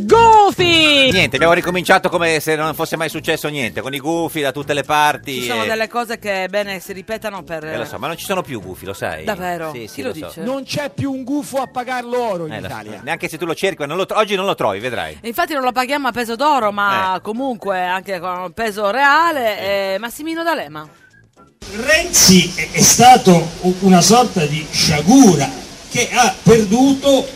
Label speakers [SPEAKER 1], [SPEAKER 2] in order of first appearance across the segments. [SPEAKER 1] Goofy!
[SPEAKER 2] Niente, abbiamo ricominciato come se non fosse mai successo niente, con i gufi da tutte le parti.
[SPEAKER 1] Ci sono
[SPEAKER 2] e-
[SPEAKER 1] delle cose che è bene si ripetano per...
[SPEAKER 2] eh, lo so, ma non ci sono più gufi, lo sai?
[SPEAKER 1] Davvero?
[SPEAKER 2] Sì, sì,
[SPEAKER 1] Chi lo
[SPEAKER 2] lo, so.
[SPEAKER 1] dice?
[SPEAKER 3] Non c'è più un gufo a pagarlo oro in
[SPEAKER 2] Eh, lo so.
[SPEAKER 3] Italia.
[SPEAKER 2] Neanche se tu lo cerchi, ma non lo tro- oggi non lo trovi, vedrai.
[SPEAKER 1] Infatti non lo paghiamo a peso d'oro, ma
[SPEAKER 2] Eh.
[SPEAKER 1] comunque anche con peso reale. eh, Massimino D'Alema.
[SPEAKER 4] Renzi è- è stato u- una sorta di sciagura che ha perduto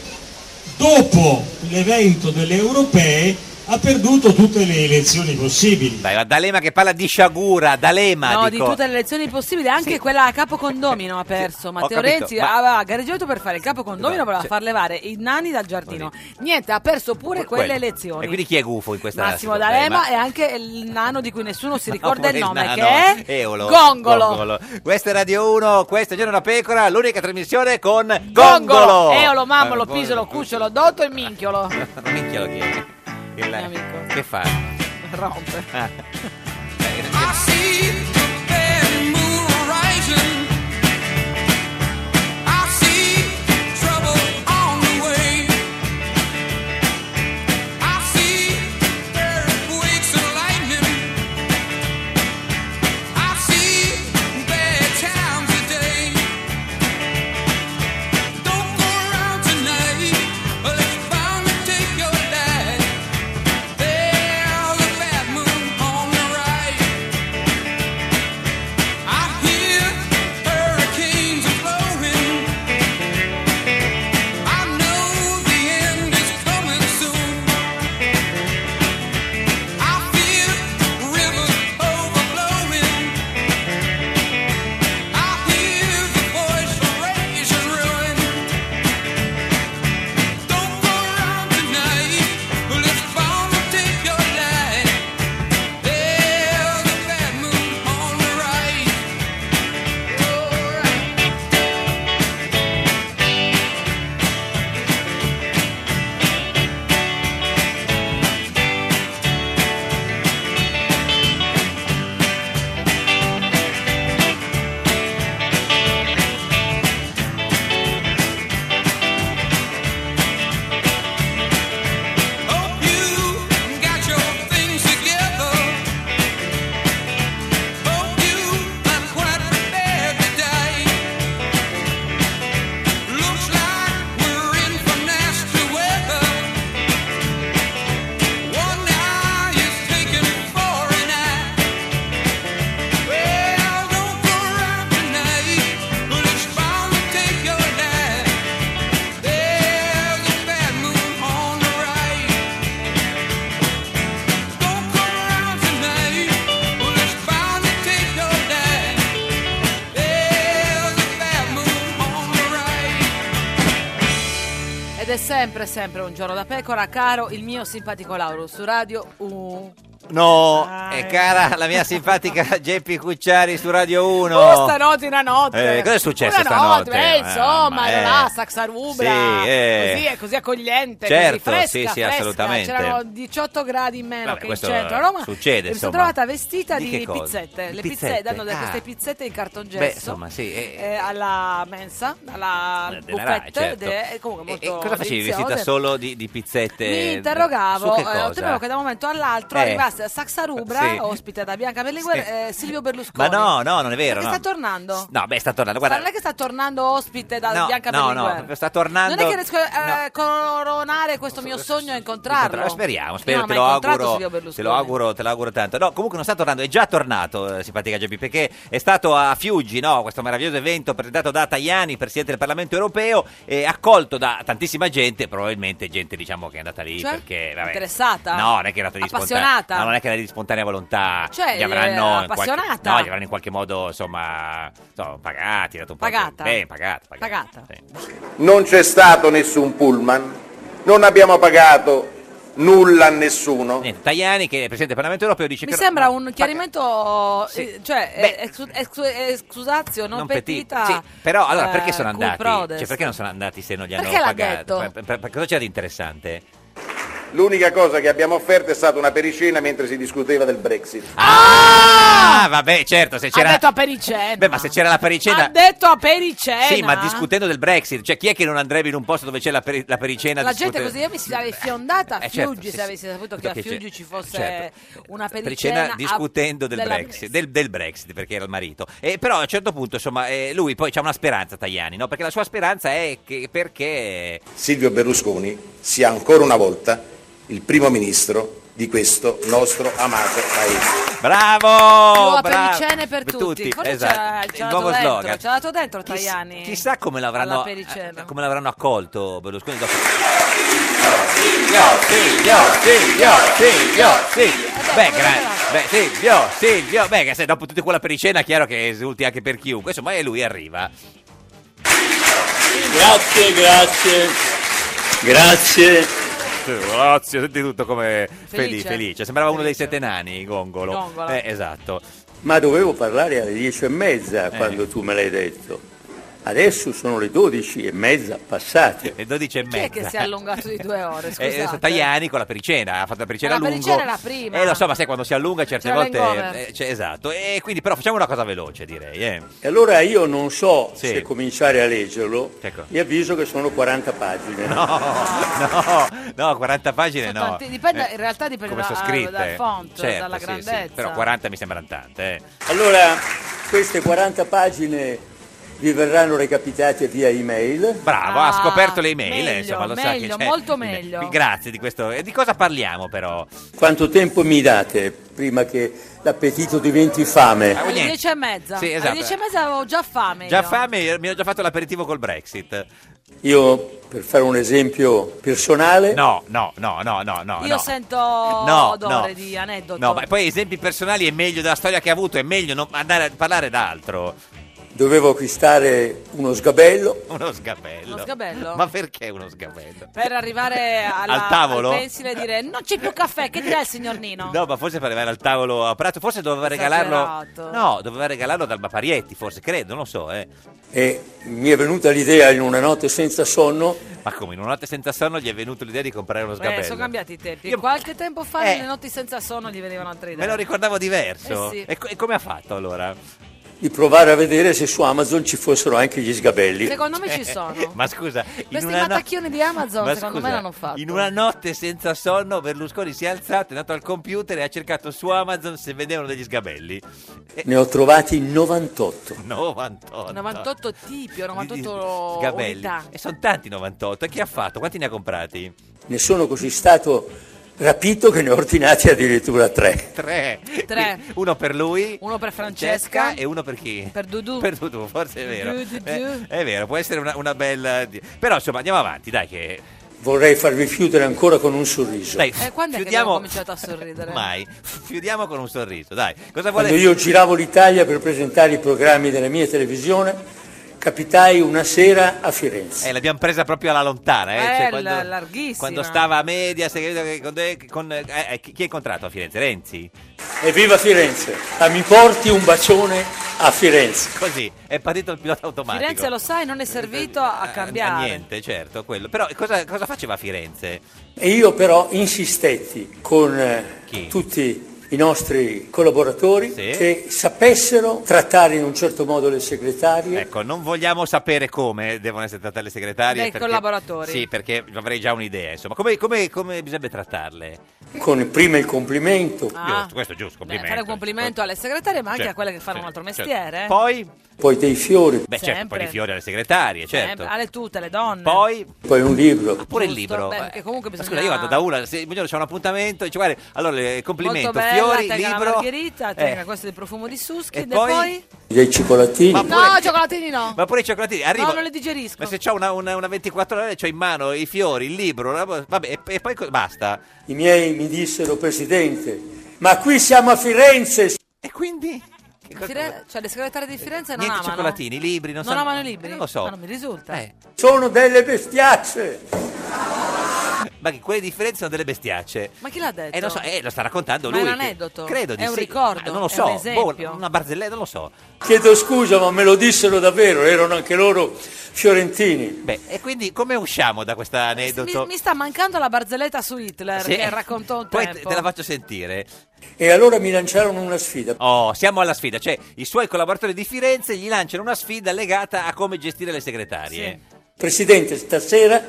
[SPEAKER 4] dopo l'evento delle europee ha perduto tutte le elezioni possibili.
[SPEAKER 2] Dai, la D'Alema che parla di sciagura, D'Alema
[SPEAKER 1] no,
[SPEAKER 2] dico.
[SPEAKER 1] di tutte le elezioni possibili, anche quella a capo condomino ha perso.
[SPEAKER 2] capito,
[SPEAKER 1] Matteo Renzi
[SPEAKER 2] ma-
[SPEAKER 1] aveva gareggiato per fare il capo condomino,
[SPEAKER 2] Dai,
[SPEAKER 1] voleva
[SPEAKER 2] cioè-
[SPEAKER 1] far levare i nani dal giardino. Niente, ha perso pure
[SPEAKER 2] Quello.
[SPEAKER 1] quelle elezioni.
[SPEAKER 2] E quindi chi è gufo in questa
[SPEAKER 1] Massimo
[SPEAKER 2] situazione?
[SPEAKER 1] D'Alema
[SPEAKER 2] Ma-
[SPEAKER 1] e anche il nano di cui nessuno si
[SPEAKER 2] Ma
[SPEAKER 1] ricorda il
[SPEAKER 2] povero
[SPEAKER 1] nome,
[SPEAKER 2] nano,
[SPEAKER 1] che è
[SPEAKER 2] Eolo.
[SPEAKER 1] Gongolo.
[SPEAKER 2] Questa è Radio 1, questa è Giorno da Pecora, l'unica trasmissione con
[SPEAKER 1] Gongolo,
[SPEAKER 2] Gongolo.
[SPEAKER 1] Eolo, Mammolo,
[SPEAKER 2] Eh, poi-
[SPEAKER 1] Pisolo, Cucciolo, Dotto e Minchiolo.
[SPEAKER 2] Minchia lo chiede. Il-
[SPEAKER 1] Mio Eh, amico.
[SPEAKER 2] Che fa?
[SPEAKER 1] Rompe.
[SPEAKER 2] Ah.
[SPEAKER 5] I see the bad moon rising. I see trouble on the way. I see earthquakes and lightning. I see bad times today. Don't go around tonight. Let's bound to take your life. There's a bad moon on the right. I hear hurricanes are blowing. I know the end is coming soon. I feel rivers overflowing. I hear the voice of rage and ruin. Don't go around tonight. Let's bound to take your life. There's a bad moon on the right. Hope you got your things together. Hope you are quite prepared today. Looks like we're in for nasty weather. One eye is taken for an eye. Well, don't go around tonight, but it's bound to take your life. There's a bad moon on the right. Don't go around tonight. Well, it's bound to take your life. There's a bad moon on the right.
[SPEAKER 1] Ed è sempre, sempre un giorno da pecora, caro il mio simpatico Lauro su Radio U.
[SPEAKER 2] No,
[SPEAKER 1] Ah,
[SPEAKER 2] e
[SPEAKER 1] eh.
[SPEAKER 2] cara la mia simpatica Geppi Cucciari su Radio 1.
[SPEAKER 1] Oh, stanotte una notte.
[SPEAKER 2] Eh, cosa è successo
[SPEAKER 1] una
[SPEAKER 2] stanotte?
[SPEAKER 1] Notte, eh,
[SPEAKER 2] Mamma,
[SPEAKER 1] insomma,
[SPEAKER 2] eh.
[SPEAKER 1] era là,
[SPEAKER 2] Sì,
[SPEAKER 1] Saxarubra.
[SPEAKER 2] eh.
[SPEAKER 1] Così, è così accogliente,
[SPEAKER 2] Certo,
[SPEAKER 1] così fresca,
[SPEAKER 2] sì, sì,
[SPEAKER 1] fresca.
[SPEAKER 2] assolutamente.
[SPEAKER 1] C'erano 18 gradi in meno
[SPEAKER 2] Vabbè,
[SPEAKER 1] che in
[SPEAKER 2] questo,
[SPEAKER 1] centro a
[SPEAKER 2] eh,
[SPEAKER 1] Roma.
[SPEAKER 2] succede,
[SPEAKER 1] E mi sono
[SPEAKER 2] insomma.
[SPEAKER 1] trovata vestita
[SPEAKER 2] Di
[SPEAKER 1] di,
[SPEAKER 2] che cosa?
[SPEAKER 1] pizzette.
[SPEAKER 2] Di
[SPEAKER 1] Le
[SPEAKER 2] pizzette?
[SPEAKER 1] pizzette, danno da queste
[SPEAKER 2] Ah.
[SPEAKER 1] pizzette in cartongesso.
[SPEAKER 2] Beh, insomma, sì, eh.
[SPEAKER 1] eh, alla mensa, alla
[SPEAKER 2] Eh, della Rai,
[SPEAKER 1] buffette.
[SPEAKER 2] certo.
[SPEAKER 1] de- e comunque
[SPEAKER 2] E- e
[SPEAKER 1] molto
[SPEAKER 2] cosa facevi vestita
[SPEAKER 1] deliziose.
[SPEAKER 2] solo di, di pizzette?
[SPEAKER 1] Oh, Mi
[SPEAKER 2] Su
[SPEAKER 1] interrogavo,
[SPEAKER 2] che
[SPEAKER 1] eh,
[SPEAKER 2] cosa?
[SPEAKER 1] ho temuto che da un momento all'altro
[SPEAKER 2] Eh.
[SPEAKER 1] arrivasse a Saxarubra,
[SPEAKER 2] Sì.
[SPEAKER 1] ospite da Bianca
[SPEAKER 2] Sì.
[SPEAKER 1] Berlinguer, eh, Silvio Berlusconi.
[SPEAKER 2] Ma no, no, non è vero.
[SPEAKER 1] Perché
[SPEAKER 2] no.
[SPEAKER 1] sta tornando?
[SPEAKER 2] No, beh, sta tornando.
[SPEAKER 1] Ma
[SPEAKER 2] Guarda,
[SPEAKER 1] non è che sta tornando ospite da
[SPEAKER 2] No,
[SPEAKER 1] Bianca
[SPEAKER 2] no,
[SPEAKER 1] Berlinguer.
[SPEAKER 2] no, sta tornando-
[SPEAKER 1] Non è che riesco a eh, coronare questo mio sogno a incontrarlo.
[SPEAKER 2] Incontra- Speriamo, spero,
[SPEAKER 1] No,
[SPEAKER 2] te,
[SPEAKER 1] ma
[SPEAKER 2] lo
[SPEAKER 1] ha incontrato Silvio
[SPEAKER 2] auguro,
[SPEAKER 1] Berlusconi.
[SPEAKER 2] te lo auguro, te lo auguro tanto. No, comunque non sta tornando, è già tornato, eh, simpatica Geppi, perché è stato a Fiuggi, no, questo meraviglioso evento presentato da Tajani, Presidente del Parlamento Europeo, e accolto da tantissima gente, probabilmente gente diciamo che è andata lì
[SPEAKER 1] Cioè?
[SPEAKER 2] perché... vabbè,
[SPEAKER 1] Interessata?
[SPEAKER 2] No, non è che è andata lì di
[SPEAKER 1] Appassionata?
[SPEAKER 2] spontanea, no, non è che era lì di spontanea volontà.
[SPEAKER 1] Cioè,
[SPEAKER 2] gli avranno
[SPEAKER 1] eh,
[SPEAKER 2] in qualche-
[SPEAKER 1] appassionata?
[SPEAKER 2] no, gli avranno in qualche modo, insomma, insomma, pagati, dato un po' di-
[SPEAKER 1] Pagata?
[SPEAKER 2] Beh, pagata, pagata.
[SPEAKER 1] Pagata.
[SPEAKER 2] Sì.
[SPEAKER 6] non c'è stato nessun pullman, non abbiamo pagato nulla a nessuno.
[SPEAKER 2] Tajani, che è presidente del Parlamento europeo, dice
[SPEAKER 1] Mi
[SPEAKER 2] che
[SPEAKER 1] sembra un chiarimento, eh, cioè, eh, exu- exu- excusatio, non,
[SPEAKER 2] non petit.
[SPEAKER 1] petita.
[SPEAKER 2] Sì, però allora
[SPEAKER 1] eh,
[SPEAKER 2] perché sono
[SPEAKER 1] cum
[SPEAKER 2] andati?
[SPEAKER 1] prodest.
[SPEAKER 2] Cioè, perché non sono andati se non gli hanno
[SPEAKER 1] Perché l'ha
[SPEAKER 2] pagato?
[SPEAKER 1] detto?
[SPEAKER 2] Per- per- per- cosa c'era di interessante?
[SPEAKER 6] L'unica cosa che abbiamo offerto è stata una pericena mentre si discuteva del Brexit.
[SPEAKER 2] Ah, vabbè, certo, se
[SPEAKER 1] Ha
[SPEAKER 2] c'era
[SPEAKER 1] detto a pericena.
[SPEAKER 2] Beh, ma se c'era la
[SPEAKER 1] Ha
[SPEAKER 2] pericena
[SPEAKER 1] detto a pericena.
[SPEAKER 2] Sì, ma discutendo del Brexit, cioè chi è che non andrebbe in un posto dove c'è la, peri- la pericena a
[SPEAKER 1] La gente
[SPEAKER 2] discutere-
[SPEAKER 1] così io mi sarei fiondata a
[SPEAKER 2] Eh, certo,
[SPEAKER 1] Fiuggi
[SPEAKER 2] sì, sì.
[SPEAKER 1] se avessi saputo che a
[SPEAKER 2] Perché c'è-
[SPEAKER 1] Fiuggi ci fosse
[SPEAKER 2] certo.
[SPEAKER 1] una pericena,
[SPEAKER 2] Pericena
[SPEAKER 1] a-
[SPEAKER 2] discutendo del
[SPEAKER 1] della-
[SPEAKER 2] Brexit, del, del Brexit, perché era il marito. E però a un certo punto, insomma, eh, lui poi c'ha una speranza, Tajani, no? Perché la sua speranza è che perché
[SPEAKER 6] Silvio Berlusconi sia ancora una volta il primo ministro di questo nostro amato paese.
[SPEAKER 2] Bravo!
[SPEAKER 1] Nuova
[SPEAKER 2] bravo.
[SPEAKER 1] pericene per tutti. Forse c'era- c'era
[SPEAKER 2] il nuovo
[SPEAKER 1] dato dentro,
[SPEAKER 2] slogan.
[SPEAKER 1] c'era dato dentro Tajani.
[SPEAKER 2] Chissà come
[SPEAKER 1] alla
[SPEAKER 2] l'avranno,
[SPEAKER 1] pericena.
[SPEAKER 2] eh, come l'avranno accolto Berlusconi dopo. Beh, gra- beh, Silvio, Silvio, beh, che se dopo tutta quella pericena è chiaro che esulti anche per chiunque, insomma, e lui arriva.
[SPEAKER 7] Grazie, grazie. Grazie.
[SPEAKER 2] Grazie, senti tutto come felice,
[SPEAKER 7] Felice.
[SPEAKER 2] felice. Sembrava uno dei sette nani, Gongolo.
[SPEAKER 7] Gongola.
[SPEAKER 2] Eh, esatto.
[SPEAKER 7] Ma dovevo parlare alle dieci e mezza
[SPEAKER 2] Eh.
[SPEAKER 7] quando tu me l'hai detto. Adesso sono le dodici e mezza passate.
[SPEAKER 2] Le Eh, dodici e mezza.
[SPEAKER 1] Chi è che si è allungato di due ore?
[SPEAKER 2] Eh, adesso
[SPEAKER 1] Scusate.
[SPEAKER 2] Tajani con la pericena ha fatto la pericena
[SPEAKER 1] Ma la
[SPEAKER 2] lungo
[SPEAKER 1] pericena era prima.
[SPEAKER 2] eh lo so ma sai quando si allunga certe
[SPEAKER 1] C'era l'hangover.
[SPEAKER 2] volte eh, c'è- esatto e quindi però facciamo una cosa veloce direi eh.
[SPEAKER 7] E allora io non so se cominciare a leggerlo. Vi avviso che sono 40 pagine.
[SPEAKER 2] Ecco. no no no 40 pagine no
[SPEAKER 1] Tanti- dipende,
[SPEAKER 2] Eh,
[SPEAKER 1] in realtà dipende
[SPEAKER 2] come sono
[SPEAKER 1] da-
[SPEAKER 2] scritte
[SPEAKER 1] ah, dal font,
[SPEAKER 2] Certo,
[SPEAKER 1] dalla
[SPEAKER 2] sì, sì,
[SPEAKER 1] grandezza.
[SPEAKER 2] però 40 mi sembrano tante eh.
[SPEAKER 7] Allora, queste 40 pagine vi verranno recapitate via email.
[SPEAKER 2] bravo ha scoperto le email eh,
[SPEAKER 7] meglio,
[SPEAKER 2] insomma lo sa che
[SPEAKER 1] Ah, meglio,
[SPEAKER 2] c'è
[SPEAKER 1] molto
[SPEAKER 2] l'email.
[SPEAKER 1] meglio.
[SPEAKER 2] Qui- grazie di questo e di cosa parliamo però
[SPEAKER 7] Quanto tempo mi date prima che l'appetito diventi fame?
[SPEAKER 1] Alle dieci e mezza.
[SPEAKER 2] Sì,
[SPEAKER 1] Alle
[SPEAKER 2] esatto.
[SPEAKER 1] dieci e mezza avevo già fame.
[SPEAKER 2] Ah, già
[SPEAKER 1] io.
[SPEAKER 2] fame mi ho già fatto l'aperitivo col Brexit
[SPEAKER 7] Io, per fare un esempio personale...
[SPEAKER 2] no no no no no no
[SPEAKER 1] Io
[SPEAKER 2] no.
[SPEAKER 1] sento
[SPEAKER 2] no.
[SPEAKER 1] odore di aneddoto.
[SPEAKER 2] No, ma poi esempi personali è meglio della storia che ha avuto, è meglio non andare a parlare d'altro.
[SPEAKER 7] Dovevo acquistare uno sgabello.
[SPEAKER 2] Uno sgabello.
[SPEAKER 1] Uno sgabello?
[SPEAKER 2] Ma perché uno sgabello?
[SPEAKER 1] Per arrivare alla,
[SPEAKER 2] Al tavolo?
[SPEAKER 1] al pensile e dire non c'è più caffè, che dirà il signor Nino?
[SPEAKER 2] No, ma forse per arrivare al tavolo a pranzo, forse doveva regalarlo.
[SPEAKER 1] Esagerato.
[SPEAKER 2] No, doveva regalarlo dal Baparietti, forse, credo, non lo so, eh.
[SPEAKER 7] E mi è venuta l'idea in una notte senza sonno.
[SPEAKER 2] Ma come in una notte senza sonno gli è venuto l'idea di comprare uno
[SPEAKER 1] Eh,
[SPEAKER 2] sgabello?
[SPEAKER 1] sono cambiati i tempi. Qualche tempo fa, nelle notti senza sonno, gli venivano altre idee.
[SPEAKER 2] Me lo ricordavo diverso.
[SPEAKER 1] Eh sì.
[SPEAKER 2] e, co- e come ha fatto allora?
[SPEAKER 7] di provare a vedere se su Amazon ci fossero anche gli sgabelli.
[SPEAKER 1] Secondo me ci sono.
[SPEAKER 2] Eh, Ma scusa, in
[SPEAKER 1] Questi
[SPEAKER 2] una no-
[SPEAKER 1] mattacchioni di Amazon,
[SPEAKER 2] Ma
[SPEAKER 1] secondo
[SPEAKER 2] scusa,
[SPEAKER 1] me, l'hanno fatto.
[SPEAKER 2] In una notte senza sonno, Berlusconi si è alzato, è andato al computer e ha cercato su Amazon se vendevano degli sgabelli. E-
[SPEAKER 7] Ne ho trovati 98.
[SPEAKER 2] 98.
[SPEAKER 1] 98 tipi o 98
[SPEAKER 2] sgabelli.
[SPEAKER 1] unità.
[SPEAKER 2] E sono tanti 98. E chi ha fatto? Quanti ne ha comprati?
[SPEAKER 7] Ne sono così stato rapito che ne ho ordinati addirittura tre.
[SPEAKER 2] Tre.
[SPEAKER 1] Tre.
[SPEAKER 2] Quindi Uno per lui.
[SPEAKER 1] Uno per Francesca,
[SPEAKER 2] Francesca e uno per chi?
[SPEAKER 1] per Dudu.
[SPEAKER 2] Per Dudu, forse è vero.
[SPEAKER 1] Dudu, Dudu.
[SPEAKER 2] Eh, è vero, può essere una, una bella... Però insomma andiamo avanti, dai che...
[SPEAKER 7] Vorrei farvi chiudere ancora con un sorriso.
[SPEAKER 2] Dai,
[SPEAKER 1] E Eh, quando è che abbiamo
[SPEAKER 2] chiudiamo...
[SPEAKER 1] cominciato a sorridere?
[SPEAKER 2] Mai. Chiudiamo con un sorriso, dai. Cosa vuole...
[SPEAKER 7] Quando io giravo l'Italia per presentare i programmi della mia televisione, capitai una sera a Firenze.
[SPEAKER 2] Eh, l'abbiamo presa proprio alla lontana, eh?
[SPEAKER 1] Eh,
[SPEAKER 2] Cioè,
[SPEAKER 1] l-
[SPEAKER 2] quando,
[SPEAKER 1] larghissima.
[SPEAKER 2] quando stava a media, se- che- con, eh, con- eh, eh, chi chi è incontrato a Firenze? Renzi?
[SPEAKER 7] Evviva Firenze! A mi porti un bacione a Firenze.
[SPEAKER 2] Così, è partito il pilota automatico.
[SPEAKER 1] Firenze lo sai, non è servito a
[SPEAKER 2] A
[SPEAKER 1] cambiare.
[SPEAKER 2] Eh, niente, certo, quello. Però cosa, cosa faceva a Firenze?
[SPEAKER 7] E io però insistetti con eh,
[SPEAKER 2] Chi?
[SPEAKER 7] tutti i nostri collaboratori che sapessero trattare in un certo modo le segretarie.
[SPEAKER 2] Ecco, non vogliamo sapere come devono essere trattate le segretarie.
[SPEAKER 1] Dai
[SPEAKER 2] perché-
[SPEAKER 1] collaboratori.
[SPEAKER 2] Sì, perché avrei già un'idea, insomma. Come, come- come bisogna trattarle?
[SPEAKER 7] Con prima il complimento,
[SPEAKER 1] Ah.
[SPEAKER 2] Giusto, questo è giusto,
[SPEAKER 1] Beh,
[SPEAKER 2] complimento.
[SPEAKER 1] fare un complimento alle segretarie, ma anche
[SPEAKER 2] Certo,
[SPEAKER 1] a quelle che fanno
[SPEAKER 2] certo,
[SPEAKER 1] un altro
[SPEAKER 2] certo.
[SPEAKER 1] mestiere. Eh,
[SPEAKER 2] Poi?
[SPEAKER 7] poi dei fiori,
[SPEAKER 2] Beh, certo, poi
[SPEAKER 1] Sempre.
[SPEAKER 2] i fiori alle segretarie, certo.
[SPEAKER 1] Sempre, alle tutte le donne.
[SPEAKER 2] Poi?
[SPEAKER 7] poi un libro.
[SPEAKER 2] Pure il
[SPEAKER 1] Giusto,
[SPEAKER 2] libro.
[SPEAKER 1] beh,
[SPEAKER 2] eh.
[SPEAKER 1] perché comunque
[SPEAKER 2] Ma
[SPEAKER 1] bisogna
[SPEAKER 2] Scusa, io vado da una, se ognuno c'è un appuntamento, dice guarda, allora eh, complimento,
[SPEAKER 1] Molto bella,
[SPEAKER 2] fiori,
[SPEAKER 1] tenga la
[SPEAKER 2] libro.
[SPEAKER 1] margherita, tenga
[SPEAKER 2] Eh,
[SPEAKER 1] questo del profumo di Suskin.
[SPEAKER 2] E
[SPEAKER 1] E
[SPEAKER 2] poi?
[SPEAKER 1] poi?
[SPEAKER 7] Dei cioccolatini.
[SPEAKER 1] No, cioccolatini no.
[SPEAKER 2] Ma pure i cioccolatini, Eh, arrivo.
[SPEAKER 1] No, non li digerisco.
[SPEAKER 2] Ma se c'ho una, una, una 24 ore, c'ho in mano i fiori, il libro, la- vabbè, e, e poi co- basta.
[SPEAKER 1] Eh,
[SPEAKER 7] I miei mi dissero, Presidente, ma qui siamo a Firenze.
[SPEAKER 2] E quindi? Che cosa-
[SPEAKER 1] Fire- cioè, le segretarie di Firenze non
[SPEAKER 2] Niente
[SPEAKER 1] amano.
[SPEAKER 2] cioccolatini, libri, non,
[SPEAKER 1] Non
[SPEAKER 2] sanno-
[SPEAKER 1] amano i libri?
[SPEAKER 2] Eh, Non lo so.
[SPEAKER 1] Ma non mi risulta.
[SPEAKER 2] Eh,
[SPEAKER 7] Sono delle bestiacce.
[SPEAKER 2] ma che quelle differenze sono delle bestiacce.
[SPEAKER 1] Ma chi l'ha detto?
[SPEAKER 2] Eh, non so, eh, lo sta raccontando
[SPEAKER 1] Ma è
[SPEAKER 2] lui.
[SPEAKER 1] un
[SPEAKER 2] che-
[SPEAKER 1] aneddoto?
[SPEAKER 2] Credo di
[SPEAKER 1] È un
[SPEAKER 2] sì.
[SPEAKER 1] ricordo?
[SPEAKER 2] Ah, non lo
[SPEAKER 1] È
[SPEAKER 2] so.
[SPEAKER 1] un esempio?
[SPEAKER 2] boh, una barzelletta, non lo so.
[SPEAKER 7] Chiedo scusa, ma me lo dissero davvero, erano anche loro fiorentini.
[SPEAKER 2] Beh, e quindi come usciamo da questo aneddoto?
[SPEAKER 1] Mi, mi sta mancando la barzelletta su Hitler
[SPEAKER 2] Sì.
[SPEAKER 1] che raccontò un
[SPEAKER 2] Poi te-
[SPEAKER 1] tempo.
[SPEAKER 2] te la faccio sentire.
[SPEAKER 7] E allora mi lanciarono una sfida.
[SPEAKER 2] Oh, siamo alla sfida, cioè i suoi collaboratori di Firenze gli lanciano una sfida legata a come gestire le segretarie.
[SPEAKER 7] Presidente, stasera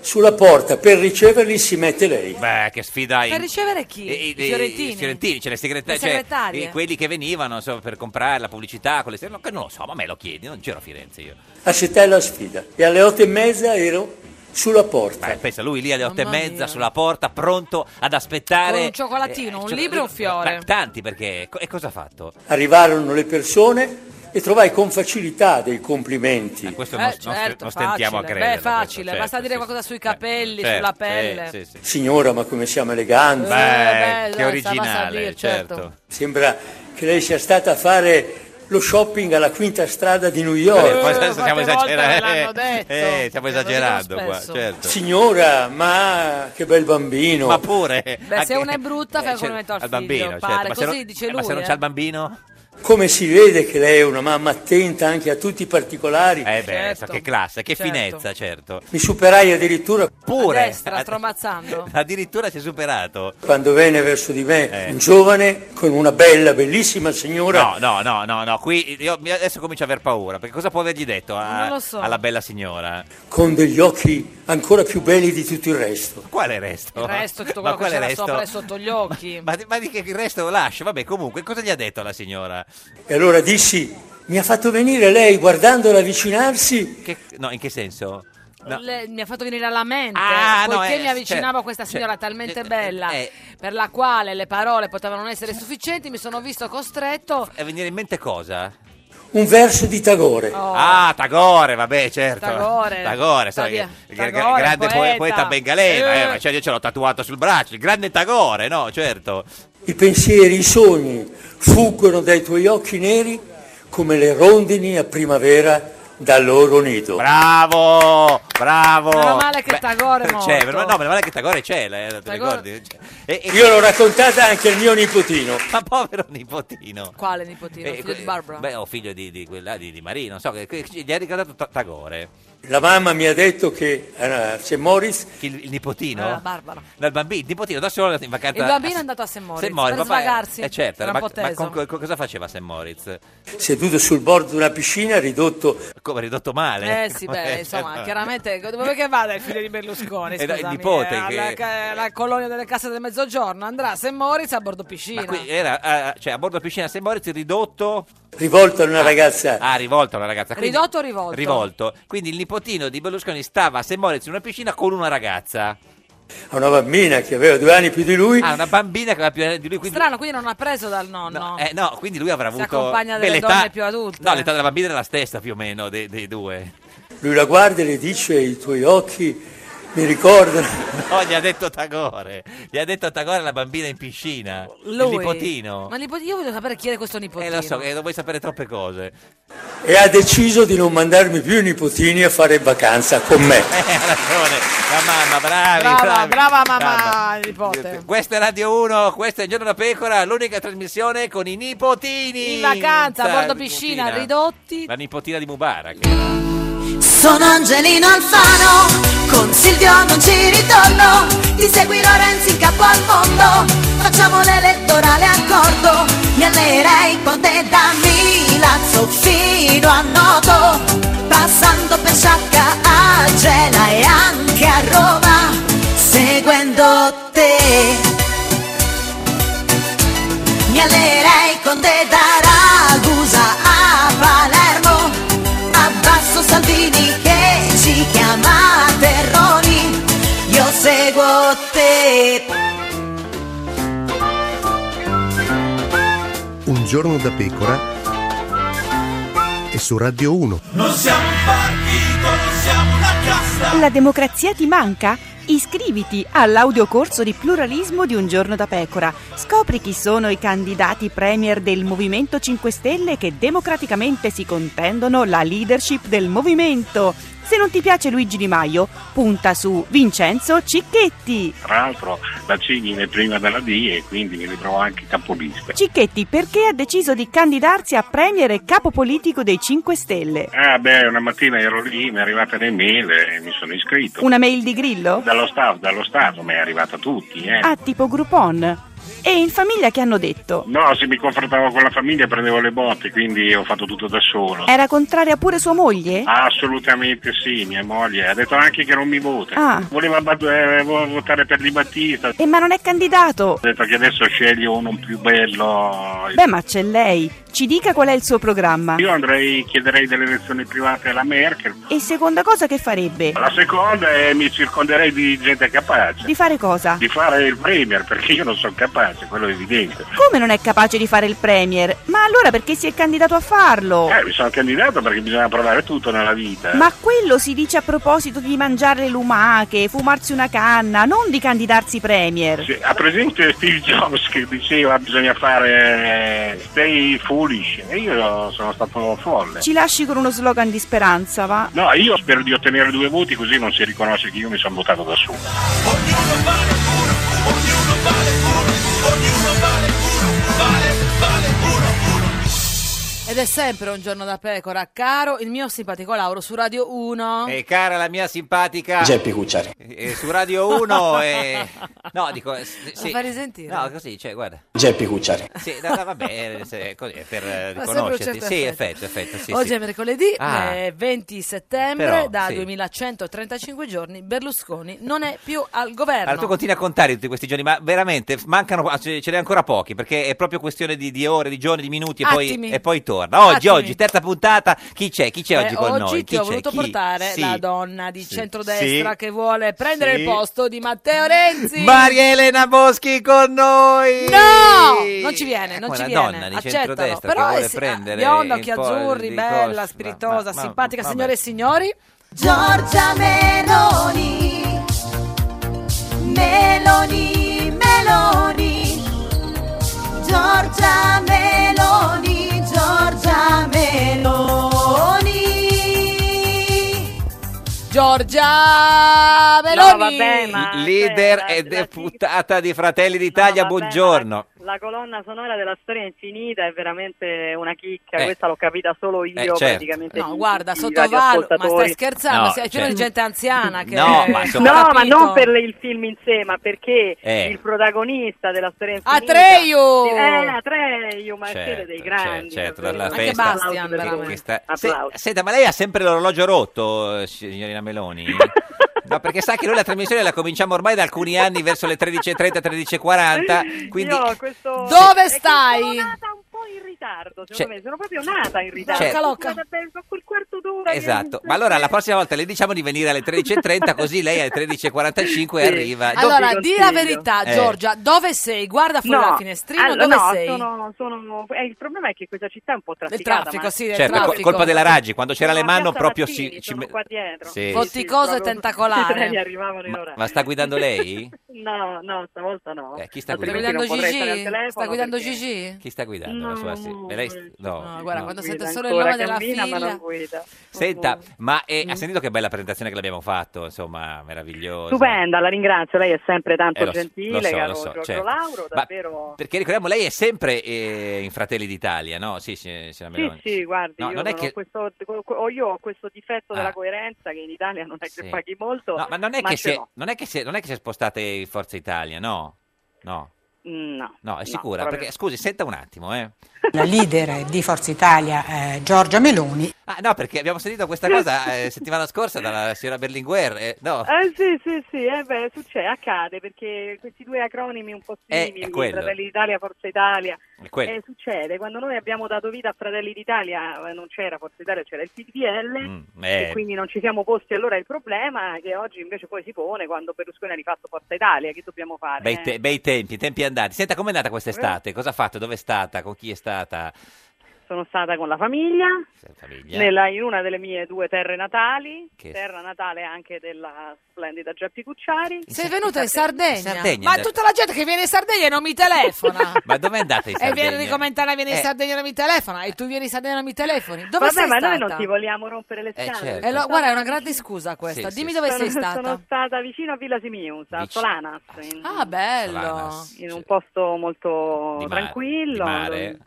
[SPEAKER 7] sulla porta per riceverli si mette lei.
[SPEAKER 2] Beh, che sfida
[SPEAKER 1] Per
[SPEAKER 2] in-
[SPEAKER 1] ricevere chi?
[SPEAKER 2] Eh, eh,
[SPEAKER 1] I fiorentini?
[SPEAKER 2] i fiorentini, cioè le segretarie,
[SPEAKER 1] Le segretarie.
[SPEAKER 2] cioè, eh, quelli che venivano insomma, per comprare la pubblicità con le segretarie, che non lo so, ma me lo chiedi, non c'ero a Firenze io.
[SPEAKER 7] Accettai la sfida e alle otto e mezza ero sulla porta.
[SPEAKER 2] Eh, pensa, lui lì alle otto e mezza sulla porta, pronto ad aspettare.
[SPEAKER 1] Con un cioccolatino, un libro e un fiore.
[SPEAKER 2] ta- Tanti perché. co- E cosa ha fatto?
[SPEAKER 7] Arrivarono le persone e trovai con facilità dei complimenti.
[SPEAKER 2] Ah, Questo
[SPEAKER 1] Eh,
[SPEAKER 2] non, non st-
[SPEAKER 1] certo,
[SPEAKER 2] non stentiamo
[SPEAKER 1] facile.
[SPEAKER 2] a certo, credere.
[SPEAKER 1] Beh, facile, basta dire qualcosa sui capelli, sulla pelle.
[SPEAKER 2] Eh, Certo,
[SPEAKER 1] Eh,
[SPEAKER 2] Sì, sì.
[SPEAKER 7] Signora, ma come siamo
[SPEAKER 2] Beh,
[SPEAKER 7] eleganti.
[SPEAKER 1] beh,
[SPEAKER 2] che
[SPEAKER 1] dai, stava a
[SPEAKER 2] originale,
[SPEAKER 1] salire, certo.
[SPEAKER 2] certo.
[SPEAKER 7] Sembra che lei sia stata a fare lo shopping alla quinta strada di New
[SPEAKER 2] Eh,
[SPEAKER 7] York.
[SPEAKER 2] poi sta- stiamo
[SPEAKER 1] quante volte ve l'hanno
[SPEAKER 2] esagerando.
[SPEAKER 1] detto?
[SPEAKER 2] Eh, stiamo
[SPEAKER 1] Ve lo dicono
[SPEAKER 2] esagerando qua,
[SPEAKER 1] spesso.
[SPEAKER 2] certo.
[SPEAKER 7] Signora, ma che bel bambino.
[SPEAKER 2] Ma pure.
[SPEAKER 1] Beh, se
[SPEAKER 2] anche-
[SPEAKER 1] una è brutta, fai
[SPEAKER 2] eh,
[SPEAKER 1] un commento al, figlio,
[SPEAKER 2] bambino, certo.
[SPEAKER 1] pare,
[SPEAKER 2] Ma se
[SPEAKER 1] così
[SPEAKER 2] non-
[SPEAKER 1] dice
[SPEAKER 2] eh,
[SPEAKER 1] lui.
[SPEAKER 2] Ma se non
[SPEAKER 1] eh.
[SPEAKER 2] c'è il bambino?
[SPEAKER 7] Come si vede che lei è una mamma attenta anche a tutti i particolari.
[SPEAKER 2] Eh beh,
[SPEAKER 1] Certo.
[SPEAKER 2] so che classe, che
[SPEAKER 1] Certo.
[SPEAKER 2] finezza, certo.
[SPEAKER 7] Mi superai addirittura
[SPEAKER 2] Pure.
[SPEAKER 1] A destra,
[SPEAKER 2] eh,
[SPEAKER 1] stromazzando.
[SPEAKER 2] Addirittura si è superato.
[SPEAKER 7] quando venne verso di me
[SPEAKER 2] Eh.
[SPEAKER 7] un giovane con una bella, bellissima signora.
[SPEAKER 2] No, no, no, no, no, qui io mi- adesso comincio a aver paura, perché cosa può avergli detto a-
[SPEAKER 1] Non lo so.
[SPEAKER 2] alla bella signora?
[SPEAKER 7] con degli occhi ancora più belli di tutto il resto.
[SPEAKER 2] Quale resto?
[SPEAKER 1] Il resto, tutto
[SPEAKER 2] Oh, Ma
[SPEAKER 1] quello che
[SPEAKER 2] quale
[SPEAKER 1] c'era
[SPEAKER 2] resto?
[SPEAKER 1] sopra e sotto gli occhi.
[SPEAKER 2] Ma, ma di che il resto lo lascio? Vabbè, comunque, cosa gli ha detto la signora?
[SPEAKER 7] E allora dissi, mi ha fatto venire lei guardandola avvicinarsi.
[SPEAKER 2] Che- no, in che senso? No.
[SPEAKER 1] Le- mi ha fatto venire alla mente
[SPEAKER 2] Ah, no,
[SPEAKER 1] poiché
[SPEAKER 2] eh,
[SPEAKER 1] mi avvicinavo
[SPEAKER 2] cioè,
[SPEAKER 1] a questa
[SPEAKER 2] cioè,
[SPEAKER 1] signora talmente
[SPEAKER 2] eh,
[SPEAKER 1] bella
[SPEAKER 2] eh.
[SPEAKER 1] per la quale le parole potevano non essere sufficienti mi sono visto costretto
[SPEAKER 2] E venire in mente cosa?
[SPEAKER 7] Un verso di Tagore.
[SPEAKER 1] Oh.
[SPEAKER 2] Ah, Tagore, vabbè, certo.
[SPEAKER 1] Tagore.
[SPEAKER 2] Tagore, sai,
[SPEAKER 1] Tagore,
[SPEAKER 2] il gra-
[SPEAKER 1] Tagore,
[SPEAKER 2] grande po-
[SPEAKER 1] poeta.
[SPEAKER 2] poeta, bengalese.
[SPEAKER 1] Eh.
[SPEAKER 2] eh, ma cioè, io ce l'ho tatuato sul braccio, il grande Tagore, no, certo.
[SPEAKER 7] I pensieri, i sogni fuggono dai tuoi occhi neri come le rondini a primavera dal loro nido.
[SPEAKER 2] Bravo, bravo.
[SPEAKER 1] Meno male che Tagore è
[SPEAKER 2] C'è,
[SPEAKER 1] morto.
[SPEAKER 2] meno- Cioè, no, meno male che Tagore c'è, l'hai- te
[SPEAKER 1] Tagore-
[SPEAKER 2] ricordi? Cioè, E, e-
[SPEAKER 7] Io l'ho raccontata anche al mio nipotino.
[SPEAKER 2] Ma povero nipotino.
[SPEAKER 1] quale nipotino?
[SPEAKER 2] Eh,
[SPEAKER 1] figlio di
[SPEAKER 2] que-
[SPEAKER 1] Barbara
[SPEAKER 2] Beh, o figlio di, di quella di, di Maria, non so, che, che- gli ha ricordato Ta- Tagore.
[SPEAKER 7] La mamma mi ha detto che eh, se Morris
[SPEAKER 2] Chi- Il, il nipotino?
[SPEAKER 1] Era Eh, Barbara.
[SPEAKER 2] Dal bambino, il nipotino da solo è andato in vacanza.
[SPEAKER 1] Il bambino è andato a St. Moritz, per svagarsi.
[SPEAKER 2] Eh, certo,
[SPEAKER 1] Era
[SPEAKER 2] ma,
[SPEAKER 1] un po'
[SPEAKER 2] ma
[SPEAKER 1] teso.
[SPEAKER 2] con- con- cosa faceva St. Moritz?
[SPEAKER 7] seduto sul bordo di una piscina ridotto
[SPEAKER 2] Come ridotto male?
[SPEAKER 1] eh sì,
[SPEAKER 2] Come-
[SPEAKER 1] beh, insomma,
[SPEAKER 2] certo.
[SPEAKER 1] chiaramente dove che vada il figlio di Berlusconi?
[SPEAKER 2] Eh, no, il
[SPEAKER 1] Scusami,
[SPEAKER 2] nipote
[SPEAKER 1] eh, alla,
[SPEAKER 2] che-
[SPEAKER 1] ca- alla colonia delle casse del mezzogiorno andrà a St. Moritz a bordo piscina.
[SPEAKER 2] Ma qui era, ah, cioè, a bordo piscina St. Moritz ridotto
[SPEAKER 7] rivolto a una ragazza
[SPEAKER 2] Ah, rivolto una ragazza.
[SPEAKER 1] Ridotto o rivolto?
[SPEAKER 2] Rivolto. Quindi il nipotino di Berlusconi stava a St. Moritz in una piscina con una ragazza.
[SPEAKER 7] a una bambina che aveva due anni più di lui.
[SPEAKER 2] Ah, una bambina che aveva più anni di lui. Quindi...
[SPEAKER 1] Strano, quindi non ha preso dal nonno.
[SPEAKER 2] No, eh, no, quindi lui avrà
[SPEAKER 1] Si
[SPEAKER 2] avuto.
[SPEAKER 1] accompagna delle
[SPEAKER 2] l'età-
[SPEAKER 1] donne più adulte.
[SPEAKER 2] No, l'età della bambina era la stessa più o meno dei, dei due.
[SPEAKER 7] Lui la guarda e le dice i tuoi occhi mi ricordano.
[SPEAKER 2] No, gli ha detto Tagore. Gli ha detto Tagore la bambina in piscina.
[SPEAKER 1] Lui.
[SPEAKER 2] Il nipotino.
[SPEAKER 1] Ma il nipotino, io voglio sapere chi è questo nipotino.
[SPEAKER 2] Eh, lo so, eh, non vuoi sapere troppe cose.
[SPEAKER 7] E ha deciso di non mandarmi più i nipotini a fare vacanza con me.
[SPEAKER 2] Eh, ha ragione. La mamma, bravi.
[SPEAKER 1] Brava,
[SPEAKER 2] bravi.
[SPEAKER 1] brava mamma, nipote.
[SPEAKER 2] Questa è Radio 1, questo è Il Giorno da Pecora, l'unica trasmissione con i nipotini.
[SPEAKER 1] In vacanza, a bordo
[SPEAKER 2] Sa-
[SPEAKER 1] piscina, ridotti.
[SPEAKER 2] La nipotina di Mubarak.
[SPEAKER 8] Sono Angelino Alfano, con Silvio non ci ritorno, ti seguirò Renzi in capo al mondo, facciamo l'elettorale accordo, mi allerei con te da Milazzo fino a Noto, passando per Sciacca a Gela e anche a Roma, seguendo te. Mi allerei con te da Ragusa a Palermo Abbasso Salvini che ci chiama Terroni Io seguo te
[SPEAKER 9] Un giorno da pecora e su Radio 1.
[SPEAKER 5] Non siamo un partito, non siamo una casta.
[SPEAKER 10] La democrazia ti manca? Iscriviti all'audiocorso di pluralismo di Un giorno da pecora. Scopri chi sono i candidati premier del Movimento 5 Stelle che democraticamente si contendono la leadership del movimento. Se non ti piace Luigi Di Maio, punta su Vincenzo Cicchetti.
[SPEAKER 11] Tra l'altro la C viene prima della D e quindi mi ritrovo anche capolista.
[SPEAKER 10] Cicchetti perché ha deciso di candidarsi a premier e capo politico dei 5 Stelle?
[SPEAKER 11] Ah beh, una mattina ero lì, mi è arrivata l'email e mi sono iscritto.
[SPEAKER 10] Una mail di Grillo?
[SPEAKER 11] Dallo staff, dallo staff, mi è arrivata a tutti, eh.
[SPEAKER 10] Ah, tipo Groupon. E in famiglia che hanno detto?
[SPEAKER 11] No, se mi confrontavo con la famiglia prendevo le botte, quindi ho fatto tutto da solo.
[SPEAKER 10] Era contraria pure sua moglie?
[SPEAKER 11] Assolutamente sì, mia moglie ha detto anche che non mi vota.
[SPEAKER 10] Ah.
[SPEAKER 11] Voleva bat- eh, vo- votare per Di Battista.
[SPEAKER 10] E ma non è candidato?
[SPEAKER 11] Ho detto che adesso sceglio uno più bello.
[SPEAKER 10] Beh, ma c'è lei. Ci dica qual è il suo programma.
[SPEAKER 11] Io andrei, chiederei delle elezioni private alla Merkel.
[SPEAKER 10] E seconda cosa che farebbe?
[SPEAKER 11] La seconda è mi circonderei di gente capace.
[SPEAKER 10] Di fare cosa?
[SPEAKER 11] Di fare il premier, perché io non sono capace, quello è evidente.
[SPEAKER 10] Come non è capace di fare il premier? Ma allora perché si è candidato a farlo?
[SPEAKER 11] Eh, mi sono candidato perché bisogna provare tutto nella vita.
[SPEAKER 10] Ma quello si dice a proposito di mangiare le lumache, fumarsi una canna, non di candidarsi premier.
[SPEAKER 11] Sì, Ha presente Steve Jobs che diceva bisogna fare eh, stay foolish e io sono stato folle.
[SPEAKER 10] Ci lasci con uno slogan di speranza, va?
[SPEAKER 11] No, io spero di ottenere due voti così non si riconosce che io mi sono votato da solo.
[SPEAKER 1] Ed è sempre un giorno da pecora, caro il mio simpatico Lauro su Radio 1.
[SPEAKER 2] E Eh, cara la mia simpatica
[SPEAKER 12] Geppi Cucciari.
[SPEAKER 2] Eh, su Radio 1 e... No, dico... eh, s- sì.
[SPEAKER 1] fai risentire?
[SPEAKER 2] No, così, cioè, guarda.
[SPEAKER 12] Geppi Cucciari.
[SPEAKER 2] Sì, no, no, va bene, se- così, è per eh,
[SPEAKER 1] Ma sempre un certo
[SPEAKER 2] riconoscerti. Sì, effetto, effetto, sì,
[SPEAKER 1] Oggi
[SPEAKER 2] sì.
[SPEAKER 1] è mercoledì,
[SPEAKER 2] Ah.
[SPEAKER 1] eh, 20 settembre,
[SPEAKER 2] Però,
[SPEAKER 1] da
[SPEAKER 2] sì.
[SPEAKER 1] 2135 giorni Berlusconi non è più al governo.
[SPEAKER 2] Allora, tu continui a contare tutti questi giorni, ma veramente mancano, ah, ce, ce n'è ancora pochi, perché è proprio questione di, di ore, di giorni, di minuti e
[SPEAKER 1] Attimi.
[SPEAKER 2] poi, e poi torna. Oggi,
[SPEAKER 1] Attimi.
[SPEAKER 2] oggi, terza puntata, chi c'è? Chi c'è
[SPEAKER 1] Eh,
[SPEAKER 2] oggi con noi?
[SPEAKER 1] oggi ti
[SPEAKER 2] Chi
[SPEAKER 1] ho
[SPEAKER 2] c'è?
[SPEAKER 1] voluto
[SPEAKER 2] Chi?
[SPEAKER 1] portare
[SPEAKER 2] Sì.
[SPEAKER 1] la donna di centrodestra
[SPEAKER 2] Sì.
[SPEAKER 1] che vuole prendere
[SPEAKER 2] Sì.
[SPEAKER 1] il posto di Matteo Renzi.
[SPEAKER 2] Maria Elena Boschi con noi!
[SPEAKER 1] No! Non ci viene, non
[SPEAKER 2] Ecco,
[SPEAKER 1] ci
[SPEAKER 2] una
[SPEAKER 1] viene.
[SPEAKER 2] donna di
[SPEAKER 1] Accettalo.
[SPEAKER 2] centrodestra
[SPEAKER 1] Però
[SPEAKER 2] che vuole
[SPEAKER 1] è si-
[SPEAKER 2] prendere
[SPEAKER 1] bionda,
[SPEAKER 2] il
[SPEAKER 1] occhi
[SPEAKER 2] po'
[SPEAKER 1] azzurri,
[SPEAKER 2] di
[SPEAKER 1] bella,
[SPEAKER 2] coscia.
[SPEAKER 1] spiritosa,
[SPEAKER 2] Ma- ma-
[SPEAKER 1] simpatica,
[SPEAKER 2] vabbè.
[SPEAKER 1] signore e signori.
[SPEAKER 8] Giorgia Meloni, Meloni, Meloni, Giorgia Meloni, Giorgia Meloni.
[SPEAKER 1] Giorgia Meloni.
[SPEAKER 13] cioè,
[SPEAKER 2] Leader e deputata di Fratelli d'Italia, buongiorno.
[SPEAKER 13] La colonna sonora della storia infinita è veramente una chicca,
[SPEAKER 2] Eh.
[SPEAKER 13] questa l'ho capita solo io
[SPEAKER 2] Eh, certo.
[SPEAKER 13] praticamente.
[SPEAKER 1] No,
[SPEAKER 13] di
[SPEAKER 1] guarda,
[SPEAKER 13] tutti i
[SPEAKER 1] sottovaluto, ma stai
[SPEAKER 13] radioascoltatori.
[SPEAKER 1] scherzando?
[SPEAKER 2] No,
[SPEAKER 1] sei pieno di
[SPEAKER 2] certo.
[SPEAKER 1] gente anziana che
[SPEAKER 2] No, ma insomma-
[SPEAKER 13] No, ma non per il film in sé, ma perché
[SPEAKER 2] Eh.
[SPEAKER 13] il protagonista della storia infinita
[SPEAKER 1] Atreyu!
[SPEAKER 13] Eh, Atreyu, ma siete dei
[SPEAKER 2] Certo,
[SPEAKER 13] grandi.
[SPEAKER 2] certo, dalla
[SPEAKER 13] davvero.
[SPEAKER 2] festa.
[SPEAKER 13] Applausi per voi.
[SPEAKER 2] che sta- Se-
[SPEAKER 13] Applausi.
[SPEAKER 2] senta, ma lei ha sempre l'orologio rotto, eh, signorina Meloni? No, perché sa che noi la trasmissione la cominciamo ormai da alcuni anni verso le 13.30, 13.40, quindi...
[SPEAKER 13] Io ho questo-
[SPEAKER 1] Dove
[SPEAKER 13] è che
[SPEAKER 1] stai?
[SPEAKER 13] Sono nata un po' in ritardo, secondo
[SPEAKER 2] C'è-
[SPEAKER 13] me, sono proprio nata in ritardo.
[SPEAKER 2] Cioè Certo.
[SPEAKER 13] Sono stata per- per quel quarto d'ora. che-
[SPEAKER 2] Esatto, ma allora la prossima volta le diciamo di venire alle 13.30 così lei alle 13.45 arriva.
[SPEAKER 1] Allora, di la verità,
[SPEAKER 2] Eh.
[SPEAKER 1] Giorgia, dove sei? Guarda fuori
[SPEAKER 13] No,
[SPEAKER 1] dal finestrino,
[SPEAKER 13] allora,
[SPEAKER 1] dove
[SPEAKER 13] no,
[SPEAKER 1] sei?
[SPEAKER 13] sono- sono- eh, il problema è che questa città è un po'
[SPEAKER 1] Del
[SPEAKER 13] trafficata.
[SPEAKER 1] traffico,
[SPEAKER 13] ma-
[SPEAKER 1] sì, del
[SPEAKER 2] Cioè, per col-
[SPEAKER 1] traffico.
[SPEAKER 2] colpa della Raggi, quando c'era le
[SPEAKER 13] Sono a
[SPEAKER 2] mano
[SPEAKER 13] Piazza
[SPEAKER 2] proprio
[SPEAKER 13] Mazzini,
[SPEAKER 2] ci... ci
[SPEAKER 13] sono
[SPEAKER 2] me-
[SPEAKER 13] qua dietro.
[SPEAKER 2] Sì.
[SPEAKER 1] Vorticoso e
[SPEAKER 13] proprio-
[SPEAKER 1] tentacolare.
[SPEAKER 13] i treni arrivavano in ora.
[SPEAKER 2] Ma sta guidando lei?
[SPEAKER 13] No, no, stavolta no.
[SPEAKER 2] Eh, chi sta
[SPEAKER 13] Altrimenti
[SPEAKER 2] guidando?
[SPEAKER 13] non
[SPEAKER 1] Sta guidando
[SPEAKER 13] potrei stare al
[SPEAKER 1] Gigi?
[SPEAKER 13] telefono
[SPEAKER 1] Sta guidando
[SPEAKER 13] perché-
[SPEAKER 1] Gigi?
[SPEAKER 2] Chi sta guidando? la sua sì.
[SPEAKER 13] No,
[SPEAKER 2] E lei- no,
[SPEAKER 1] No, guarda,
[SPEAKER 2] no.
[SPEAKER 1] quando
[SPEAKER 13] guida
[SPEAKER 1] sente solo il
[SPEAKER 13] ancora,
[SPEAKER 1] nome della
[SPEAKER 13] cammina, ma non
[SPEAKER 1] figlia.
[SPEAKER 13] guida.
[SPEAKER 2] Senta, ma eh, ha sentito che bella presentazione che l'abbiamo fatto? Insomma, meravigliosa.
[SPEAKER 13] Stupenda, la ringrazio, lei è sempre tanto
[SPEAKER 2] Eh, lo so-
[SPEAKER 13] gentile,
[SPEAKER 2] lo so,
[SPEAKER 13] caro
[SPEAKER 2] lo so,
[SPEAKER 13] Giorgio
[SPEAKER 2] certo.
[SPEAKER 13] Lauro,
[SPEAKER 2] Ma-
[SPEAKER 13] davvero...
[SPEAKER 2] Perché ricordiamo, lei è sempre eh, in Fratelli d'Italia, no? Sì, sì, signora
[SPEAKER 13] Sì,
[SPEAKER 2] Meloni.
[SPEAKER 13] sì, guardi,
[SPEAKER 2] No,
[SPEAKER 13] io,
[SPEAKER 2] non è
[SPEAKER 13] non ho
[SPEAKER 2] che-
[SPEAKER 13] questo, ho- io ho questo difetto
[SPEAKER 2] Ah.
[SPEAKER 13] della coerenza che in Italia non è che
[SPEAKER 2] Sì.
[SPEAKER 13] paghi molto,
[SPEAKER 2] No, ma non è,
[SPEAKER 13] ma
[SPEAKER 2] che
[SPEAKER 13] ce
[SPEAKER 2] si è,
[SPEAKER 13] l'ho.
[SPEAKER 2] non, è che si è- non è che si è spostate in Forza Italia, no? No,
[SPEAKER 13] Mm, No,
[SPEAKER 2] no, è sicura.
[SPEAKER 13] proprio
[SPEAKER 2] perché, scusi, senta un attimo, eh.
[SPEAKER 14] La leader di Forza Italia, eh, Giorgia Meloni.
[SPEAKER 2] Ah, no, perché abbiamo sentito questa cosa eh, settimana scorsa dalla signora Berlinguer. eh, no,
[SPEAKER 13] Eh sì, sì, sì, eh beh, succede, accade, perché questi due acronimi un po'
[SPEAKER 2] Eh,
[SPEAKER 13] simili,
[SPEAKER 2] è quello.
[SPEAKER 13] Fratelli d'Italia, Forza Italia,
[SPEAKER 2] È quello.
[SPEAKER 13] eh, succede, quando noi abbiamo dato vita a Fratelli d'Italia eh, non c'era Forza Italia, c'era il PDL,
[SPEAKER 2] eh.
[SPEAKER 13] e quindi non ci siamo posti allora il problema che oggi invece poi si pone quando Berlusconi ha rifatto Forza Italia, che dobbiamo fare? Eh,
[SPEAKER 2] bei, te- bei tempi, tempi andati. Senta, com'è andata quest'estate? Cosa ha fatto? Dove è stata? Con chi è stata?
[SPEAKER 13] Eh, sono stata con la famiglia,
[SPEAKER 2] famiglia.
[SPEAKER 13] nella- in una delle mie due terre natali,
[SPEAKER 2] Che-
[SPEAKER 13] terra natale anche della splendida Geppi Cucciari.
[SPEAKER 1] Sei venuta in Sardegna.
[SPEAKER 2] Sardegna,
[SPEAKER 1] Ma
[SPEAKER 2] da-
[SPEAKER 1] tutta la gente che viene in Sardegna non mi telefona.
[SPEAKER 2] Ma dove andate in
[SPEAKER 1] e
[SPEAKER 2] Sardegna?
[SPEAKER 1] viene ricomentana, viene in
[SPEAKER 2] Eh.
[SPEAKER 1] Sardegna non mi telefona. E tu vieni in Sardegna non mi telefoni. Dove
[SPEAKER 13] Vabbè,
[SPEAKER 1] sei
[SPEAKER 13] ma
[SPEAKER 1] stata?
[SPEAKER 13] noi non ti vogliamo rompere le
[SPEAKER 1] Eh,
[SPEAKER 13] scale.
[SPEAKER 1] certo. Eh, lo- guarda, è una grande scusa questa. Dimmi dove
[SPEAKER 13] Sono-
[SPEAKER 1] sei stata.
[SPEAKER 13] Sono stata vicino a Villa Simiusa, a
[SPEAKER 1] Vicino-
[SPEAKER 13] Solanas. in-
[SPEAKER 1] Ah, bello. Solanas,
[SPEAKER 2] cioè,
[SPEAKER 13] In un posto molto
[SPEAKER 1] Di mare,
[SPEAKER 13] tranquillo.
[SPEAKER 1] di mare.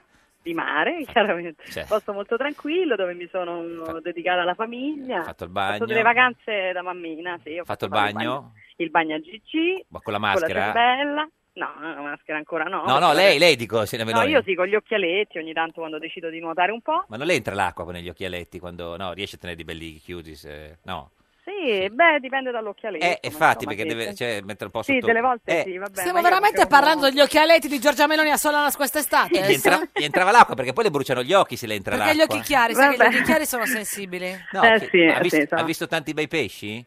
[SPEAKER 13] Di mare, chiaramente.
[SPEAKER 2] Certo.
[SPEAKER 13] Posto molto tranquillo dove mi sono dedicata alla famiglia. Ho
[SPEAKER 2] fatto il
[SPEAKER 13] Ho
[SPEAKER 2] bagno.
[SPEAKER 13] fatto delle vacanze da mammina, sì. Ho
[SPEAKER 2] Fatto il
[SPEAKER 13] fatto
[SPEAKER 2] bagno?
[SPEAKER 13] Il bagno a Gigi.
[SPEAKER 2] Ma con la
[SPEAKER 13] Con la
[SPEAKER 2] maschera?
[SPEAKER 13] cervella. No, la maschera ancora no.
[SPEAKER 2] No, no, lei, lei dico. se ne-
[SPEAKER 13] No, io sì, con gli occhialetti ogni tanto quando decido di nuotare un po'.
[SPEAKER 2] Ma non le entra l'acqua con gli occhialetti quando... No, riesce a tenerli belli chiusi se... No.
[SPEAKER 13] Sì, beh, dipende dall'occhialetto.
[SPEAKER 2] Eh,
[SPEAKER 13] ma
[SPEAKER 2] infatti,
[SPEAKER 13] insomma,
[SPEAKER 2] perché
[SPEAKER 13] sì,
[SPEAKER 2] deve cioè, mettere un po'
[SPEAKER 13] Sì,
[SPEAKER 2] sotto...
[SPEAKER 13] delle volte
[SPEAKER 2] Eh,
[SPEAKER 13] sì, vabbè.
[SPEAKER 1] Stiamo
[SPEAKER 13] ma io-
[SPEAKER 1] veramente parlando degli occhialetti di Giorgia Meloni a Solanas quest'estate?
[SPEAKER 13] Eh,
[SPEAKER 2] Gli, entra- gli entrava l'acqua perché poi le bruciano gli occhi se le entra
[SPEAKER 1] Perché gli
[SPEAKER 2] l'acqua.
[SPEAKER 1] occhi chiari, sai che gli
[SPEAKER 13] Vabbè.
[SPEAKER 1] occhi chiari sono sensibili.
[SPEAKER 2] No,
[SPEAKER 13] Eh,
[SPEAKER 2] che- ha, visto, ha visto tanti bei pesci?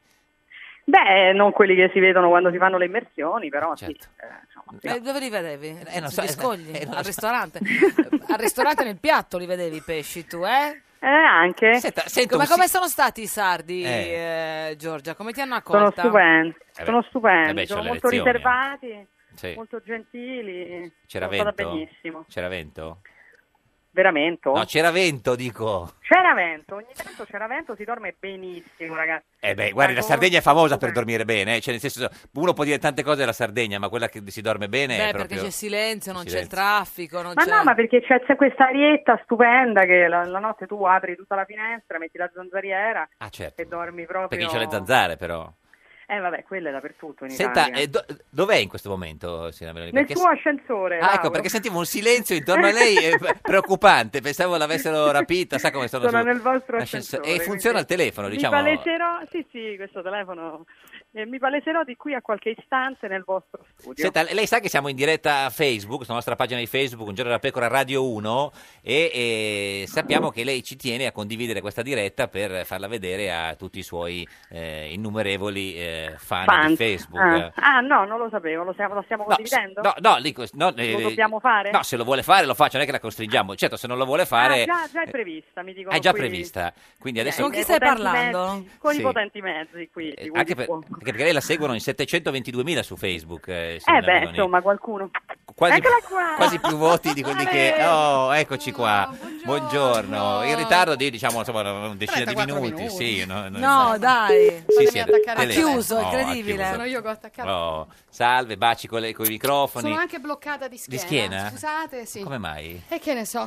[SPEAKER 13] Beh, non quelli che si vedono quando si fanno le immersioni, però
[SPEAKER 2] Certo.
[SPEAKER 13] sì.
[SPEAKER 1] Eh, dove li vedevi?
[SPEAKER 13] Eh, non
[SPEAKER 1] Sugli
[SPEAKER 13] so, eh,
[SPEAKER 1] scogli?
[SPEAKER 13] eh, non
[SPEAKER 1] al
[SPEAKER 13] so.
[SPEAKER 1] ristorante? al ristorante nel piatto li vedevi i pesci tu, eh?
[SPEAKER 13] Eh, anche.
[SPEAKER 1] Ma come sono stati i sardi,
[SPEAKER 13] Eh.
[SPEAKER 1] eh, Giorgia? Come ti hanno
[SPEAKER 13] sono
[SPEAKER 1] accolta?
[SPEAKER 13] stupendi,
[SPEAKER 2] Eh
[SPEAKER 13] sono
[SPEAKER 2] beh,
[SPEAKER 13] stupendi,
[SPEAKER 2] eh beh, c'ho
[SPEAKER 13] sono
[SPEAKER 2] le
[SPEAKER 13] molto
[SPEAKER 2] lezioni, eh.
[SPEAKER 13] riservati,
[SPEAKER 2] Sì.
[SPEAKER 13] molto gentili.
[SPEAKER 2] C'era
[SPEAKER 13] sono stata
[SPEAKER 2] vento?
[SPEAKER 13] benissimo. Ecco.
[SPEAKER 2] C'era vento?
[SPEAKER 13] Veramente?
[SPEAKER 2] No, c'era vento, dico.
[SPEAKER 13] C'era vento, ogni tanto c'era vento, si dorme benissimo, ragazzi.
[SPEAKER 2] Eh beh, guardi, la Sardegna è famosa per dormire bene, eh, cioè nel senso, uno può dire tante cose della Sardegna, ma quella che si dorme bene
[SPEAKER 1] Beh,
[SPEAKER 2] è
[SPEAKER 1] perché
[SPEAKER 2] proprio...
[SPEAKER 1] c'è silenzio, non c'è il
[SPEAKER 2] silenzio.
[SPEAKER 1] traffico, non
[SPEAKER 13] Ma
[SPEAKER 1] c'è...
[SPEAKER 13] no, ma perché c'è, c'è questa arietta stupenda che la, la notte tu apri tutta la finestra, metti la zanzariera
[SPEAKER 2] Ah, certo.
[SPEAKER 13] e dormi proprio...
[SPEAKER 2] Perché c'è le zanzare, però.
[SPEAKER 13] Eh vabbè, quella è dappertutto in
[SPEAKER 2] Senta,
[SPEAKER 13] Italia.
[SPEAKER 2] eh, do- dov'è in questo momento, signora Meloni?
[SPEAKER 13] Nel
[SPEAKER 2] Perché-
[SPEAKER 13] suo ascensore.
[SPEAKER 2] Ah, ecco,
[SPEAKER 13] Lauro.
[SPEAKER 2] perché sentivo un silenzio intorno a lei eh, pre- preoccupante, pensavo l'avessero rapita, sa come sono...
[SPEAKER 13] Sono
[SPEAKER 2] su-
[SPEAKER 13] nel vostro
[SPEAKER 2] l'ascensore.
[SPEAKER 13] ascensore,
[SPEAKER 2] E funziona il telefono,
[SPEAKER 13] Mi
[SPEAKER 2] diciamo...
[SPEAKER 13] paleserò, sì sì, questo telefono, eh, mi paleserò di qui a qualche istante nel vostro studio.
[SPEAKER 2] Senta, lei sa che siamo in diretta a Facebook, sulla nostra pagina di Facebook, Un giorno della pecora Radio 1, e, e sappiamo che lei ci tiene a condividere questa diretta per farla vedere a tutti i suoi eh, innumerevoli eh, fan, di
[SPEAKER 13] Fan.
[SPEAKER 2] Facebook.
[SPEAKER 13] Ah. Ah, no, non lo sapevo, lo stiamo, lo stiamo condividendo?
[SPEAKER 2] No, no, lì cos- no, eh,
[SPEAKER 13] Lo dobbiamo fare?
[SPEAKER 2] No, se lo vuole fare lo faccia, non è che la costringiamo. Certo, se non lo vuole
[SPEAKER 13] Ah,
[SPEAKER 2] fare... eh,
[SPEAKER 13] già, già è prevista, mi dicono
[SPEAKER 2] è già
[SPEAKER 13] qui.
[SPEAKER 2] prevista. Quindi adesso...
[SPEAKER 13] Eh, i potenti mezzi- con
[SPEAKER 2] Sì. Eh,
[SPEAKER 13] i potenti mezzi qui. di cui
[SPEAKER 2] Anche
[SPEAKER 13] si
[SPEAKER 2] per-
[SPEAKER 13] può-
[SPEAKER 2] anche perché lei la seguono in 722.000 su Facebook. Eh,
[SPEAKER 13] Eh
[SPEAKER 2] signora
[SPEAKER 13] beh,
[SPEAKER 2] Meloni.
[SPEAKER 13] insomma, qualcuno.
[SPEAKER 2] Quasi,
[SPEAKER 13] Eccola qua!
[SPEAKER 2] quasi più voti di quelli che... Oh, eccoci qua. Buongiorno. In ritardo di, diciamo, insomma, una decina di minuti. Sì, no, no,
[SPEAKER 1] No, dai.
[SPEAKER 2] Sì, sì,
[SPEAKER 12] attaccare
[SPEAKER 1] Ha
[SPEAKER 2] tele-
[SPEAKER 1] chiuso,
[SPEAKER 2] oh, ha
[SPEAKER 1] incredibile.
[SPEAKER 2] chiuso.
[SPEAKER 12] Sono io che ho attaccato.
[SPEAKER 2] Oh, salve, baci con, le- con i microfoni.
[SPEAKER 12] Sono anche bloccata di schiena.
[SPEAKER 2] schiena? eh?
[SPEAKER 12] Scusate, sì.
[SPEAKER 2] Come mai?
[SPEAKER 12] E che ne so.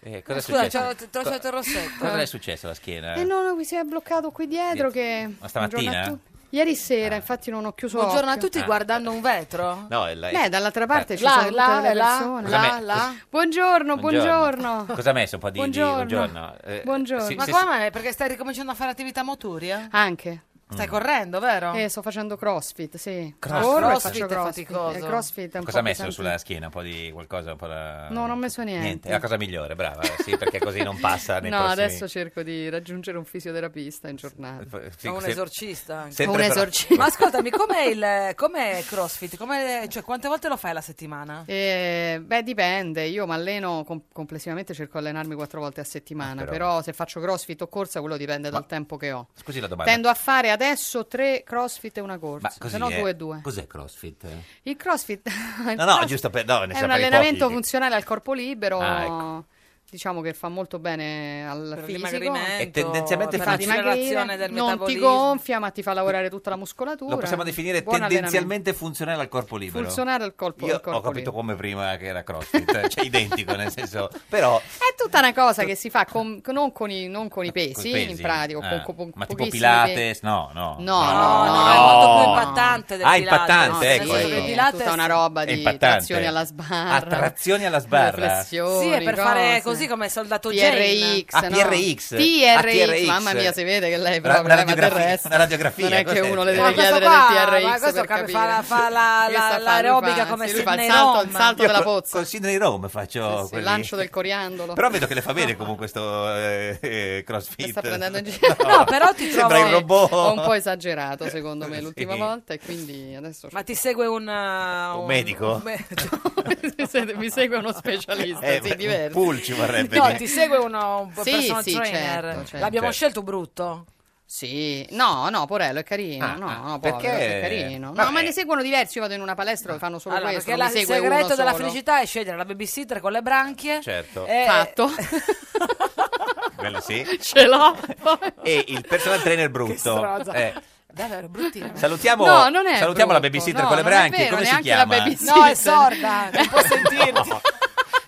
[SPEAKER 2] Eh, cosa è
[SPEAKER 1] Scusa,
[SPEAKER 2] successo?
[SPEAKER 1] c'ho- ti ho lasciato il rossetto.
[SPEAKER 2] Cosa le è successo alla schiena?
[SPEAKER 12] E Eh, no, no, mi si è bloccato qui dietro che...
[SPEAKER 2] Ma stamattina?
[SPEAKER 12] Buongiorno a tu- Ieri sera, infatti non ho chiuso
[SPEAKER 1] Buongiorno a
[SPEAKER 12] occhio.
[SPEAKER 1] tutti guardando un vetro?
[SPEAKER 2] Eh. No, è la-
[SPEAKER 12] Beh, dall'altra parte ci
[SPEAKER 1] Là,
[SPEAKER 12] sono
[SPEAKER 1] là, eh,
[SPEAKER 12] tutte le
[SPEAKER 1] là,
[SPEAKER 12] persone.
[SPEAKER 2] là, Cosa me- là.
[SPEAKER 12] Buongiorno, buongiorno.
[SPEAKER 2] Cosa ha messo? Un po' di di-
[SPEAKER 12] Buongiorno.
[SPEAKER 2] Eh,
[SPEAKER 12] Buongiorno.
[SPEAKER 2] sì,
[SPEAKER 1] Ma
[SPEAKER 2] sì,
[SPEAKER 1] come
[SPEAKER 2] sì.
[SPEAKER 1] mai? Perché stai ricominciando a fare attività motoria?
[SPEAKER 12] Anche.
[SPEAKER 1] Stai
[SPEAKER 2] Mm.
[SPEAKER 1] correndo, vero?
[SPEAKER 12] Eh, sto facendo crossfit, sì.
[SPEAKER 2] Crossfit.
[SPEAKER 12] Corro e
[SPEAKER 2] Crossfit
[SPEAKER 12] faccio
[SPEAKER 1] è
[SPEAKER 12] crossfit.
[SPEAKER 1] faticoso.
[SPEAKER 12] Eh, crossfit è un
[SPEAKER 2] Cosa ha
[SPEAKER 12] po'
[SPEAKER 2] messo
[SPEAKER 12] pesante.
[SPEAKER 2] sulla schiena? Un po' di qualcosa? Un po da-
[SPEAKER 12] No, non ho messo niente.
[SPEAKER 2] Niente, è la cosa migliore, brava, sì, perché così non passa nei
[SPEAKER 12] No,
[SPEAKER 2] prossimi-
[SPEAKER 12] adesso cerco di raggiungere un fisioterapista in giornata.
[SPEAKER 2] F- sì,
[SPEAKER 1] O un
[SPEAKER 2] se-
[SPEAKER 1] esorcista anche.
[SPEAKER 2] sempre però-
[SPEAKER 1] Ma ascoltami, com'è il com'è CrossFit? Com'è- cioè, quante volte lo fai alla settimana?
[SPEAKER 12] Eh, beh, dipende. Io mi alleno com- complessivamente, cerco di allenarmi quattro volte a settimana.
[SPEAKER 2] Ah, però-
[SPEAKER 12] però... se faccio crossfit o corsa, quello dipende dal tempo che ho.
[SPEAKER 2] Scusi la domanda.
[SPEAKER 12] Tendo a fare adesso tre crossfit e una corsa,
[SPEAKER 2] Ma così
[SPEAKER 12] se no
[SPEAKER 2] è-
[SPEAKER 12] due e due.
[SPEAKER 2] Cos'è CrossFit? No,
[SPEAKER 12] Il crossfit il
[SPEAKER 2] no,
[SPEAKER 12] cross-
[SPEAKER 2] giusto per... No, ne
[SPEAKER 12] è
[SPEAKER 2] siamo
[SPEAKER 12] un
[SPEAKER 2] per i
[SPEAKER 12] allenamento
[SPEAKER 2] pochi.
[SPEAKER 12] funzionale al corpo libero.
[SPEAKER 2] Ah, ecco.
[SPEAKER 12] Diciamo che fa molto bene al
[SPEAKER 1] Per
[SPEAKER 12] fisico.
[SPEAKER 1] dimagrimento,
[SPEAKER 2] E tendenzialmente
[SPEAKER 12] Fa
[SPEAKER 2] fa-
[SPEAKER 1] l'accelerazione
[SPEAKER 12] dimagrire,
[SPEAKER 1] del
[SPEAKER 12] non ti
[SPEAKER 1] metabolismo.
[SPEAKER 12] gonfia, ma ti fa lavorare tutta la muscolatura.
[SPEAKER 2] Lo possiamo definire
[SPEAKER 12] Buon allenamento.
[SPEAKER 2] tendenzialmente funzionale al corpo libero.
[SPEAKER 12] Funzionare al corpo-
[SPEAKER 2] Io
[SPEAKER 12] al corpo
[SPEAKER 2] ho capito
[SPEAKER 12] libero.
[SPEAKER 2] come prima che era CrossFit, cioè identico nel senso... Però...
[SPEAKER 12] È tutta una cosa che si fa con- non, con i, non con i pesi,
[SPEAKER 2] Ah, con i pesi,
[SPEAKER 12] in pratica, o
[SPEAKER 2] eh.
[SPEAKER 12] con, con, con
[SPEAKER 2] Ma tipo
[SPEAKER 12] pochissimi
[SPEAKER 2] Pilates?
[SPEAKER 12] pesi.
[SPEAKER 2] No, no.
[SPEAKER 12] No,
[SPEAKER 2] No,
[SPEAKER 12] no,
[SPEAKER 2] no,
[SPEAKER 12] no,
[SPEAKER 2] no.
[SPEAKER 12] è
[SPEAKER 2] molto
[SPEAKER 1] più
[SPEAKER 2] No.
[SPEAKER 1] impattante del
[SPEAKER 2] Ah,
[SPEAKER 1] Pilates.
[SPEAKER 2] impattante,
[SPEAKER 1] nel
[SPEAKER 2] ecco,
[SPEAKER 1] senso che
[SPEAKER 2] ecco.
[SPEAKER 1] Pilates-
[SPEAKER 12] tutta una roba
[SPEAKER 2] È
[SPEAKER 12] di
[SPEAKER 2] impattante.
[SPEAKER 12] trazioni alla sbarra. eh,
[SPEAKER 2] Attrazioni alla sbarra.
[SPEAKER 12] flessioni,
[SPEAKER 1] Sì, è per
[SPEAKER 12] cose.
[SPEAKER 1] fare così come soldato Jane.
[SPEAKER 12] TRX,
[SPEAKER 2] Ah,
[SPEAKER 12] no?
[SPEAKER 2] PRX. Ah,
[SPEAKER 12] TRX,
[SPEAKER 2] TRX.
[SPEAKER 12] mamma mia, si vede che lei
[SPEAKER 2] Una,
[SPEAKER 12] proprio
[SPEAKER 2] una
[SPEAKER 12] lei va del
[SPEAKER 2] radiografia,
[SPEAKER 12] resto.
[SPEAKER 2] una radiografia,
[SPEAKER 12] Non è che
[SPEAKER 2] cos'è?
[SPEAKER 12] uno le
[SPEAKER 1] Ma
[SPEAKER 12] deve
[SPEAKER 1] questo
[SPEAKER 12] chiedere
[SPEAKER 1] qua,
[SPEAKER 12] del
[SPEAKER 1] ma
[SPEAKER 12] TRX
[SPEAKER 1] questo
[SPEAKER 12] per
[SPEAKER 1] capi-
[SPEAKER 12] capire.
[SPEAKER 1] fa la- fa la-
[SPEAKER 12] Questa
[SPEAKER 1] la-
[SPEAKER 12] fa- lui
[SPEAKER 1] l'aerobica
[SPEAKER 12] fa-
[SPEAKER 1] come
[SPEAKER 12] sì, lui fa il
[SPEAKER 1] Sidney
[SPEAKER 12] salto, il
[SPEAKER 1] Rom.
[SPEAKER 12] salto della
[SPEAKER 2] Io co-
[SPEAKER 12] pozza,
[SPEAKER 2] Con Sidney Rome faccio
[SPEAKER 12] il
[SPEAKER 2] quelli-
[SPEAKER 12] lancio del coriandolo.
[SPEAKER 2] Oh, Però vedo che le fa bene comunque questo eh, eh, crossfit.
[SPEAKER 12] Mi sta prendendo in giro.
[SPEAKER 1] No, però ti
[SPEAKER 2] Sembra
[SPEAKER 1] trovo-
[SPEAKER 2] il robot.
[SPEAKER 12] Ho un po' esagerato, secondo me, l'ultima
[SPEAKER 2] Sì.
[SPEAKER 12] volta e quindi adesso
[SPEAKER 1] Ma ti segue un, uh,
[SPEAKER 2] Un medico?
[SPEAKER 1] me-
[SPEAKER 12] mi segue uno specialista,
[SPEAKER 2] Eh,
[SPEAKER 12] sì,
[SPEAKER 2] un
[SPEAKER 12] diverso.
[SPEAKER 2] pulci, ma- vorrebbe
[SPEAKER 1] No,
[SPEAKER 2] dire.
[SPEAKER 1] ti segue uno, un
[SPEAKER 12] Sì,
[SPEAKER 1] personal
[SPEAKER 12] sì,
[SPEAKER 1] trainer.
[SPEAKER 12] certo, certo.
[SPEAKER 1] L'abbiamo
[SPEAKER 12] Certo.
[SPEAKER 1] scelto brutto?
[SPEAKER 12] Sì, no, no, Porello è carino.
[SPEAKER 1] Ah,
[SPEAKER 12] no,
[SPEAKER 1] ah,
[SPEAKER 12] no,
[SPEAKER 1] perché-
[SPEAKER 12] povero, è carino. Eh, No,
[SPEAKER 1] Vabbè.
[SPEAKER 12] ma ne seguono diversi. Io vado in una palestra dove fanno solo
[SPEAKER 1] Allora,
[SPEAKER 12] questo.
[SPEAKER 1] perché
[SPEAKER 12] non
[SPEAKER 1] la-
[SPEAKER 12] mi
[SPEAKER 1] il
[SPEAKER 12] segue
[SPEAKER 1] segreto
[SPEAKER 12] uno
[SPEAKER 1] della
[SPEAKER 12] solo.
[SPEAKER 1] felicità è scegliere la babysitter con le branchie. Eh,
[SPEAKER 2] Certo.
[SPEAKER 1] Fatto.
[SPEAKER 2] Quello sì.
[SPEAKER 1] Ce l'ho.
[SPEAKER 2] E il personal trainer brutto.
[SPEAKER 1] stronza.
[SPEAKER 2] Eh,
[SPEAKER 1] Davvero bruttino.
[SPEAKER 2] salutiamo
[SPEAKER 12] No, non è
[SPEAKER 2] salutiamo la
[SPEAKER 12] brutto.
[SPEAKER 2] babysitter
[SPEAKER 12] No,
[SPEAKER 2] con le
[SPEAKER 12] non è
[SPEAKER 2] branchie.
[SPEAKER 12] vero,
[SPEAKER 2] come si
[SPEAKER 12] neanche la
[SPEAKER 2] chiama?
[SPEAKER 12] babysitter.
[SPEAKER 1] No, è sorda, non può sentirti.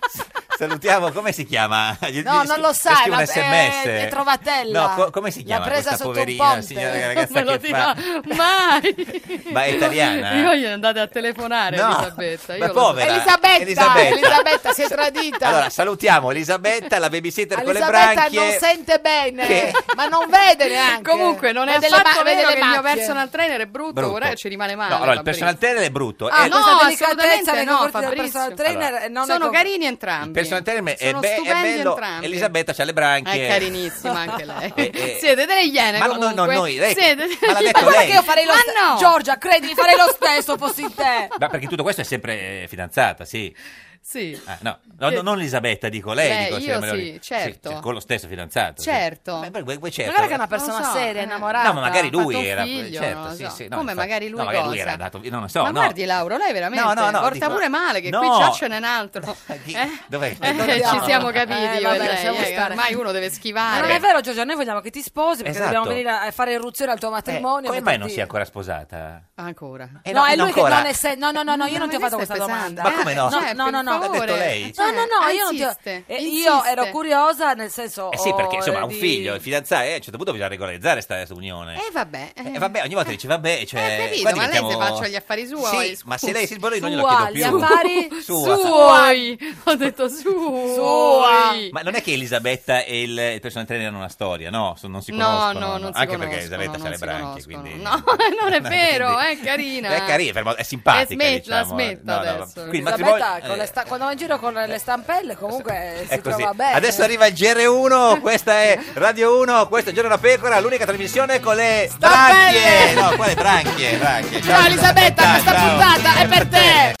[SPEAKER 2] Salutiamo, come si chiama? Gli-
[SPEAKER 1] No,
[SPEAKER 2] gli-
[SPEAKER 1] non lo
[SPEAKER 2] gli
[SPEAKER 1] sai,
[SPEAKER 2] scrivo
[SPEAKER 12] eh,
[SPEAKER 1] ma-
[SPEAKER 2] un sms.
[SPEAKER 1] è- è trovatella.
[SPEAKER 2] No, co- come si
[SPEAKER 1] L'ha
[SPEAKER 2] chiama
[SPEAKER 1] presa
[SPEAKER 2] questa
[SPEAKER 1] sotto un
[SPEAKER 2] poverina
[SPEAKER 1] ponte.
[SPEAKER 2] signora
[SPEAKER 12] Eh, me
[SPEAKER 2] ragazza
[SPEAKER 12] lo
[SPEAKER 2] che
[SPEAKER 12] dirà
[SPEAKER 2] fa?
[SPEAKER 12] mai.
[SPEAKER 2] Ma è italiana?
[SPEAKER 12] Io gli andate a telefonare,
[SPEAKER 2] No,
[SPEAKER 12] Elisabetta.
[SPEAKER 2] ma
[SPEAKER 12] Io lo-
[SPEAKER 2] povera.
[SPEAKER 1] Elisabetta,
[SPEAKER 2] Elisabetta.
[SPEAKER 1] Elisabetta, si è tradita.
[SPEAKER 2] Allora, salutiamo Elisabetta, la babysitter con le
[SPEAKER 1] Elisabetta
[SPEAKER 2] branchie.
[SPEAKER 1] non sente bene,
[SPEAKER 2] Che-
[SPEAKER 1] ma non vede neanche.
[SPEAKER 12] Comunque, non è
[SPEAKER 1] Ma delle
[SPEAKER 12] affatto
[SPEAKER 1] ma-
[SPEAKER 12] vero
[SPEAKER 1] vede
[SPEAKER 12] che
[SPEAKER 1] le
[SPEAKER 12] il mio
[SPEAKER 1] macchie.
[SPEAKER 12] personal trainer è brutto,
[SPEAKER 2] Brutto.
[SPEAKER 12] ora ci rimane male.
[SPEAKER 2] No, allora il
[SPEAKER 12] Fabrizio.
[SPEAKER 2] personal trainer è brutto.
[SPEAKER 12] Ah,
[SPEAKER 2] Eh,
[SPEAKER 12] no,
[SPEAKER 1] questa delicatezza
[SPEAKER 12] assolutamente
[SPEAKER 1] nei
[SPEAKER 12] no,
[SPEAKER 1] confronti del
[SPEAKER 12] Fabrizio.
[SPEAKER 1] personal trainer,
[SPEAKER 12] Allora,
[SPEAKER 1] non è
[SPEAKER 12] sono
[SPEAKER 1] con-
[SPEAKER 12] carini
[SPEAKER 2] il
[SPEAKER 12] entrambi.
[SPEAKER 2] personal trainer è,
[SPEAKER 12] Sono
[SPEAKER 2] be- è
[SPEAKER 12] stupendi
[SPEAKER 2] bello.
[SPEAKER 12] entrambi.
[SPEAKER 2] Elisabetta ha le branchie.
[SPEAKER 12] È carinissima anche lei.
[SPEAKER 2] Eh, eh.
[SPEAKER 12] Siete delle iene
[SPEAKER 2] Ma no, no,
[SPEAKER 12] comunque.
[SPEAKER 2] no, noi, lei-
[SPEAKER 12] Siete
[SPEAKER 2] ma l'ha
[SPEAKER 12] delle
[SPEAKER 2] detto
[SPEAKER 12] iene.
[SPEAKER 2] lei.
[SPEAKER 1] Che io farei lo
[SPEAKER 12] Ma
[SPEAKER 1] stesso.
[SPEAKER 12] no!
[SPEAKER 1] Giorgia, credimi, farei lo stesso fossi in te.
[SPEAKER 2] Ma perché tutto questo è sempre eh, fidanzata, sì.
[SPEAKER 12] Sì.
[SPEAKER 2] Ah, no, no,
[SPEAKER 12] Che-
[SPEAKER 2] no, non Elisabetta, dico lei.
[SPEAKER 12] Lei,
[SPEAKER 2] dico,
[SPEAKER 12] io
[SPEAKER 2] signora Meloni.
[SPEAKER 12] sì, certo.
[SPEAKER 2] cioè, con lo stesso fidanzato. sì.
[SPEAKER 12] Certo.
[SPEAKER 2] Ma poi- poi certo.
[SPEAKER 1] Ma guarda che è una persona
[SPEAKER 12] Non so,
[SPEAKER 1] seria,
[SPEAKER 12] eh.
[SPEAKER 1] innamorata.
[SPEAKER 2] No, ma magari
[SPEAKER 12] fatto
[SPEAKER 2] lui
[SPEAKER 12] un
[SPEAKER 2] era.
[SPEAKER 12] figlio,
[SPEAKER 2] certo,
[SPEAKER 12] no,
[SPEAKER 2] sì,
[SPEAKER 12] so.
[SPEAKER 2] sì, no,
[SPEAKER 12] Come
[SPEAKER 2] infatti.
[SPEAKER 12] magari lui
[SPEAKER 2] No, magari lui
[SPEAKER 12] cosa?
[SPEAKER 2] era andato. io Non lo so.
[SPEAKER 12] Ma
[SPEAKER 2] no.
[SPEAKER 12] guardi Lauro, lei veramente
[SPEAKER 2] No, no, no,
[SPEAKER 12] porta
[SPEAKER 2] dico-
[SPEAKER 12] pure male che
[SPEAKER 2] No.
[SPEAKER 12] qui già ce n'è un altro. Eh?
[SPEAKER 2] Dov'è?
[SPEAKER 12] Eh,
[SPEAKER 2] Dove andiamo?
[SPEAKER 12] ci siamo capiti
[SPEAKER 1] Eh,
[SPEAKER 12] io
[SPEAKER 1] vabbè,
[SPEAKER 12] e lei,
[SPEAKER 1] lasciamo
[SPEAKER 12] eh,
[SPEAKER 1] stare.
[SPEAKER 12] ormai uno deve
[SPEAKER 1] Ma non
[SPEAKER 12] schivare.
[SPEAKER 1] è vero, Giorgia, noi vogliamo che ti sposi perché
[SPEAKER 2] Esatto.
[SPEAKER 1] dobbiamo venire a fare irruzione al tuo
[SPEAKER 2] Eh,
[SPEAKER 1] matrimonio.
[SPEAKER 2] come
[SPEAKER 1] e
[SPEAKER 2] mai non
[SPEAKER 1] metterti-
[SPEAKER 2] si è ancora sposata?
[SPEAKER 12] Ancora.
[SPEAKER 2] Eh,
[SPEAKER 1] No, è lui
[SPEAKER 2] ancora.
[SPEAKER 1] che non è se- No, no, no, no, io
[SPEAKER 12] Ma
[SPEAKER 1] non ti ho
[SPEAKER 12] ma
[SPEAKER 1] fatto
[SPEAKER 12] questa
[SPEAKER 1] questa
[SPEAKER 12] è
[SPEAKER 1] domanda.
[SPEAKER 12] pesante.
[SPEAKER 2] Ma come no?
[SPEAKER 12] Cioè,
[SPEAKER 1] no,
[SPEAKER 12] per
[SPEAKER 1] no, no.
[SPEAKER 2] L'ha detto
[SPEAKER 12] favore.
[SPEAKER 2] lei.
[SPEAKER 1] No, no, no,
[SPEAKER 12] Ah,
[SPEAKER 1] io non ti ho-
[SPEAKER 12] insiste,
[SPEAKER 1] eh, Io
[SPEAKER 12] insiste.
[SPEAKER 1] ero curiosa nel senso...
[SPEAKER 2] Eh sì, perché
[SPEAKER 1] oh,
[SPEAKER 2] insomma, un
[SPEAKER 1] di-
[SPEAKER 2] figlio, il fidanzato, eh, a un certo punto bisogna regolarizzare questa unione.
[SPEAKER 12] Eh vabbè. eh.
[SPEAKER 2] E vabbè, ogni volta dice, vabbè, cioè...
[SPEAKER 12] Eh, capito,
[SPEAKER 2] qua
[SPEAKER 12] ma lei se
[SPEAKER 2] diventiamo-
[SPEAKER 12] faccia gli affari suoi.
[SPEAKER 2] Sì,
[SPEAKER 12] scusi.
[SPEAKER 2] ma se lei si sbaglia, non glielo
[SPEAKER 1] Sua,
[SPEAKER 2] chiedo
[SPEAKER 1] gli
[SPEAKER 2] più.
[SPEAKER 1] affari
[SPEAKER 2] Sua.
[SPEAKER 12] Suoi. Ho detto suoi.
[SPEAKER 1] Suoi.
[SPEAKER 2] Ma non è che Elisabetta e il, il personal trainer hanno una storia, no? So- non si
[SPEAKER 12] No,
[SPEAKER 2] conoscono.
[SPEAKER 12] no, non si
[SPEAKER 2] Anche perché
[SPEAKER 12] conoscono,
[SPEAKER 2] Elisabetta
[SPEAKER 12] non
[SPEAKER 2] ha le
[SPEAKER 12] si
[SPEAKER 2] branchie,
[SPEAKER 12] conoscono.
[SPEAKER 2] quindi...
[SPEAKER 12] No, eh, non
[SPEAKER 2] eh,
[SPEAKER 12] è vero, è carina.
[SPEAKER 2] È carina, fermo- è simpatica,
[SPEAKER 12] Eh, smettila,
[SPEAKER 2] diciamo.
[SPEAKER 12] smetta
[SPEAKER 2] No, no,
[SPEAKER 12] adesso.
[SPEAKER 2] quindi il
[SPEAKER 1] Elisabetta,
[SPEAKER 2] matrimonio-
[SPEAKER 1] con le
[SPEAKER 2] eh,
[SPEAKER 1] sta- quando va in giro con le stampelle comunque
[SPEAKER 2] È
[SPEAKER 1] si
[SPEAKER 2] così.
[SPEAKER 1] trova bene.
[SPEAKER 2] Adesso arriva il GR1, questa è Radio 1, questo è Giorno da Pecora, l'unica trasmissione con le branchie. No, quale branchie? branchie.
[SPEAKER 12] Ciao Elisabetta,
[SPEAKER 2] Dai,
[SPEAKER 12] questa
[SPEAKER 2] ciao.
[SPEAKER 12] puntata è per te.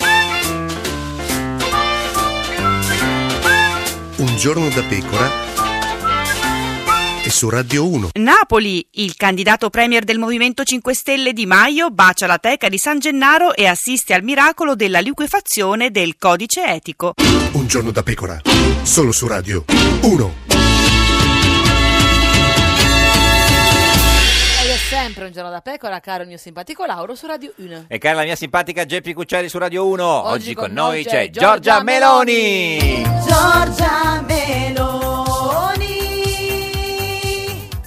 [SPEAKER 9] Un giorno da pecora e su Radio 1.
[SPEAKER 10] Napoli, il candidato premier del Movimento 5 Stelle Di Maio bacia la teca di San Gennaro e assiste al miracolo della liquefazione del codice etico.
[SPEAKER 9] Un giorno da pecora, solo su Radio 1.
[SPEAKER 1] Ed è sempre un giorno da pecora, caro il mio simpatico Lauro su Radio 1.
[SPEAKER 2] E cara la mia simpatica Geppi Cucciari su Radio 1, oggi, con, noi c'è
[SPEAKER 1] Giorgia
[SPEAKER 2] Giorgia Meloni.
[SPEAKER 8] Giorgia Meloni.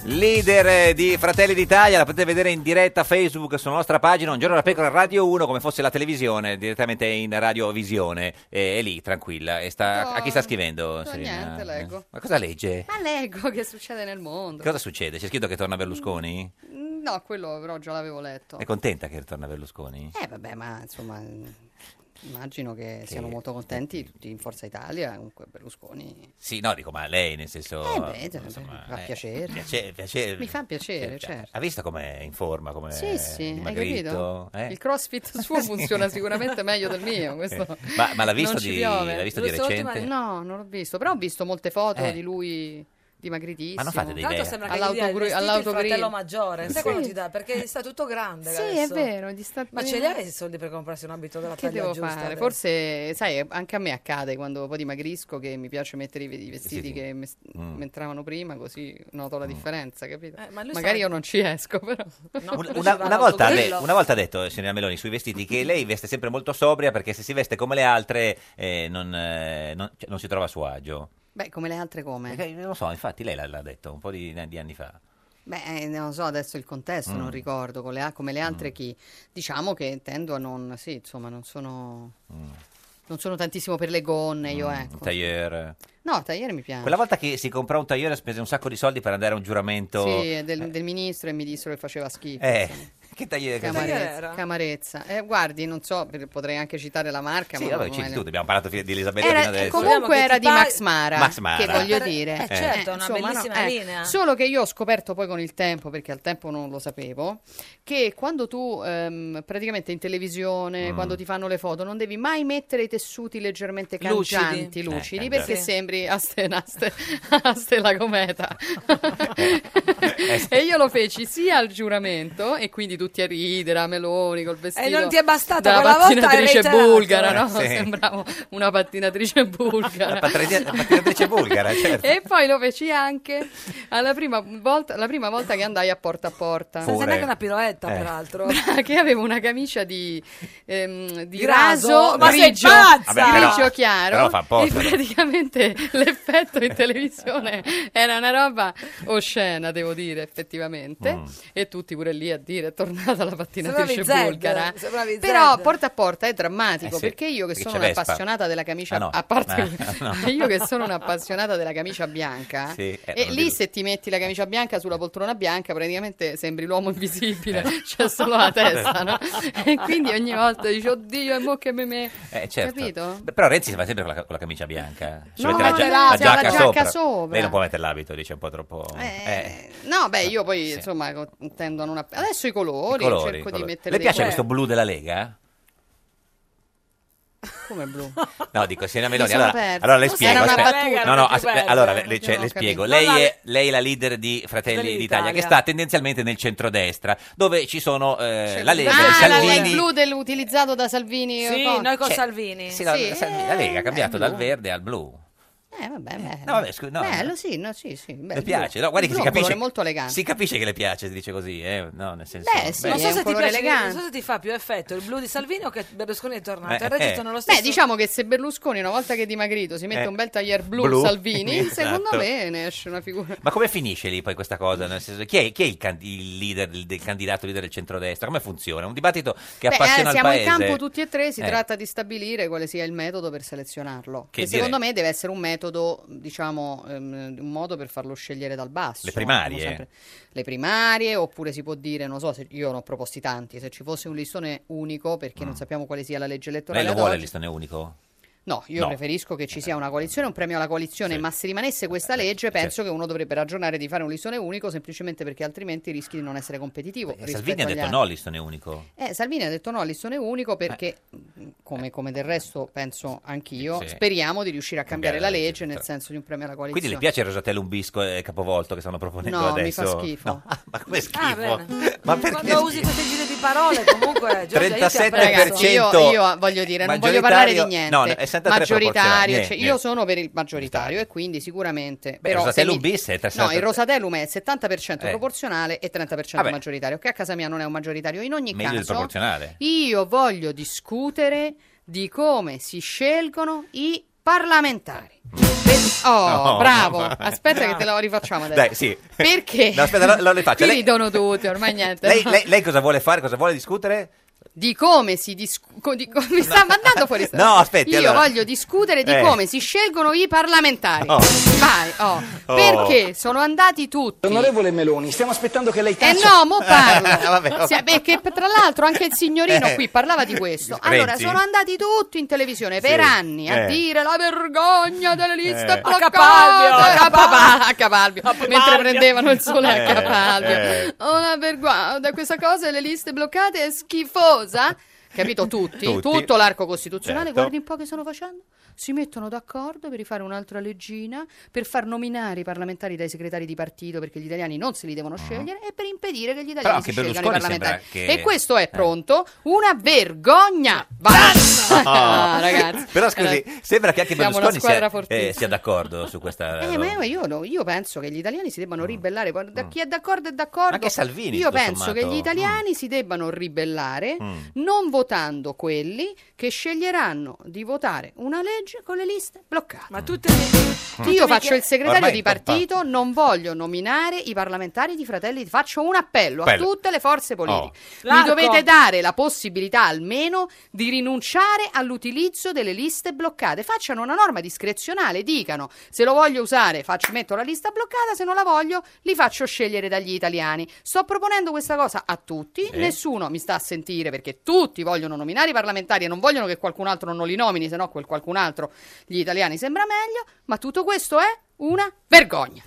[SPEAKER 2] Leader di Fratelli d'Italia, la potete vedere in diretta a Facebook sulla nostra pagina Un giorno la pecora Radio 1 come fosse la televisione, direttamente in radiovisione. E è lì, tranquilla. E sta- a chi sta scrivendo? Serena?
[SPEAKER 12] niente, leggo.
[SPEAKER 2] Ma cosa legge?
[SPEAKER 12] Ma leggo che succede nel mondo.
[SPEAKER 2] eh. Cosa succede? C'è scritto che torna Berlusconi?
[SPEAKER 12] No, quello però già l'avevo letto.
[SPEAKER 2] È contenta che torna Berlusconi?
[SPEAKER 12] Eh vabbè, ma insomma, mm, immagino che, siano molto contenti tutti in Forza Italia, comunque Berlusconi.
[SPEAKER 2] Sì, no, dico, ma lei nel senso...
[SPEAKER 12] Eh, beh, cioè, fa
[SPEAKER 2] eh,
[SPEAKER 12] piacere.
[SPEAKER 2] piace- piacere.
[SPEAKER 12] Mi fa piacere,
[SPEAKER 2] Cioè,
[SPEAKER 12] certo.
[SPEAKER 2] Ha visto com'è in forma, come
[SPEAKER 12] Sì, sì, hai capito?
[SPEAKER 2] Eh?
[SPEAKER 12] Il crossfit suo funziona sicuramente meglio del mio. questo
[SPEAKER 2] Eh, ma- ma l'ha visto
[SPEAKER 12] non ci
[SPEAKER 2] di-
[SPEAKER 12] piove.
[SPEAKER 2] l'ha visto di Questa recente? ultima-
[SPEAKER 12] No, non l'ho visto, però ho visto molte foto
[SPEAKER 2] Eh.
[SPEAKER 12] di lui dimagritissimo.
[SPEAKER 2] Ma non fate dei Tra l'altro idee? sembra
[SPEAKER 1] che gli dia il vestito il fratello maggiore, sai
[SPEAKER 12] Sì.
[SPEAKER 1] quando ti dà? Perché sta tutto grande
[SPEAKER 12] Sì,
[SPEAKER 1] adesso.
[SPEAKER 12] è vero, gli sta-
[SPEAKER 1] Ma ce li hai i soldi per comprarsi un abito della
[SPEAKER 12] Che
[SPEAKER 1] taglia
[SPEAKER 12] devo
[SPEAKER 1] giusta
[SPEAKER 12] fare?
[SPEAKER 1] adesso?
[SPEAKER 12] Forse, sai, anche a me accade quando poi dimagrisco che mi piace mettere i i vestiti
[SPEAKER 2] Vestiti.
[SPEAKER 12] che mi
[SPEAKER 2] Mm.
[SPEAKER 12] mi entravano prima, così noto la differenza, capito?
[SPEAKER 1] Eh, ma lui
[SPEAKER 12] Magari
[SPEAKER 1] sa-
[SPEAKER 12] io non ci esco, però.
[SPEAKER 2] Una, una- una volta ha de- una volta ha detto, eh, signorina Meloni, sui vestiti che lei veste sempre molto sobria perché se si veste come le altre eh, non, eh, non- cioè, non si trova a suo agio.
[SPEAKER 12] Beh, come le altre come?
[SPEAKER 2] Perché, non lo so, infatti lei l'ha, l'ha detto un po' di, di anni fa.
[SPEAKER 12] Beh, eh, non so adesso il contesto,
[SPEAKER 2] Mm.
[SPEAKER 12] non ricordo, con le a- come le altre chi. Diciamo che tendo a non, sì, insomma, non sono,
[SPEAKER 2] Mm.
[SPEAKER 12] non sono tantissimo per le gonne, io ecco.
[SPEAKER 2] Un tailleur.
[SPEAKER 12] No, tagliere mi piace.
[SPEAKER 2] Quella volta che si comprò un tailleur ha speso un sacco di soldi per andare a un giuramento...
[SPEAKER 12] Sì, è del, del ministro e mi dissero che faceva schifo.
[SPEAKER 2] Eh, Che tagliere
[SPEAKER 12] Camarezza, Camarezza. Eh, guardi, non so, per- potrei anche citare la marca,
[SPEAKER 2] Sì,
[SPEAKER 12] ma
[SPEAKER 2] vabbè,
[SPEAKER 12] no,
[SPEAKER 2] citi
[SPEAKER 12] eh,
[SPEAKER 2] tu, abbiamo parlato fi- di Elisabetta
[SPEAKER 12] Era-
[SPEAKER 2] fino adesso.
[SPEAKER 12] comunque era di Max Mara,
[SPEAKER 2] Max Mara.
[SPEAKER 12] che voglio dire
[SPEAKER 2] Eh, certo,
[SPEAKER 15] una
[SPEAKER 12] insomma,
[SPEAKER 15] bellissima
[SPEAKER 12] eh,
[SPEAKER 15] linea.
[SPEAKER 12] solo che io ho scoperto poi con il tempo perché al tempo non lo sapevo che quando tu ehm, praticamente in televisione
[SPEAKER 15] Mm.
[SPEAKER 12] quando ti fanno le foto non devi mai mettere i tessuti leggermente
[SPEAKER 15] Lucidi.
[SPEAKER 12] cangianti lucidi,
[SPEAKER 15] Eh, cangianti.
[SPEAKER 12] perché
[SPEAKER 15] Sì.
[SPEAKER 12] sembri Asten, Asten, Asten la cometa e io lo feci sia al giuramento e quindi tutti a ridere a Meloni col vestito
[SPEAKER 15] non ti è bastato,
[SPEAKER 12] da
[SPEAKER 15] quella volta hai
[SPEAKER 12] pattinatrice
[SPEAKER 15] reiterato.
[SPEAKER 12] bulgara no?
[SPEAKER 2] Sì.
[SPEAKER 12] sembravo una pattinatrice bulgara
[SPEAKER 2] La patridia- la pattinatrice bulgara, certo.
[SPEAKER 12] e poi lo feci anche alla prima volta, la prima volta che andai a porta a porta.
[SPEAKER 15] Senza Pure. neanche una piroetta, Eh.
[SPEAKER 12] peraltro. che avevo una camicia di, ehm, di
[SPEAKER 15] Di raso?
[SPEAKER 12] raso,
[SPEAKER 15] Ma sei
[SPEAKER 12] grigio,
[SPEAKER 15] pazza! Vabbè, però-
[SPEAKER 12] grigio chiaro.
[SPEAKER 15] però fa
[SPEAKER 12] e
[SPEAKER 15] apposta, no?
[SPEAKER 12] praticamente l'effetto in televisione era una roba oscena, devo dire, effettivamente.
[SPEAKER 15] Mm.
[SPEAKER 12] E tutti pure lì a dire, è tornata la pattinatrice
[SPEAKER 15] Sembravi Zed,
[SPEAKER 12] bulgara.
[SPEAKER 15] sembravi
[SPEAKER 12] Però
[SPEAKER 15] Zed.
[SPEAKER 12] porta a porta è drammatico,
[SPEAKER 15] Eh sì,
[SPEAKER 12] perché io che
[SPEAKER 15] perché
[SPEAKER 12] sono
[SPEAKER 15] c'è Vespa.
[SPEAKER 12] un'appassionata della camicia,
[SPEAKER 15] Ah, no.
[SPEAKER 12] a parte
[SPEAKER 15] Ah, no.
[SPEAKER 12] io che sono un'appassionata della camicia bianca,
[SPEAKER 15] Sì, eh,
[SPEAKER 12] e
[SPEAKER 15] non
[SPEAKER 12] lì
[SPEAKER 15] dirlo.
[SPEAKER 12] se ti metti la camicia bianca sulla poltrona bianca, praticamente sembri l'uomo invisibile,
[SPEAKER 2] Eh.
[SPEAKER 12] c'è solo la testa, no? E quindi ogni volta dici, oddio, e mo che me me...
[SPEAKER 2] Eh, certo.
[SPEAKER 12] Capito?
[SPEAKER 2] Beh, Però Renzi si fa sempre con la, con la camicia bianca. Ci
[SPEAKER 12] No,
[SPEAKER 2] mette la,
[SPEAKER 12] no,
[SPEAKER 2] gia-
[SPEAKER 12] no,
[SPEAKER 2] la
[SPEAKER 12] c'è la
[SPEAKER 2] giacca
[SPEAKER 12] giacca
[SPEAKER 2] sopra.
[SPEAKER 12] sopra.
[SPEAKER 2] Lei non può mettere l'abito, dice un po' troppo. Eh.
[SPEAKER 12] No, beh, io poi
[SPEAKER 2] Sì.
[SPEAKER 12] insomma co- tendo a non... app- Adesso i colori,
[SPEAKER 2] I colori, i
[SPEAKER 12] cerco di
[SPEAKER 2] colori.
[SPEAKER 12] metterli...
[SPEAKER 2] Le piace questo blu della Lega?
[SPEAKER 12] Come blu?
[SPEAKER 2] No, dico Siena
[SPEAKER 12] Mi
[SPEAKER 2] Meloni.
[SPEAKER 12] sono
[SPEAKER 2] Allora,
[SPEAKER 12] persa.
[SPEAKER 2] allora le
[SPEAKER 12] Forse
[SPEAKER 2] spiego.
[SPEAKER 12] era una
[SPEAKER 2] aspetta.
[SPEAKER 12] battuta.
[SPEAKER 2] No, no,
[SPEAKER 12] Era più
[SPEAKER 2] aspe-
[SPEAKER 12] bella,
[SPEAKER 2] allora le-
[SPEAKER 12] non
[SPEAKER 2] le- ce-
[SPEAKER 12] ho
[SPEAKER 2] le
[SPEAKER 12] capito.
[SPEAKER 2] spiego.
[SPEAKER 12] No,
[SPEAKER 2] Lei
[SPEAKER 12] la-
[SPEAKER 2] è, lei è la leader di Fratelli d'Italia, che
[SPEAKER 12] d'Italia.
[SPEAKER 2] sta tendenzialmente nel centrodestra, dove ci sono eh, la Lega,
[SPEAKER 12] ah, la- il
[SPEAKER 2] Salvini. Cioè,
[SPEAKER 12] blu dell'utilizzato da Salvini.
[SPEAKER 15] Sì,
[SPEAKER 12] Conte.
[SPEAKER 15] noi con Salvini.
[SPEAKER 2] Sì, la,
[SPEAKER 12] Sì, Eh,
[SPEAKER 2] la Salvini- la Lega ha cambiato
[SPEAKER 12] blu.
[SPEAKER 2] dal verde al blu.
[SPEAKER 12] Eh, vabbè, bello.
[SPEAKER 2] no, vabbè, scusi, no,
[SPEAKER 12] bello, sì, no, sì, sì. bello.
[SPEAKER 2] Le piace, no? Guardi
[SPEAKER 12] Il
[SPEAKER 2] che si
[SPEAKER 12] blu è un
[SPEAKER 2] capisce.
[SPEAKER 12] colore molto elegante.
[SPEAKER 2] Si capisce che le piace, si dice così, eh? No, nel senso.
[SPEAKER 12] Beh, sì,
[SPEAKER 2] beh, eh.
[SPEAKER 15] Non
[SPEAKER 12] non so
[SPEAKER 15] so, se ti
[SPEAKER 12] colore
[SPEAKER 15] piace-
[SPEAKER 12] elegante.
[SPEAKER 15] non so se ti fa più effetto il blu di Salvini o che Berlusconi è tornato.
[SPEAKER 2] Eh,
[SPEAKER 15] Il reddito
[SPEAKER 2] eh.
[SPEAKER 15] non lo stesso.
[SPEAKER 12] Beh, diciamo che se Berlusconi una volta che è dimagrito si mette
[SPEAKER 2] Eh,
[SPEAKER 12] un bel taglier blu,
[SPEAKER 2] blu.
[SPEAKER 12] Salvini, secondo
[SPEAKER 2] Esatto.
[SPEAKER 12] me ne esce una figura.
[SPEAKER 2] Ma come finisce lì poi questa cosa? Nel senso, chi è, chi è il, can- il leader, il del candidato leader del centrodestra? Come funziona? Un dibattito che
[SPEAKER 12] Beh,
[SPEAKER 2] appassiona
[SPEAKER 12] eh,
[SPEAKER 2] il
[SPEAKER 12] siamo
[SPEAKER 2] paese.
[SPEAKER 12] in campo tutti e tre, si
[SPEAKER 2] Eh,
[SPEAKER 12] tratta di stabilire quale sia il metodo per selezionarlo.
[SPEAKER 2] Che
[SPEAKER 12] Che
[SPEAKER 2] dire-
[SPEAKER 12] secondo me deve essere un metodo, diciamo, ehm, un modo per farlo scegliere dal basso.
[SPEAKER 2] Le primarie.
[SPEAKER 12] Come sempre- Le primarie, oppure si può dire, non so, se, io ne ho proposti tanti, se ci fosse un listone unico, perché non sappiamo quale sia la legge elettorale.
[SPEAKER 2] Mm. Lei lo
[SPEAKER 12] ad
[SPEAKER 2] vuole il
[SPEAKER 12] oggi.
[SPEAKER 2] listone unico?
[SPEAKER 12] No, io
[SPEAKER 2] No. Eh,
[SPEAKER 12] preferisco che ci sia una coalizione, un premio alla coalizione, ma se rimanesse questa legge penso che uno dovrebbe ragionare di fare un listone unico semplicemente perché altrimenti rischi di non essere competitivo.
[SPEAKER 2] Eh,
[SPEAKER 12] rispetto
[SPEAKER 2] Salvini ha
[SPEAKER 12] agli
[SPEAKER 2] detto
[SPEAKER 12] altri.
[SPEAKER 2] no Eh. al listone unico.
[SPEAKER 12] Eh, Salvini ha detto no al listone unico perché, mh, come, come del resto penso anch'io,
[SPEAKER 2] Eh. Sì.
[SPEAKER 12] speriamo di riuscire a cambiare,
[SPEAKER 2] Cambiare la
[SPEAKER 12] la
[SPEAKER 2] legge,
[SPEAKER 12] legge nel senso di un premio alla coalizione.
[SPEAKER 2] certo. Quindi le piace il Rosatellum Bisco e Capovolto che stanno proponendo
[SPEAKER 12] No, mi
[SPEAKER 2] adesso?
[SPEAKER 12] fa schifo.
[SPEAKER 2] No, ah, ma come schifo?
[SPEAKER 15] Ah, bene.
[SPEAKER 2] Ma perché
[SPEAKER 15] Quando usi queste gire di parole, comunque, Eh, Giorgia, io ti
[SPEAKER 2] 37%
[SPEAKER 15] apprezzo.
[SPEAKER 12] Ragazzi, io, io eh, voglio dire, non voglio
[SPEAKER 2] Maggioritario-
[SPEAKER 12] parlare di niente.
[SPEAKER 2] no, no, è 63 proporzionale,
[SPEAKER 12] maggioritario,
[SPEAKER 2] niente,
[SPEAKER 12] cioè, io
[SPEAKER 2] niente.
[SPEAKER 12] sono per il maggioritario e quindi sicuramente.
[SPEAKER 2] Beh, il
[SPEAKER 12] però se
[SPEAKER 2] Rosatellum
[SPEAKER 12] mi-
[SPEAKER 2] bis è
[SPEAKER 12] No,
[SPEAKER 2] 37
[SPEAKER 12] il Rosatellum è 70%
[SPEAKER 2] Eh.
[SPEAKER 12] proporzionale e 30%
[SPEAKER 2] Vabbè.
[SPEAKER 12] maggioritario, che a casa mia non è un maggioritario. In ogni
[SPEAKER 2] Meglio il
[SPEAKER 12] caso,
[SPEAKER 2] proporzionale.
[SPEAKER 12] io voglio discutere di come si scelgono i parlamentari. Per- Oh,
[SPEAKER 2] No.
[SPEAKER 12] bravo! Aspetta, che te lo rifacciamo adesso.
[SPEAKER 2] Dai, sì.
[SPEAKER 12] Perché?
[SPEAKER 2] No, aspetta, lo, lo le faccio.
[SPEAKER 12] Qui
[SPEAKER 2] Lei,
[SPEAKER 12] ridono tutti, ormai niente.
[SPEAKER 2] lei-
[SPEAKER 12] no?
[SPEAKER 2] lei- lei cosa vuole fare? Cosa vuole discutere?
[SPEAKER 12] di come si discute di co- mi sta mandando fuori strada.
[SPEAKER 2] No, aspetti,
[SPEAKER 12] io
[SPEAKER 2] allora.
[SPEAKER 12] voglio discutere di
[SPEAKER 2] Eh.
[SPEAKER 12] come si scelgono i parlamentari
[SPEAKER 3] Oh.
[SPEAKER 12] vai oh.
[SPEAKER 3] Oh.
[SPEAKER 12] perché sono andati tutti
[SPEAKER 3] Onorevole Meloni, stiamo aspettando che lei
[SPEAKER 12] eh
[SPEAKER 3] taccia.
[SPEAKER 12] no, mo parlo.
[SPEAKER 3] Eh, Vabbè, vabbè.
[SPEAKER 12] Sì, beh, che tra l'altro anche il signorino
[SPEAKER 3] Eh.
[SPEAKER 12] qui parlava di questo.
[SPEAKER 3] Renzi.
[SPEAKER 12] Allora, sono andati tutti in televisione per
[SPEAKER 3] Sì.
[SPEAKER 12] anni a
[SPEAKER 3] Eh.
[SPEAKER 12] dire la vergogna delle liste
[SPEAKER 3] Eh.
[SPEAKER 12] bloccate.
[SPEAKER 15] A Capalbio, a
[SPEAKER 12] A Papa- a Capalbio.
[SPEAKER 15] Capalbio.
[SPEAKER 12] Mentre prendevano il sole a
[SPEAKER 15] Eh,
[SPEAKER 12] Capalbio.
[SPEAKER 15] eh.
[SPEAKER 12] Una vergogna, da questa cosa le liste bloccate è schifosa. Capito tutti,
[SPEAKER 15] Tutti.
[SPEAKER 12] tutto l'arco costituzionale,
[SPEAKER 15] Certo.
[SPEAKER 12] guardi un po' che stanno facendo. Si mettono d'accordo per rifare un'altra leggina, per far nominare i parlamentari dai segretari di partito perché gli italiani non se li devono scegliere e per impedire che gli italiani
[SPEAKER 15] Mm. Però
[SPEAKER 12] si
[SPEAKER 15] anche
[SPEAKER 12] scelgano i
[SPEAKER 15] Berlusconi sembra
[SPEAKER 12] parlamentari.
[SPEAKER 15] che- Eh.
[SPEAKER 12] E questo è pronto, una vergogna. Basta! Ah, ragazzi.
[SPEAKER 2] Però scusi,
[SPEAKER 12] Eh,
[SPEAKER 2] sembra che anche
[SPEAKER 12] siamo una
[SPEAKER 2] Berlusconi sia,
[SPEAKER 12] squadra fortissima.
[SPEAKER 2] eh, sia d'accordo su questa.
[SPEAKER 12] eh, ma io, no- io penso che gli italiani si
[SPEAKER 2] Mm.
[SPEAKER 12] debbano ribellare. Guarda, chi è d'accordo è d'accordo.
[SPEAKER 2] Anche Salvini,
[SPEAKER 12] Io
[SPEAKER 2] tutto
[SPEAKER 12] penso che
[SPEAKER 2] sommato.
[SPEAKER 12] gli italiani si debbano ribellare
[SPEAKER 2] Mm.
[SPEAKER 12] non votando quelli che sceglieranno di votare una legge
[SPEAKER 16] legge, con le liste, bloccate.
[SPEAKER 15] Ma tutte le...
[SPEAKER 12] Io faccio il segretario
[SPEAKER 16] Ormai
[SPEAKER 12] di
[SPEAKER 16] troppa-
[SPEAKER 12] partito, non voglio nominare i parlamentari di Fratelli d'Italia. Faccio un appello a
[SPEAKER 16] Appello.
[SPEAKER 12] tutte le forze politiche.
[SPEAKER 16] Oh.
[SPEAKER 12] Mi
[SPEAKER 16] Largo.
[SPEAKER 12] dovete dare la possibilità almeno di rinunciare all'utilizzo delle liste bloccate. Facciano una norma discrezionale, dicano se lo voglio usare faccio- metto la lista bloccata, se non la voglio li faccio scegliere dagli italiani. Sto proponendo questa cosa a tutti,
[SPEAKER 16] Sì.
[SPEAKER 12] nessuno mi sta a sentire perché tutti vogliono nominare i parlamentari e non vogliono che qualcun altro non li nomini, se no quel qualcun altro gli italiani sembra meglio, ma tutto questo è una vergogna.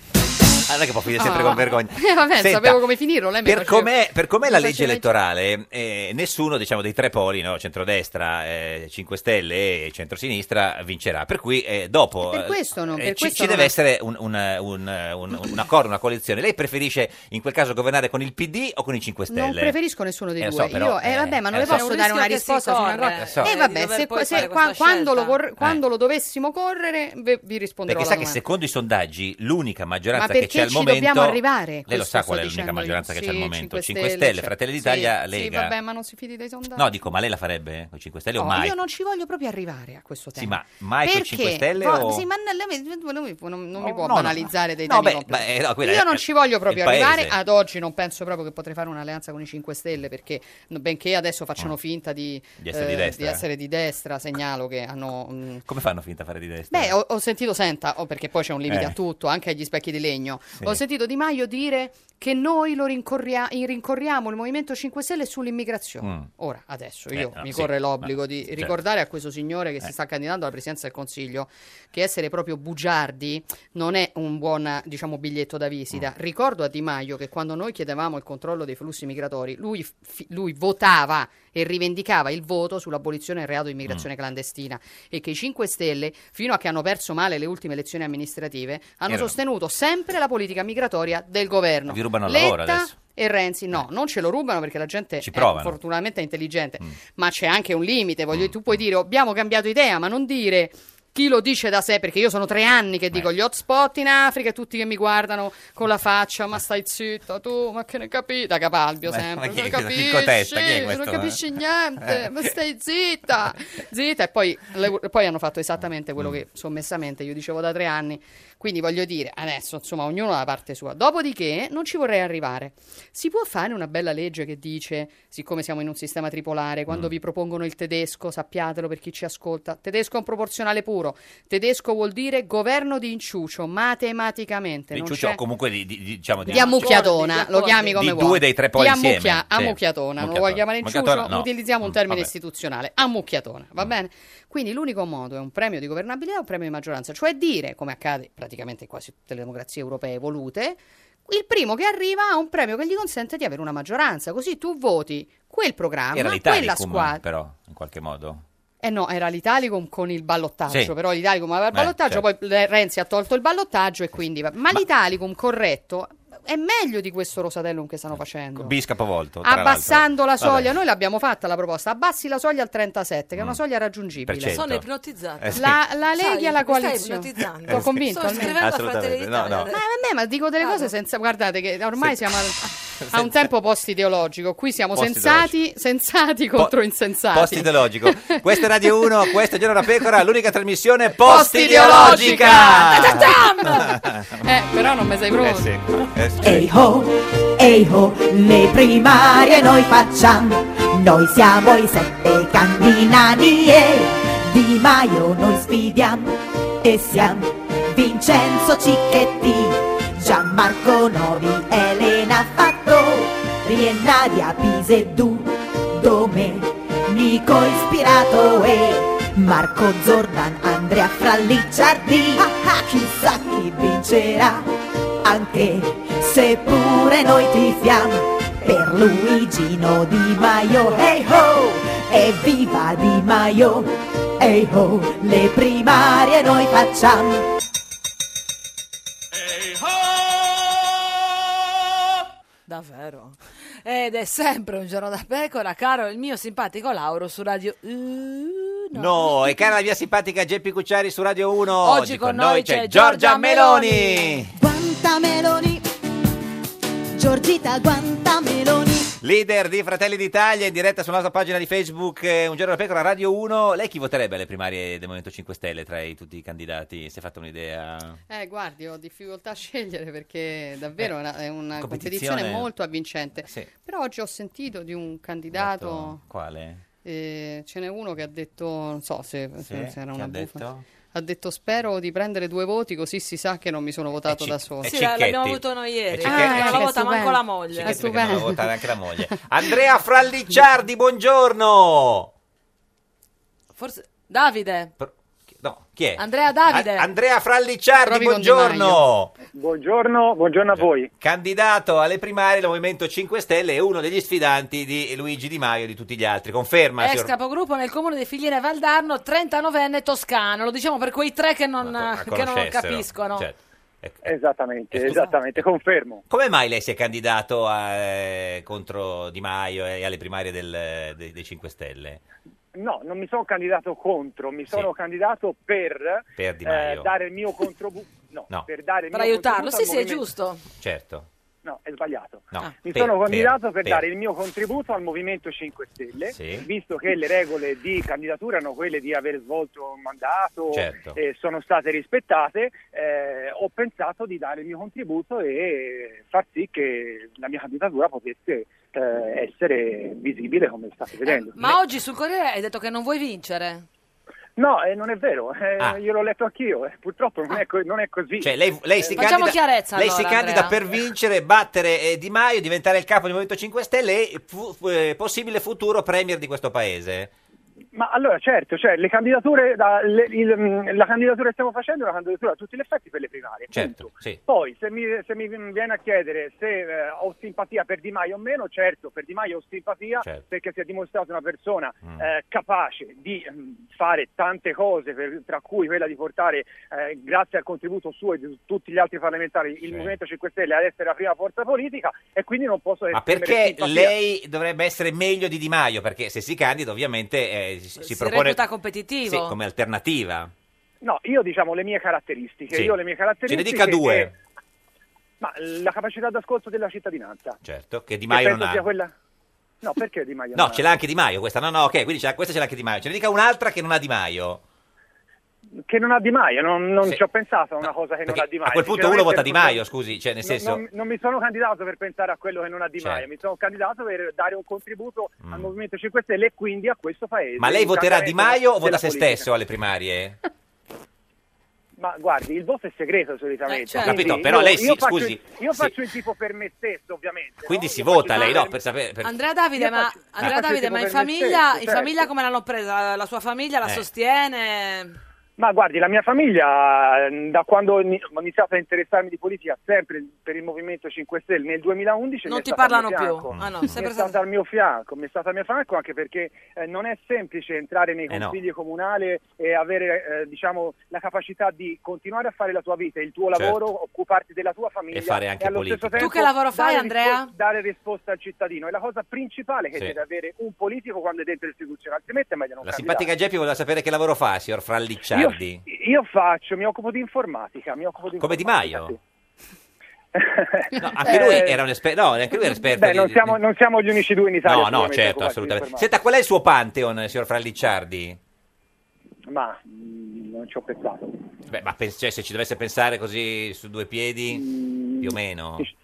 [SPEAKER 2] Allora che può finire sempre
[SPEAKER 12] Ah.
[SPEAKER 2] con vergogna.
[SPEAKER 12] Eh, vabbè,
[SPEAKER 2] Senta,
[SPEAKER 12] sapevo come finirlo, lei mi
[SPEAKER 2] Per
[SPEAKER 12] faceva-
[SPEAKER 2] com'è, per com'è la
[SPEAKER 12] mi
[SPEAKER 2] legge
[SPEAKER 12] faceva-
[SPEAKER 2] elettorale, eh, nessuno diciamo, dei tre poli, no? centrodestra, eh, 5 Stelle e centrosinistra, vincerà. Per cui eh, dopo
[SPEAKER 12] Per
[SPEAKER 2] eh,
[SPEAKER 12] questo non-
[SPEAKER 2] eh,
[SPEAKER 12] per
[SPEAKER 2] ci,
[SPEAKER 12] questo
[SPEAKER 2] ci
[SPEAKER 12] non
[SPEAKER 2] deve
[SPEAKER 12] è-
[SPEAKER 2] essere un, un- un- un- un accordo, una coalizione. Lei preferisce in quel caso governare con il PD o con i 5 Stelle?
[SPEAKER 12] Non preferisco nessuno dei
[SPEAKER 2] Eh, lo
[SPEAKER 12] due.
[SPEAKER 2] so, però,
[SPEAKER 12] Io, eh,
[SPEAKER 2] eh,
[SPEAKER 12] vabbè, ma non
[SPEAKER 2] eh,
[SPEAKER 12] le
[SPEAKER 2] so.
[SPEAKER 12] posso dare una risposta su una cosa.
[SPEAKER 2] Eh, so.
[SPEAKER 12] Eh, vabbè,
[SPEAKER 15] dover
[SPEAKER 12] se-
[SPEAKER 15] poi
[SPEAKER 12] se-
[SPEAKER 15] fare
[SPEAKER 12] qua-
[SPEAKER 15] questa
[SPEAKER 12] quando, lo,
[SPEAKER 15] scelta.
[SPEAKER 12] cor- quando lo dovessimo correre, ve- vi risponderò
[SPEAKER 2] Eh. Perché sa
[SPEAKER 12] alla
[SPEAKER 2] che secondo
[SPEAKER 12] domanda.
[SPEAKER 2] i sondaggi l'leica
[SPEAKER 12] Ma
[SPEAKER 2] maggioranza che
[SPEAKER 12] perché
[SPEAKER 2] c'è al
[SPEAKER 12] ci
[SPEAKER 2] momento...
[SPEAKER 12] dobbiamo arrivare?
[SPEAKER 2] Lei
[SPEAKER 12] Questo
[SPEAKER 2] lo sa
[SPEAKER 12] sto
[SPEAKER 2] qual è
[SPEAKER 12] dicendo
[SPEAKER 2] l'unica
[SPEAKER 12] io.
[SPEAKER 2] maggioranza che c'è al
[SPEAKER 12] Sì,
[SPEAKER 2] momento? 5 Stelle,
[SPEAKER 12] cioè-
[SPEAKER 2] Fratelli d'Italia,
[SPEAKER 12] sì,
[SPEAKER 2] Lega.
[SPEAKER 12] Sì, vabbè, ma non si fidi dei sondaggi.
[SPEAKER 2] No, dico, ma lei la farebbe eh, con 5 Stelle o
[SPEAKER 12] No,
[SPEAKER 2] mai?
[SPEAKER 12] Io non ci voglio proprio arrivare a questo tema.
[SPEAKER 2] Sì, ma mai con
[SPEAKER 12] Perché?
[SPEAKER 2] 5 Stelle
[SPEAKER 12] Vo-
[SPEAKER 2] o-
[SPEAKER 12] sì, ma non, lei- non mi- non- non mi può
[SPEAKER 2] no, no.
[SPEAKER 12] banalizzare dei
[SPEAKER 2] No,
[SPEAKER 12] temi
[SPEAKER 2] beh,
[SPEAKER 12] complessi.
[SPEAKER 2] beh, eh, no, quella
[SPEAKER 12] Io
[SPEAKER 2] è-
[SPEAKER 12] non ci voglio proprio
[SPEAKER 2] il paese.
[SPEAKER 12] arrivare. Ad oggi non penso proprio che potrei fare un'alleanza con i 5 Stelle, perché no, benché adesso facciano finta di,
[SPEAKER 2] Ah. Di essere di destra. eh.
[SPEAKER 12] essere di destra, segnalo che hanno... mm,
[SPEAKER 2] Come fanno finta a fare di destra?
[SPEAKER 12] Beh, ho, ho sentito, senta, oh, perché poi c'è un limite
[SPEAKER 2] Eh.
[SPEAKER 12] a tutto, anche agli specchi di legno. Ho sentito Di Maio dire che noi lo rincorria- i- rincorriamo il Movimento 5 Stelle sull'immigrazione.
[SPEAKER 16] Mm.
[SPEAKER 12] Ora, adesso
[SPEAKER 16] Eh,
[SPEAKER 12] io
[SPEAKER 16] no,
[SPEAKER 12] mi
[SPEAKER 16] sì,
[SPEAKER 12] corre
[SPEAKER 16] ma-
[SPEAKER 12] l'obbligo di
[SPEAKER 16] certo. Eh.
[SPEAKER 12] ricordare a questo signore che si sta candidando alla presidenza del Consiglio che essere proprio bugiardi non è un buon diciamo, biglietto da visita.
[SPEAKER 16] Mm.
[SPEAKER 12] Ricordo a Di Maio che quando noi chiedevamo il controllo dei flussi migratori, lui, fi- lui votava e rivendicava il voto sull'abolizione del reato di immigrazione
[SPEAKER 16] Mm.
[SPEAKER 12] clandestina e che i 5 Stelle, fino a che hanno perso male le ultime elezioni amministrative, hanno
[SPEAKER 2] Erano.
[SPEAKER 12] sostenuto sempre la politica migratoria del governo.
[SPEAKER 2] Vi rubano il lavoro
[SPEAKER 12] Letta
[SPEAKER 2] adesso.
[SPEAKER 12] E Renzi,
[SPEAKER 16] Eh.
[SPEAKER 12] no, non ce lo rubano perché la gente
[SPEAKER 2] Ci
[SPEAKER 12] è
[SPEAKER 2] provano.
[SPEAKER 12] fortunatamente intelligente,
[SPEAKER 16] Mm.
[SPEAKER 12] ma c'è anche un limite. Voglio, Tu puoi dire abbiamo cambiato idea, ma non dire chi lo dice da sé, perché io sono tre anni che dico gli hotspot in Africa e tutti che mi guardano con la faccia, ma stai zitto tu, ma che ne capi? Da Capalbio
[SPEAKER 16] Ma-
[SPEAKER 12] sempre,
[SPEAKER 16] ma chi è
[SPEAKER 12] non
[SPEAKER 16] questo? Chi
[SPEAKER 12] capisci,
[SPEAKER 16] contesta? Chi è
[SPEAKER 12] non
[SPEAKER 16] questo?
[SPEAKER 12] capisci
[SPEAKER 16] Eh.
[SPEAKER 12] niente, ma stai zitta, zitta. E poi, le- poi hanno fatto esattamente quello che sommessamente io dicevo da tre anni. Quindi voglio dire, adesso insomma ognuno ha la parte sua. Dopodiché non ci vorrei arrivare. Si può fare una bella legge che dice, siccome siamo in un sistema tripolare, quando vi propongono il tedesco, sappiatelo per chi ci ascolta, tedesco è un proporzionale puro. Tedesco vuol dire governo di inciucio, matematicamente.
[SPEAKER 2] Di
[SPEAKER 12] non
[SPEAKER 2] Ciuccio
[SPEAKER 12] c'è-
[SPEAKER 2] o comunque di, di- di- diciamo di...
[SPEAKER 12] di ammucchiatona, lo chiami come
[SPEAKER 2] Di
[SPEAKER 12] vuoi.
[SPEAKER 2] due dei tre poli
[SPEAKER 12] Di
[SPEAKER 2] insieme, cioè,
[SPEAKER 12] ammucchia-
[SPEAKER 2] sì.
[SPEAKER 12] ammucchiatona, non lo vuoi
[SPEAKER 2] Ammucchiatona.
[SPEAKER 12] chiamare inciucio,
[SPEAKER 2] Ammucchiatona, no.
[SPEAKER 12] utilizziamo un termine
[SPEAKER 2] vabbè. Mm.
[SPEAKER 12] istituzionale, ammucchiatona, va bene? Quindi l'unico modo è un premio di governabilità o un premio di maggioranza, cioè dire, come accade praticamente in quasi tutte le democrazie europee evolute, il primo che arriva ha un premio che gli consente di avere una maggioranza, così tu voti quel
[SPEAKER 2] Era
[SPEAKER 12] programma, quella
[SPEAKER 2] l'Italicum,
[SPEAKER 12] squadra.
[SPEAKER 2] però, in qualche modo.
[SPEAKER 12] Eh no, era l'Italicum con il ballottaggio,
[SPEAKER 2] Sì.
[SPEAKER 12] però l'Italicum aveva il
[SPEAKER 2] Beh,
[SPEAKER 12] ballottaggio,
[SPEAKER 2] certo.
[SPEAKER 12] poi eh, Renzi ha tolto il ballottaggio e quindi... va- Ma, l'Italicum corretto è meglio di questo Rosatellum che stanno facendo.
[SPEAKER 2] Bis capovolto, tra
[SPEAKER 12] Abbassando la
[SPEAKER 2] l'altro.
[SPEAKER 12] soglia,
[SPEAKER 2] Vabbè.
[SPEAKER 12] noi l'abbiamo fatta la proposta, abbassi la soglia al 37, che è una soglia
[SPEAKER 2] Mm. Per
[SPEAKER 12] raggiungibile.
[SPEAKER 2] cento. Sono
[SPEAKER 15] ipnotizzata.
[SPEAKER 2] Eh sì.
[SPEAKER 12] La, la
[SPEAKER 15] Sai,
[SPEAKER 12] Lega e la
[SPEAKER 15] mi stai
[SPEAKER 12] coalizione.
[SPEAKER 15] ipnotizzando.
[SPEAKER 12] L'ho
[SPEAKER 15] Sì.
[SPEAKER 12] convinto.
[SPEAKER 15] Sto
[SPEAKER 12] almeno.
[SPEAKER 15] scrivendo a Assolutamente, Fratelli d'Italia no, no. adesso.
[SPEAKER 12] Ma vabbè, ma dico delle cose senza... Guardate che ormai siamo al- a un
[SPEAKER 2] Senza-
[SPEAKER 12] tempo post-ideologico. Qui siamo
[SPEAKER 2] Post-ideologico.
[SPEAKER 12] sensati, sensati contro insensati.
[SPEAKER 2] Post ideologico. Questa è Radio 1, questo è Giorno da Pecora, l'unica trasmissione post
[SPEAKER 12] Post-ideologica!
[SPEAKER 2] ideologica.
[SPEAKER 12] Eh, però non mi sei pronto.
[SPEAKER 8] Ehi ho, ehi ho, le primarie noi facciamo, noi siamo i sette candidati e Di Maio noi sfidiamo e siamo Vincenzo Cicchetti, Gianmarco Novi, Elena Fattori e Nadia Piseddu, Domenico Ispirato e Marco Zordan, Andrea Frallicciardi, ah, chissà chi vincerà anche se pure noi tifiamo per Luigino Di Maio, hey ho, evviva Di Maio, hey ho, le primarie noi facciamo.
[SPEAKER 15] Davvero. Ed è sempre un giorno da pecora, caro il mio simpatico Lauro su Radio U.
[SPEAKER 2] No, e cara la mia simpatica Geppi Cucciari su Radio 1.
[SPEAKER 15] Oggi con noi c'è Giorgia
[SPEAKER 2] Meloni.
[SPEAKER 8] Guantameloni, Giorgita Guantameloni,
[SPEAKER 2] leader di Fratelli d'Italia, in diretta sulla nostra pagina di Facebook eh, Un giorno da pecora, Radio 1. Lei chi voterebbe alle primarie del Movimento 5 Stelle tra i, tutti i candidati? Si è fatta un'idea?
[SPEAKER 12] Eh, guardi, ho difficoltà a scegliere perché davvero è una- è una
[SPEAKER 2] Eh, competizione-
[SPEAKER 12] competizione, molto avvincente.
[SPEAKER 2] Sì. Esatto.
[SPEAKER 12] Però oggi ho sentito di un candidato,
[SPEAKER 2] Quale?
[SPEAKER 12] eh, ce n'è uno che ha detto, non so se, se-
[SPEAKER 2] Sì,
[SPEAKER 12] se era
[SPEAKER 2] chi
[SPEAKER 12] una
[SPEAKER 2] ha
[SPEAKER 12] buffa.
[SPEAKER 2] detto?
[SPEAKER 12] Ha detto spero di prendere due voti così si sa che non mi sono votato da solo.
[SPEAKER 15] Sì, la- l'abbiamo avuto noi ieri.
[SPEAKER 12] Cicchetti.
[SPEAKER 15] non la
[SPEAKER 12] Ah,
[SPEAKER 15] vota
[SPEAKER 12] stupendo.
[SPEAKER 15] manco la moglie.
[SPEAKER 12] Cicchetti perché non la vota
[SPEAKER 2] Votare anche la moglie. Andrea Fralliciardi, buongiorno!
[SPEAKER 15] Forse Davide.
[SPEAKER 2] No, chi è?
[SPEAKER 15] Andrea Davide.
[SPEAKER 2] A- Eh. Andrea Fralliciardi,
[SPEAKER 15] Provi con Di
[SPEAKER 2] buongiorno! Eh,
[SPEAKER 15] Maio.
[SPEAKER 16] Buongiorno, buongiorno a voi.
[SPEAKER 2] Candidato alle primarie del Movimento 5 Stelle e uno degli sfidanti di Luigi Di Maio e di tutti gli altri. Conferma,
[SPEAKER 15] Ex
[SPEAKER 2] signor-
[SPEAKER 15] capogruppo nel comune di Figliere Valdarno, 39enne toscano. Lo diciamo per quei tre che non,
[SPEAKER 2] la
[SPEAKER 15] Ah, che non
[SPEAKER 2] Ah, conoscessero.
[SPEAKER 15] capiscono.
[SPEAKER 2] Certo.
[SPEAKER 16] Esattamente, esattamente, confermo.
[SPEAKER 2] Come mai lei si è candidato a- eh, contro Di Maio e alle primarie del- dei, dei 5 Stelle?
[SPEAKER 16] No, non mi sono candidato contro, mi sono candidato per, eh,
[SPEAKER 2] Per Di Maio.
[SPEAKER 16] dare il mio contributo. No,
[SPEAKER 2] No.
[SPEAKER 16] per dare il
[SPEAKER 15] Per
[SPEAKER 16] mio
[SPEAKER 15] aiutarlo.
[SPEAKER 16] contributo
[SPEAKER 15] Sì,
[SPEAKER 16] al
[SPEAKER 15] sì,
[SPEAKER 16] movimento-
[SPEAKER 15] è giusto.
[SPEAKER 2] Certo.
[SPEAKER 16] No, è sbagliato.
[SPEAKER 2] No,
[SPEAKER 16] Mi
[SPEAKER 2] per-
[SPEAKER 16] sono candidato per,
[SPEAKER 2] per-
[SPEAKER 16] dare il mio contributo al Movimento 5 Stelle,
[SPEAKER 2] Sì.
[SPEAKER 16] visto che le regole di candidatura erano quelle di aver svolto un mandato
[SPEAKER 2] Certo.
[SPEAKER 17] Eh,
[SPEAKER 16] e sono state rispettate, eh, ho pensato di dare il mio contributo e far sì che la mia candidatura potesse eh, essere visibile come state
[SPEAKER 2] Eh,
[SPEAKER 16] vedendo.
[SPEAKER 15] Ma oggi sul Corriere hai detto che non vuoi vincere.
[SPEAKER 16] No, eh, non è vero, eh,
[SPEAKER 2] Ah.
[SPEAKER 16] io l'ho letto anch'io, eh, purtroppo non è, co- non è così. Eh,
[SPEAKER 2] Cioè, lei, lei si
[SPEAKER 15] Facciamo
[SPEAKER 2] candida,
[SPEAKER 15] chiarezza,
[SPEAKER 2] lei si
[SPEAKER 15] allora,
[SPEAKER 2] candida
[SPEAKER 15] Andrea.
[SPEAKER 2] per vincere, battere eh, Di Maio, diventare il capo del Movimento 5 Stelle e fu- fu- eh, possibile futuro premier di questo paese.
[SPEAKER 16] Ma allora, certo, cioè, le candidature da- le- il, mm, la candidatura che stiamo facendo è una candidatura a tutti gli effetti per le primarie.
[SPEAKER 2] Certo, sì.
[SPEAKER 16] Poi, se mi, se mi viene a chiedere se eh, ho simpatia per Di Maio o meno, certo, per Di Maio ho simpatia
[SPEAKER 2] Certo. Mm.
[SPEAKER 16] perché si è dimostrato una persona eh, capace di mm, fare tante cose, per- tra cui quella di portare, eh, grazie al contributo suo e di tutti gli altri parlamentari, il Movimento 5 Stelle ad essere la prima forza politica e quindi non posso
[SPEAKER 2] Ma
[SPEAKER 16] esprimere
[SPEAKER 2] perché
[SPEAKER 16] simpatia.
[SPEAKER 2] lei dovrebbe essere meglio di Di Maio? Perché se si candida ovviamente eh, si, si
[SPEAKER 15] Si
[SPEAKER 2] propone
[SPEAKER 15] reputa competitivo.
[SPEAKER 2] sì, come alternativa.
[SPEAKER 16] No, io diciamo le mie caratteristiche.
[SPEAKER 2] Sì.
[SPEAKER 16] Cioè, Io le mie
[SPEAKER 2] Ce ne
[SPEAKER 16] caratteristiche
[SPEAKER 2] dica due,
[SPEAKER 16] eh, ma la capacità d'ascolto della cittadinanza.
[SPEAKER 2] certo, che Di
[SPEAKER 16] Che
[SPEAKER 2] Maio
[SPEAKER 16] penso
[SPEAKER 2] non ha.
[SPEAKER 16] sia quella- No, perché Di Maio? non
[SPEAKER 2] No,
[SPEAKER 16] ha?
[SPEAKER 2] ce l'ha anche Di Maio questa. No, no, ok, quindi ce l'ha- questa ce l'ha anche Di Maio. Ce ne dica un'altra che non ha Di Maio.
[SPEAKER 16] Che non ha Di Maio, non, non
[SPEAKER 2] Sì.
[SPEAKER 16] ci ho pensato a una cosa che non ha Di Maio.
[SPEAKER 2] A quel punto uno vota Di
[SPEAKER 16] Sinceramente,
[SPEAKER 2] Maio, scusi, cioè nel
[SPEAKER 16] non-
[SPEAKER 2] senso...
[SPEAKER 16] non, non mi sono candidato per pensare a quello che non ha Di
[SPEAKER 2] Certo. Mm.
[SPEAKER 16] Maio, mi sono candidato per dare un contributo al Movimento 5 Stelle e quindi a questo paese.
[SPEAKER 2] Ma lei
[SPEAKER 16] Un
[SPEAKER 2] voterà Di
[SPEAKER 16] cambiamento
[SPEAKER 2] Maio o vota
[SPEAKER 16] della
[SPEAKER 2] se
[SPEAKER 16] politica.
[SPEAKER 2] stesso alle primarie?
[SPEAKER 16] Ma guardi, il voto è segreto solitamente.
[SPEAKER 2] Eh, certo.
[SPEAKER 16] quindi
[SPEAKER 2] Capito, però
[SPEAKER 16] io-
[SPEAKER 2] lei si-
[SPEAKER 16] io faccio-
[SPEAKER 2] scusi,
[SPEAKER 16] Io
[SPEAKER 2] sì.
[SPEAKER 16] faccio il tipo per me stesso, ovviamente.
[SPEAKER 2] Quindi si vota lei, no? Per sapere... per-
[SPEAKER 15] Andrea Davide,
[SPEAKER 16] Io
[SPEAKER 15] ma,
[SPEAKER 16] faccio-
[SPEAKER 15] Andrea
[SPEAKER 16] faccio
[SPEAKER 15] Davide,
[SPEAKER 16] tipo
[SPEAKER 15] ma in
[SPEAKER 16] per me
[SPEAKER 15] famiglia,
[SPEAKER 16] stesso,
[SPEAKER 15] in
[SPEAKER 16] certo.
[SPEAKER 15] famla come l'hanno presa? La, la sua famiglia la
[SPEAKER 16] Eh.
[SPEAKER 15] sostiene?
[SPEAKER 16] Ma guardi, la mia famiglia, eh, da quando ho ini- ho iniziato a interessarmi di politica, sempre per il Movimento 5 Stelle, nel 2011...
[SPEAKER 15] Non
[SPEAKER 16] mi è
[SPEAKER 15] ti
[SPEAKER 16] stata al
[SPEAKER 15] parlano
[SPEAKER 16] mio fianco.
[SPEAKER 15] più. Ah, no,
[SPEAKER 16] Mi è
[SPEAKER 15] sempre
[SPEAKER 16] stata al mio fianco, mi è stata al mio fianco anche perché eh, non è semplice entrare nei
[SPEAKER 2] Eh, no.
[SPEAKER 16] consigli comunali e avere, eh, diciamo, la capacità di continuare a fare la tua vita, il tuo
[SPEAKER 2] Certo.
[SPEAKER 16] lavoro, occuparti della tua famiglia.
[SPEAKER 2] E fare anche
[SPEAKER 16] allo stesso
[SPEAKER 2] politica.
[SPEAKER 16] tempo
[SPEAKER 15] Tu che lavoro fai,
[SPEAKER 16] dare
[SPEAKER 15] Andrea?
[SPEAKER 16] rispo- dare risposta al cittadino. È la cosa principale che
[SPEAKER 2] Sì.
[SPEAKER 16] deve avere un politico quando è dentro l'istituzione, altrimenti è meglio non
[SPEAKER 2] La
[SPEAKER 16] candidarsi.
[SPEAKER 2] simpatica Geppi voleva sapere che lavoro fa, signor Fralliciardi.
[SPEAKER 16] Io faccio, mi occupo di informatica. Mi occupo di
[SPEAKER 2] Come Di
[SPEAKER 16] informatica,
[SPEAKER 2] Maio?
[SPEAKER 16] sì.
[SPEAKER 2] Anche lui
[SPEAKER 16] Eh,
[SPEAKER 2] era un esperto. No, anche lui era esperto.
[SPEAKER 16] Beh,
[SPEAKER 2] di-
[SPEAKER 16] non siamo, non siamo gli unici due in Italia.
[SPEAKER 2] No, no,
[SPEAKER 16] sicuramente,
[SPEAKER 2] certo,
[SPEAKER 16] occupati di
[SPEAKER 2] assolutamente.
[SPEAKER 16] informatica.
[SPEAKER 2] Senta, qual è il suo pantheon, signor Fralliciardi?
[SPEAKER 16] Ma mh, non ci ho pensato.
[SPEAKER 2] Beh, ma pens- cioè, se ci dovesse pensare così su due piedi,
[SPEAKER 16] Mm,
[SPEAKER 2] più o meno.
[SPEAKER 16] sì,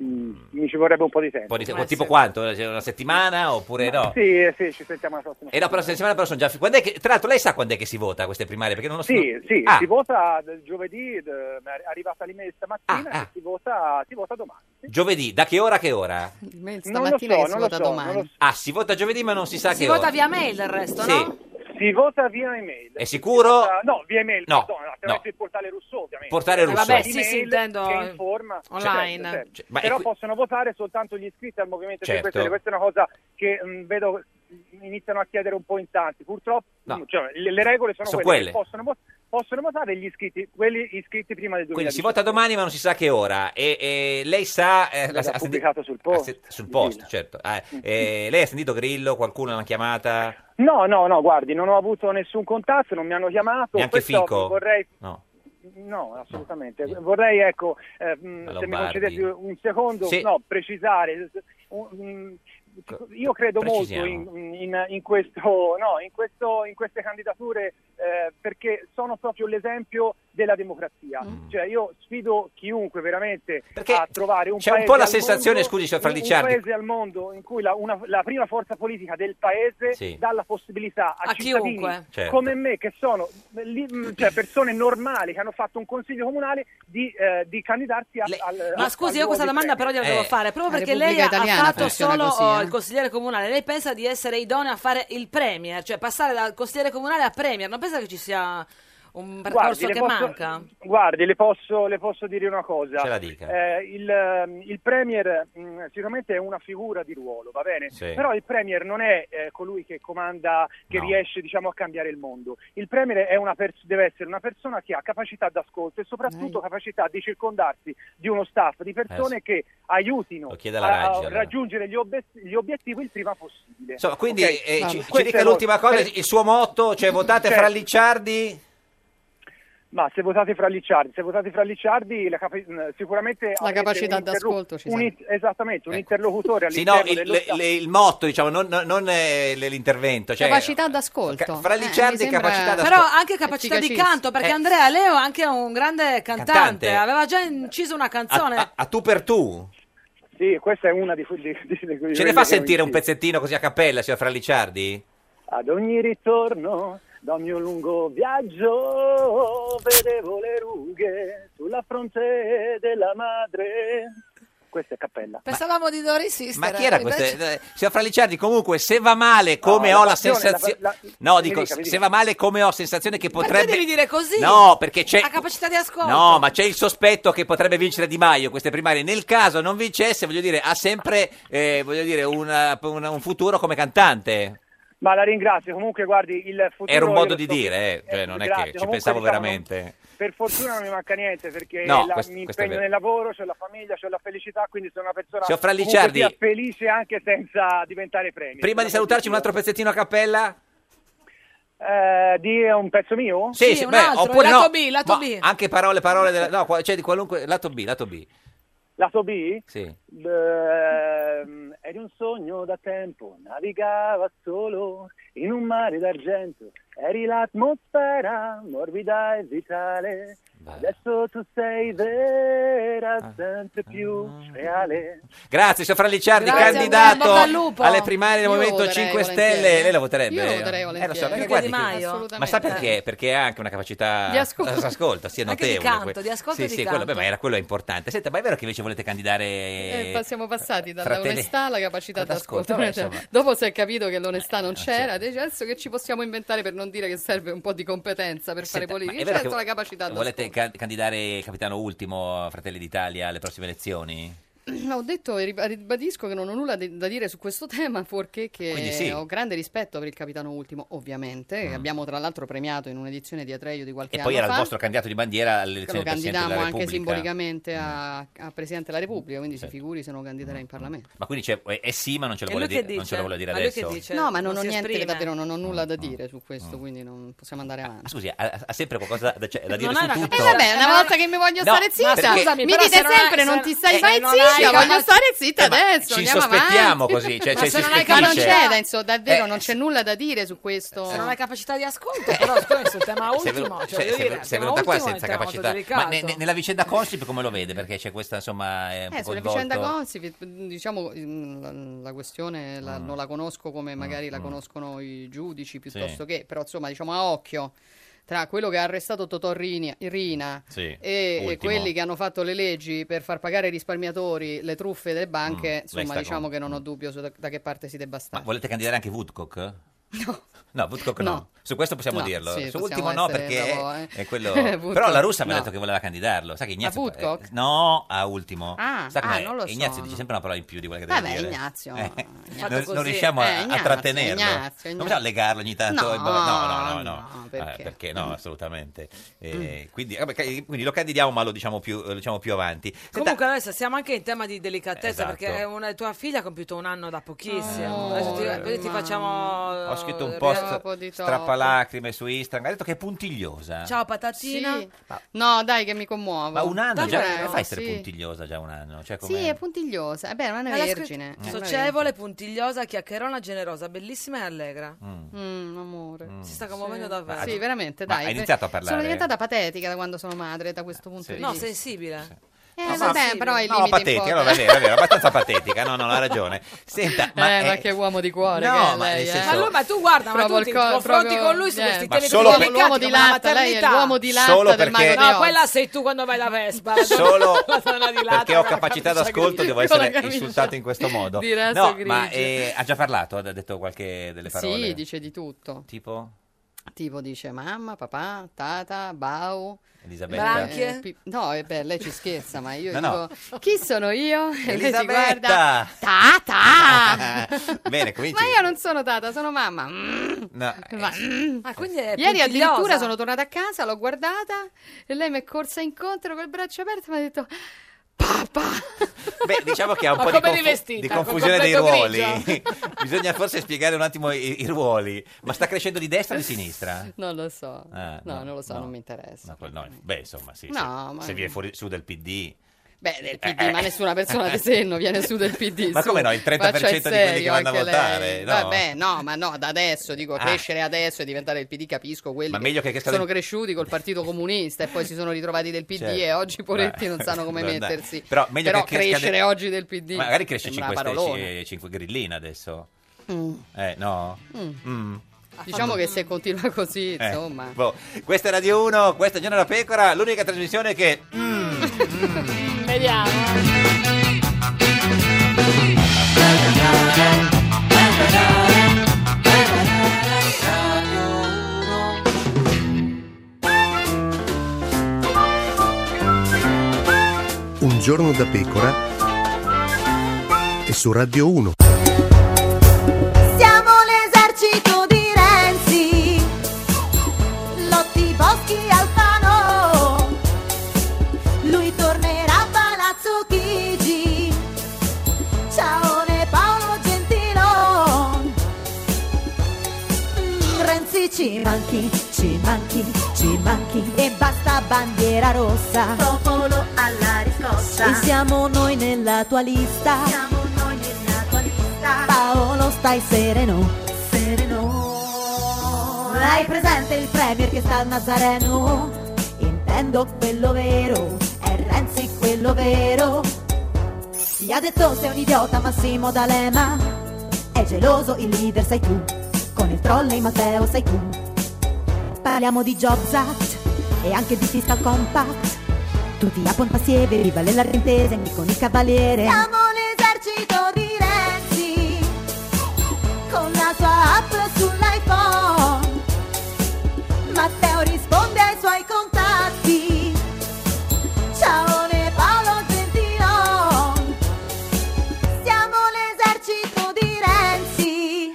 [SPEAKER 16] Mm, Mi ci vorrebbe un po' di tempo.
[SPEAKER 2] Un po' di- tipo quanto? Cioè, Una settimana oppure no?
[SPEAKER 16] Sì, eh, sì, ci sentiamo la prossima.
[SPEAKER 2] Eh no, però la settimana però sono già... fi- Quando è che- Tra l'altro lei sa quando è che si vota a queste primarie? Perché non lo so.
[SPEAKER 16] Sì, sì,
[SPEAKER 2] Ah,
[SPEAKER 16] si vota del giovedì, eh, è arrivata l'email
[SPEAKER 2] Ah,
[SPEAKER 16] stamattina e si vota, si vota domani.
[SPEAKER 2] giovedì, da che ora a che ora?
[SPEAKER 16] Non lo so,
[SPEAKER 12] Stamattina che si
[SPEAKER 16] non lo
[SPEAKER 12] vota
[SPEAKER 16] so,
[SPEAKER 12] domani.
[SPEAKER 16] non lo so.
[SPEAKER 2] Ah, si vota giovedì ma non si sa
[SPEAKER 15] Si
[SPEAKER 2] che
[SPEAKER 15] vota
[SPEAKER 2] ora.
[SPEAKER 15] via mail del resto,
[SPEAKER 2] Sì.
[SPEAKER 15] no?
[SPEAKER 16] Si vota via email. Eh,
[SPEAKER 2] È sicuro?
[SPEAKER 16] No, via email,
[SPEAKER 2] No,
[SPEAKER 16] perdona, attraverso
[SPEAKER 2] no.
[SPEAKER 16] il portale russo, ovviamente.
[SPEAKER 2] Portale Eh, russo. vabbè, sì,
[SPEAKER 16] Email
[SPEAKER 15] sì, intendo,
[SPEAKER 16] che
[SPEAKER 15] eh,
[SPEAKER 16] informa
[SPEAKER 15] online.
[SPEAKER 16] Certo, certo.
[SPEAKER 2] Cioè, ma è
[SPEAKER 16] Però
[SPEAKER 2] qui-
[SPEAKER 16] possono votare soltanto gli iscritti al Movimento
[SPEAKER 2] Certo.
[SPEAKER 16] 5 Stelle. Questa è una cosa che mh, vedo mh, iniziano a chiedere un po' in tanti. Purtroppo
[SPEAKER 2] No.
[SPEAKER 16] mh, cioè, le, le regole sono,
[SPEAKER 2] Sono
[SPEAKER 16] quelle, che
[SPEAKER 2] quelle.
[SPEAKER 16] possono, vo- possono votare gli iscritti, quelli iscritti prima del 2017.
[SPEAKER 2] Quindi si vota domani ma non si sa che ora. E, e lei sa... eh,
[SPEAKER 16] L'ha
[SPEAKER 2] ha
[SPEAKER 16] pubblicato sul Mm.
[SPEAKER 2] post. sul post, certo. Ah, eh, lei ha sentito Grillo? Qualcuno l'ha chiamata?
[SPEAKER 16] No, no, no, guardi, non ho avuto nessun contatto, non mi hanno chiamato.
[SPEAKER 2] Neanche
[SPEAKER 16] Questo
[SPEAKER 2] Fico?
[SPEAKER 16] Vorrei
[SPEAKER 2] No.
[SPEAKER 16] No, assolutamente. Vorrei, ecco, eh, mh, se mi
[SPEAKER 2] Lombardi.
[SPEAKER 16] concedete un secondo,
[SPEAKER 2] Sì.
[SPEAKER 16] no, precisare. un- io credo molto
[SPEAKER 5] Precisiamo.
[SPEAKER 16] in, in- in questo, no, in, questo- in queste candidature eh, perché sono proprio l'esempio della democrazia.
[SPEAKER 2] Mm.
[SPEAKER 16] Cioè io sfido chiunque veramente a trovare un
[SPEAKER 2] c'è un
[SPEAKER 16] paese
[SPEAKER 2] po' la
[SPEAKER 16] al
[SPEAKER 2] sensazione,
[SPEAKER 16] mondo-
[SPEAKER 2] scusi, signor
[SPEAKER 16] un-
[SPEAKER 2] Fraliciardi.
[SPEAKER 16] Un paese al mondo in cui la, una- la prima forza politica del paese
[SPEAKER 2] Sì.
[SPEAKER 16] dà la possibilità a,
[SPEAKER 1] A
[SPEAKER 16] cittadini
[SPEAKER 1] chiunque.
[SPEAKER 2] Certo.
[SPEAKER 16] come me, che sono li- cioè, persone normali che hanno fatto un consiglio comunale, di, eh, di candidarsi al, al-
[SPEAKER 1] Ma
[SPEAKER 16] al- al
[SPEAKER 1] scusi, io
[SPEAKER 16] ruolo
[SPEAKER 1] questa
[SPEAKER 16] di
[SPEAKER 1] domanda però gliela devo
[SPEAKER 16] Eh.
[SPEAKER 1] fare, proprio
[SPEAKER 16] La
[SPEAKER 1] perché lei
[SPEAKER 16] Repubblica
[SPEAKER 1] ha
[SPEAKER 16] Italiana
[SPEAKER 1] fatto
[SPEAKER 16] funziona
[SPEAKER 1] solo
[SPEAKER 16] così,
[SPEAKER 1] oh,
[SPEAKER 16] eh.
[SPEAKER 1] il consigliere comunale, lei pensa di essere idoneo a fare il premier, cioè passare dal consigliere comunale a premier, non pensa che ci sia un percorso
[SPEAKER 16] le
[SPEAKER 1] che
[SPEAKER 16] posso-
[SPEAKER 1] manca?
[SPEAKER 16] Guardi, le posso, le posso dire una cosa.
[SPEAKER 2] Ce la dica.
[SPEAKER 16] Eh, il, ehm, il Premier mh, sicuramente è una figura di ruolo, va bene?
[SPEAKER 2] Sì.
[SPEAKER 16] Però il Premier non è eh, colui che comanda, che
[SPEAKER 2] No.
[SPEAKER 16] riesce diciamo, a cambiare il mondo. Il Premier è una pers- deve essere una persona che ha capacità d'ascolto e soprattutto capacità di circondarsi di uno staff, di persone
[SPEAKER 2] Eh, sì.
[SPEAKER 16] che aiutino
[SPEAKER 2] Lo
[SPEAKER 16] a,
[SPEAKER 2] chiede alla Raggi,
[SPEAKER 16] a
[SPEAKER 2] allora.
[SPEAKER 16] raggiungere gli, obbe- gli obiettivi il prima possibile.
[SPEAKER 2] Insomma, quindi
[SPEAKER 16] Ok?
[SPEAKER 2] eh,
[SPEAKER 16] Vabbè.
[SPEAKER 2] ci, ci
[SPEAKER 16] Questo
[SPEAKER 2] dica
[SPEAKER 16] è lo-
[SPEAKER 2] l'ultima cosa,
[SPEAKER 16] per-
[SPEAKER 2] il suo motto, cioè votate
[SPEAKER 16] Certo.
[SPEAKER 2] fra Licciardi?
[SPEAKER 16] Ma se votate fra Licciardi, se votate fra Licciardi la capi- mh, sicuramente
[SPEAKER 12] La
[SPEAKER 16] avrete
[SPEAKER 12] capacità
[SPEAKER 16] un interlo-
[SPEAKER 12] d'ascolto ci
[SPEAKER 16] un
[SPEAKER 12] sarà.
[SPEAKER 16] in- esattamente, un interlocutore
[SPEAKER 2] Ecco. Sì, no,
[SPEAKER 16] all'interno
[SPEAKER 2] il,
[SPEAKER 16] dello
[SPEAKER 2] le-
[SPEAKER 16] Stato.
[SPEAKER 2] le- il motto, diciamo, non, non- non, eh, le- l'intervento. Cioè,
[SPEAKER 12] capacità d'ascolto.
[SPEAKER 2] fra
[SPEAKER 12] Eh,
[SPEAKER 2] Licciardi
[SPEAKER 12] mi sembra-
[SPEAKER 2] capacità d'ascolto.
[SPEAKER 1] Cioè, Però anche capacità di
[SPEAKER 12] Efficacissimo.
[SPEAKER 1] canto, perché
[SPEAKER 2] Eh.
[SPEAKER 1] Andrea Leo è anche un grande cantante,
[SPEAKER 2] Cantante. Ah,
[SPEAKER 1] aveva già inciso una canzone.
[SPEAKER 2] a, a tu per tu?
[SPEAKER 16] Sì, questa è una di quelle
[SPEAKER 2] Ce ne fa sentire un pezzettino così a cappella, signor Fra Licciardi?
[SPEAKER 16] Ad ogni ritorno dal mio lungo viaggio vedevo le rughe sulla fronte della madre. Questa è cappella.
[SPEAKER 15] Pensavamo di Doris
[SPEAKER 2] Ma
[SPEAKER 15] Sister.
[SPEAKER 2] chi era
[SPEAKER 15] invece-
[SPEAKER 2] questa? eh, Signor Fraliciardi, comunque, se va male, come
[SPEAKER 16] No,
[SPEAKER 2] ho
[SPEAKER 16] la
[SPEAKER 2] la
[SPEAKER 16] passione,
[SPEAKER 2] sensazione.
[SPEAKER 16] la- la-
[SPEAKER 2] No,
[SPEAKER 16] mi
[SPEAKER 2] dico,
[SPEAKER 16] dica, mi
[SPEAKER 2] se
[SPEAKER 16] dica.
[SPEAKER 2] va male, come ho sensazione che
[SPEAKER 1] Perché
[SPEAKER 2] potrebbe.
[SPEAKER 1] devi dire così?
[SPEAKER 2] No, perché c'è.
[SPEAKER 1] Ha capacità di ascolto.
[SPEAKER 2] No, ma c'è il sospetto che potrebbe vincere Di Maio queste primarie. Nel caso non vincesse, voglio dire, ha sempre eh, voglio dire, una- una- un futuro come cantante.
[SPEAKER 16] Ma la ringrazio, comunque guardi il futuro...
[SPEAKER 2] Era un modo
[SPEAKER 16] io
[SPEAKER 2] di
[SPEAKER 16] sto-
[SPEAKER 2] dire, eh, cioè, non è
[SPEAKER 16] grazie,
[SPEAKER 2] che ci
[SPEAKER 16] comunque,
[SPEAKER 2] pensavo
[SPEAKER 16] diciamo,
[SPEAKER 2] veramente.
[SPEAKER 16] Per fortuna non mi manca niente perché
[SPEAKER 2] No,
[SPEAKER 16] la-
[SPEAKER 2] questo-
[SPEAKER 16] mi
[SPEAKER 2] questo è vero.
[SPEAKER 16] impegno nel lavoro, c'ho la famiglia, c'ho la felicità, quindi sono una persona
[SPEAKER 2] Signor Fra
[SPEAKER 16] comunque
[SPEAKER 2] Licciardi.
[SPEAKER 16] sia felice anche senza diventare premio.
[SPEAKER 2] Prima di salutarci, un altro pezzettino a cappella?
[SPEAKER 16] Eh, di un pezzo mio?
[SPEAKER 2] Sì, sì, beh, oppure no, ma
[SPEAKER 16] Ah,
[SPEAKER 2] Anche parole, parole della, no, qua- cioè di qualunque lato B, lato B.
[SPEAKER 16] Lato B?
[SPEAKER 2] Sì.
[SPEAKER 16] Ehm, eri un sogno da tempo, navigava solo in un mare d'argento, eri l'atmosfera morbida e vitale, adesso tu sei vera, sempre più reale.
[SPEAKER 2] Grazie, signor Fraliciardi,
[SPEAKER 16] Grazie,
[SPEAKER 2] candidato
[SPEAKER 16] Andrea, in bocca al lupo.
[SPEAKER 2] alle primarie del
[SPEAKER 16] Io lo
[SPEAKER 2] Movimento
[SPEAKER 16] voterei
[SPEAKER 2] 5
[SPEAKER 16] volentieri,
[SPEAKER 2] Stelle.
[SPEAKER 16] eh.
[SPEAKER 2] Lei la voterebbe?
[SPEAKER 16] Io lo
[SPEAKER 12] voterei
[SPEAKER 2] Eh, lo
[SPEAKER 12] volentieri.
[SPEAKER 2] so, perché
[SPEAKER 12] Più
[SPEAKER 2] guardi
[SPEAKER 12] che Di
[SPEAKER 2] che-
[SPEAKER 12] Maio.
[SPEAKER 2] Ma
[SPEAKER 12] Assolutamente.
[SPEAKER 2] sa perché? Perché ha anche una capacità
[SPEAKER 12] Di ascolto.
[SPEAKER 2] ascolto, sì, è
[SPEAKER 12] Anche di
[SPEAKER 2] notevole.
[SPEAKER 12] canto,
[SPEAKER 2] que-
[SPEAKER 12] di ascolto
[SPEAKER 2] sì,
[SPEAKER 12] e di
[SPEAKER 2] sì, quello,
[SPEAKER 12] canto.
[SPEAKER 2] beh, ma era quello importante. Senta, ma è vero che invece volete candidare
[SPEAKER 12] Eh, pa- siamo passati dalla
[SPEAKER 2] fratelli-
[SPEAKER 12] onestà alla capacità
[SPEAKER 2] d'ascolto,
[SPEAKER 12] d'ascolto.
[SPEAKER 2] vabbè,
[SPEAKER 12] Cioè,
[SPEAKER 2] insomma. Eh, certo.
[SPEAKER 12] Dopo si è capito che l'onestà non c'era, dice, adesso che ci possiamo inventare per non dire che serve un po' di competenza per fare
[SPEAKER 2] Senta, ma
[SPEAKER 12] politica?
[SPEAKER 2] è vero
[SPEAKER 12] Certo,
[SPEAKER 2] che
[SPEAKER 12] la capacità d'ascolto.
[SPEAKER 2] Volete ca- candidare capitano ultimo a Fratelli d'Italia alle prossime elezioni?
[SPEAKER 12] Ho detto e rib- ribadisco che non ho nulla di- da dire su questo tema, fuorché che
[SPEAKER 2] Quindi sì. Mm.
[SPEAKER 12] ho grande rispetto per il capitano ultimo, ovviamente, che abbiamo tra l'altro premiato in un'edizione di Atreio di qualche
[SPEAKER 2] E
[SPEAKER 12] anno
[SPEAKER 2] poi era
[SPEAKER 12] fa.
[SPEAKER 2] il vostro candidato di bandiera alle
[SPEAKER 12] Lo
[SPEAKER 2] elezioni del Presidente
[SPEAKER 12] candidammo
[SPEAKER 2] della
[SPEAKER 12] anche
[SPEAKER 2] Repubblica. Mm.
[SPEAKER 12] simbolicamente a, a Presidente della Repubblica, quindi si figuri se non candiderà in Parlamento.
[SPEAKER 2] Ma quindi c'è, è sì, ma non ce lo
[SPEAKER 12] E lui
[SPEAKER 2] vuole
[SPEAKER 12] che
[SPEAKER 2] dire, non ce lo
[SPEAKER 12] dice?
[SPEAKER 2] vuole dire
[SPEAKER 12] Ma lui che
[SPEAKER 2] adesso.
[SPEAKER 12] dice? No, ma non,
[SPEAKER 15] non
[SPEAKER 12] ho
[SPEAKER 15] si
[SPEAKER 12] niente,
[SPEAKER 15] esprime.
[SPEAKER 12] davvero non ho nulla da dire su questo, quindi non possiamo andare avanti.
[SPEAKER 2] Ma scusi, ha, ha sempre qualcosa da, cioè, da Eh, dire su tutto.
[SPEAKER 12] Eh vabbè, una volta che mi voglio
[SPEAKER 2] No,
[SPEAKER 12] stare
[SPEAKER 2] ma
[SPEAKER 12] zitta,
[SPEAKER 2] scusami,
[SPEAKER 12] mi
[SPEAKER 15] però
[SPEAKER 12] dite
[SPEAKER 15] se non hai-
[SPEAKER 12] sempre
[SPEAKER 15] se
[SPEAKER 12] non
[SPEAKER 15] non-
[SPEAKER 12] ti stai
[SPEAKER 15] se
[SPEAKER 12] mai
[SPEAKER 15] eh, non hai
[SPEAKER 12] zitta,
[SPEAKER 15] capaci-
[SPEAKER 12] voglio stare zitta
[SPEAKER 2] Eh, ma
[SPEAKER 12] adesso,
[SPEAKER 2] ci
[SPEAKER 12] andiamo
[SPEAKER 2] sospettiamo
[SPEAKER 12] avanti.
[SPEAKER 2] così, cioè,
[SPEAKER 12] Ma
[SPEAKER 2] cioè,
[SPEAKER 12] se
[SPEAKER 2] si
[SPEAKER 12] non hai
[SPEAKER 2] spettisce.
[SPEAKER 12] capacità- non c'è, Enzo, davvero
[SPEAKER 2] Eh,
[SPEAKER 12] non c'è nulla da dire su questo. Eh.
[SPEAKER 15] Se non hai capacità di ascolto, però scusa, questo è un tema
[SPEAKER 2] Sei
[SPEAKER 15] ultimo.
[SPEAKER 2] venu-
[SPEAKER 15] Cioè,
[SPEAKER 2] sei-
[SPEAKER 15] voglio
[SPEAKER 2] sei-
[SPEAKER 15] dire,
[SPEAKER 2] sei
[SPEAKER 15] il tema
[SPEAKER 2] venuta qua
[SPEAKER 15] ultimo è un
[SPEAKER 2] senza
[SPEAKER 15] tema molto
[SPEAKER 2] capacità. Ma
[SPEAKER 15] delicato.
[SPEAKER 2] ne- ne- nella vicenda Consip come lo vede? Perché c'è questa, insomma, è un
[SPEAKER 12] Eh,
[SPEAKER 2] po'
[SPEAKER 12] sulla
[SPEAKER 2] coinvolto.
[SPEAKER 12] vicenda Consip, diciamo, mm, la, la questione la- non la conosco come magari la conoscono i giudici piuttosto
[SPEAKER 2] Mm. Sì.
[SPEAKER 12] che, però insomma, diciamo a occhio tra quello che ha arrestato Totò Rini- Rina
[SPEAKER 2] Sì,
[SPEAKER 12] e- e,
[SPEAKER 2] ultimo.
[SPEAKER 12] quelli che hanno fatto le leggi per far pagare ai risparmiatori le truffe delle banche,
[SPEAKER 2] lei
[SPEAKER 12] insomma,
[SPEAKER 2] sta
[SPEAKER 12] diciamo
[SPEAKER 2] Mm, con- Mm.
[SPEAKER 12] che non ho dubbio su da, da che parte si debba
[SPEAKER 2] Ma
[SPEAKER 12] stare.
[SPEAKER 2] volete candidare anche Woodcock? No. No, Woodcock no.
[SPEAKER 12] No.
[SPEAKER 2] Su questo possiamo
[SPEAKER 12] No,
[SPEAKER 2] dirlo.
[SPEAKER 12] sì,
[SPEAKER 2] Su
[SPEAKER 12] possiamo
[SPEAKER 2] ultimo no,
[SPEAKER 12] essere
[SPEAKER 2] perché
[SPEAKER 12] dopo,
[SPEAKER 2] è-
[SPEAKER 12] eh.
[SPEAKER 2] è quello...
[SPEAKER 12] Woodcock,
[SPEAKER 2] Però la russa mi ha
[SPEAKER 12] no.
[SPEAKER 2] detto che voleva candidarlo. Sai che Ignazio...
[SPEAKER 12] A Woodcock?
[SPEAKER 2] eh, no, a ultimo.
[SPEAKER 12] Ah,
[SPEAKER 2] Sa
[SPEAKER 12] ah,
[SPEAKER 2] com'è?
[SPEAKER 12] non lo so,
[SPEAKER 2] Ignazio
[SPEAKER 12] no.
[SPEAKER 2] dice sempre una parola in più di quella che deve
[SPEAKER 12] Vabbè,
[SPEAKER 2] dire.
[SPEAKER 12] Ignazio,
[SPEAKER 2] Eh,
[SPEAKER 12] Ignazio.
[SPEAKER 2] Non,
[SPEAKER 12] Fatto
[SPEAKER 2] non
[SPEAKER 12] così.
[SPEAKER 2] riusciamo a-
[SPEAKER 12] Eh,
[SPEAKER 2] a
[SPEAKER 12] Ignazio,
[SPEAKER 2] trattenerlo.
[SPEAKER 12] Ignazio,
[SPEAKER 2] Non possiamo legarlo ogni tanto.
[SPEAKER 12] No,
[SPEAKER 2] in bo- no, no, no. no.
[SPEAKER 12] no,
[SPEAKER 2] Eh,
[SPEAKER 12] perché? Mm.
[SPEAKER 2] no, assolutamente. Eh, quindi, vabbè, ca- quindi lo candidiamo, ma lo diciamo più, lo diciamo più avanti. Senta,
[SPEAKER 1] Comunque adesso siamo anche in tema di delicatezza
[SPEAKER 2] Esatto. Ah.
[SPEAKER 1] perché una, tua figlia ha compiuto un anno da pochissimo.
[SPEAKER 12] Oh,
[SPEAKER 1] adesso ti, quindi ti
[SPEAKER 12] mamma.
[SPEAKER 1] facciamo
[SPEAKER 2] ho scritto un post
[SPEAKER 12] topo di topo.
[SPEAKER 2] strappalacrime su Instagram. Ha detto che è puntigliosa.
[SPEAKER 12] Ciao patatina. No, dai che mi commuovo.
[SPEAKER 2] eh. Ma un anno già,
[SPEAKER 12] Davvero,
[SPEAKER 2] fai a essere
[SPEAKER 12] sì.
[SPEAKER 2] puntigliosa già un anno. Cioè
[SPEAKER 12] Sì,
[SPEAKER 2] come
[SPEAKER 12] è puntigliosa. Eh beh, non è
[SPEAKER 15] Alla
[SPEAKER 12] vergine. Eh.
[SPEAKER 15] scritta- Socievole, puntigliosa, chiacchierona, generosa, bellissima e allegra.
[SPEAKER 12] Mm, amore.
[SPEAKER 15] Si sta commuovendo davvero.
[SPEAKER 12] Sì, veramente,
[SPEAKER 2] Ah, Ma
[SPEAKER 12] dai. cioè,
[SPEAKER 2] ha iniziato a
[SPEAKER 12] Sono
[SPEAKER 2] parlare? Eh,
[SPEAKER 12] diventata patetica da quando sono madre, da questo punto
[SPEAKER 2] sì.
[SPEAKER 12] di
[SPEAKER 2] No,
[SPEAKER 12] vista.
[SPEAKER 15] sensibile.
[SPEAKER 12] Eh,
[SPEAKER 15] No,
[SPEAKER 12] vabbè,
[SPEAKER 15] sì.
[SPEAKER 12] però il
[SPEAKER 2] No,
[SPEAKER 12] limite
[SPEAKER 2] patetica, no, è vero, è vero, abbastanza patetica, no, no, ha ragione. Senta, ma,
[SPEAKER 12] eh, ma
[SPEAKER 2] è-
[SPEAKER 12] che uomo di cuore
[SPEAKER 2] No,
[SPEAKER 12] che è
[SPEAKER 2] ma
[SPEAKER 12] lei,
[SPEAKER 2] nel
[SPEAKER 12] eh.
[SPEAKER 2] senso- Ma lui-
[SPEAKER 15] Ma tu guarda, ma
[SPEAKER 12] Proprio
[SPEAKER 15] tu ti
[SPEAKER 12] il co-
[SPEAKER 15] confronti
[SPEAKER 12] proprio-
[SPEAKER 15] con lui su
[SPEAKER 12] eh.
[SPEAKER 15] questi
[SPEAKER 2] Ma
[SPEAKER 15] telefilm
[SPEAKER 2] solo per-
[SPEAKER 12] L'uomo di latta, lei è l'uomo di latta
[SPEAKER 2] Solo
[SPEAKER 12] del mago
[SPEAKER 2] perché-
[SPEAKER 12] di
[SPEAKER 15] No,
[SPEAKER 12] Oz.
[SPEAKER 15] quella sei tu quando vai alla Vespa. la donna-
[SPEAKER 2] Solo
[SPEAKER 15] la donna di latta
[SPEAKER 2] perché ho
[SPEAKER 15] con la
[SPEAKER 2] capacità
[SPEAKER 15] camicia
[SPEAKER 2] d'ascolto devo
[SPEAKER 15] grigia. Con la
[SPEAKER 2] essere
[SPEAKER 15] camicia.
[SPEAKER 2] insultato in questo modo.
[SPEAKER 15] Di raso
[SPEAKER 2] No,
[SPEAKER 15] grigio.
[SPEAKER 2] ma eh, ha già parlato, ha detto qualche delle parole.
[SPEAKER 12] Sì, dice di tutto.
[SPEAKER 2] Tipo
[SPEAKER 12] Tipo dice mamma, papà, tata, bau.
[SPEAKER 2] Elisabetta.
[SPEAKER 12] Eh, pi- no, eh, beh, lei ci scherza, ma io
[SPEAKER 2] No, no.
[SPEAKER 12] dico chi sono io? E lei si guarda.
[SPEAKER 2] Elisabetta.
[SPEAKER 12] Tata!
[SPEAKER 2] Bene, cominci.
[SPEAKER 12] Ma io non sono tata, sono mamma. Mm.
[SPEAKER 2] No,
[SPEAKER 12] Ma-
[SPEAKER 15] Ah, quindi è
[SPEAKER 12] Eh, Ieri addirittura
[SPEAKER 15] puntigliosa.
[SPEAKER 12] sono tornata a casa, l'ho guardata e lei mi è corsa incontro col braccio aperto e mi ha detto
[SPEAKER 2] Beh, diciamo che ha un
[SPEAKER 12] Ma
[SPEAKER 2] po' di,
[SPEAKER 12] come
[SPEAKER 2] confu-
[SPEAKER 12] rivestita,
[SPEAKER 2] di
[SPEAKER 12] con
[SPEAKER 2] confusione dei
[SPEAKER 12] completo
[SPEAKER 2] ruoli.
[SPEAKER 12] grigio.
[SPEAKER 2] Bisogna forse spiegare un attimo i, i ruoli. Ma sta crescendo di destra o di sinistra?
[SPEAKER 12] non lo so.
[SPEAKER 2] Ah,
[SPEAKER 12] no, non lo so,
[SPEAKER 2] no.
[SPEAKER 12] non mi interessa.
[SPEAKER 2] No, quel- no, beh, insomma, sì.
[SPEAKER 12] No,
[SPEAKER 2] se,
[SPEAKER 12] ma-
[SPEAKER 2] se viene fuori su del PD.
[SPEAKER 12] Beh, del PD,
[SPEAKER 2] Eh.
[SPEAKER 12] ma nessuna persona di senno viene su del PD.
[SPEAKER 2] Ma
[SPEAKER 12] su.
[SPEAKER 2] come no, il 30%
[SPEAKER 12] Faccia il
[SPEAKER 2] di quelli che
[SPEAKER 12] serio
[SPEAKER 2] vanno a
[SPEAKER 12] anche
[SPEAKER 2] votare,
[SPEAKER 12] lei.
[SPEAKER 2] no?
[SPEAKER 12] Vabbè, no, ma no, da adesso dico
[SPEAKER 2] Ah.
[SPEAKER 12] crescere adesso e diventare il PD, capisco quelli
[SPEAKER 2] Ma meglio che cresca
[SPEAKER 12] sono
[SPEAKER 2] del-
[SPEAKER 12] cresciuti col Partito Comunista e poi si sono ritrovati del PD
[SPEAKER 2] Certo.
[SPEAKER 12] e oggi Poretti
[SPEAKER 2] Beh,
[SPEAKER 12] non sanno come
[SPEAKER 2] guarda,
[SPEAKER 12] mettersi.
[SPEAKER 2] Però, meglio che cresca
[SPEAKER 12] crescere
[SPEAKER 2] del-
[SPEAKER 12] oggi del PD.
[SPEAKER 2] Ma Magari cresce
[SPEAKER 12] sembra
[SPEAKER 2] 5,
[SPEAKER 12] una parolona.
[SPEAKER 2] grillina adesso.
[SPEAKER 12] Mm.
[SPEAKER 2] Eh, no?
[SPEAKER 12] Mm.
[SPEAKER 2] Mm.
[SPEAKER 15] Ah,
[SPEAKER 12] Diciamo che se continua così,
[SPEAKER 2] Eh,
[SPEAKER 12] insomma.
[SPEAKER 2] boh. Questa è Radio 1, questa è Giorno da Pecora, l'unica trasmissione che...
[SPEAKER 12] Mm. Vediamo.
[SPEAKER 9] Un giorno da pecora e su Radio 1.
[SPEAKER 8] Siamo l'esercito di Renzi, Lotti Boschi Alfano, lui tornerà a Palazzo Chigi, ciao ne Paolo Gentilon. Mm, Renzi ci manchi, ci manchi, ci manchi e basta bandiera rossa, popolo alla riscossa e siamo noi nella tua lista. Siamo noi nella tua lista. Paolo stai sereno, sereno. Hai presente il premier che sta al Nazareno? Intendo quello vero, è Renzi quello vero. Gli ha detto sei un idiota Massimo D'Alema, è geloso il leader sei tu, con il trolley Matteo sei tu. Parliamo di Jobs Act e anche di Fiscal Compact. Tutti a Pontassieve, viva le larentese, anche con il cavaliere. Siamo l'esercito di Renzi, con la sua app sull'iPhone. Matteo risponde ai suoi contatti. Ciao ne Paolo Gentilon. Siamo l'esercito di Renzi.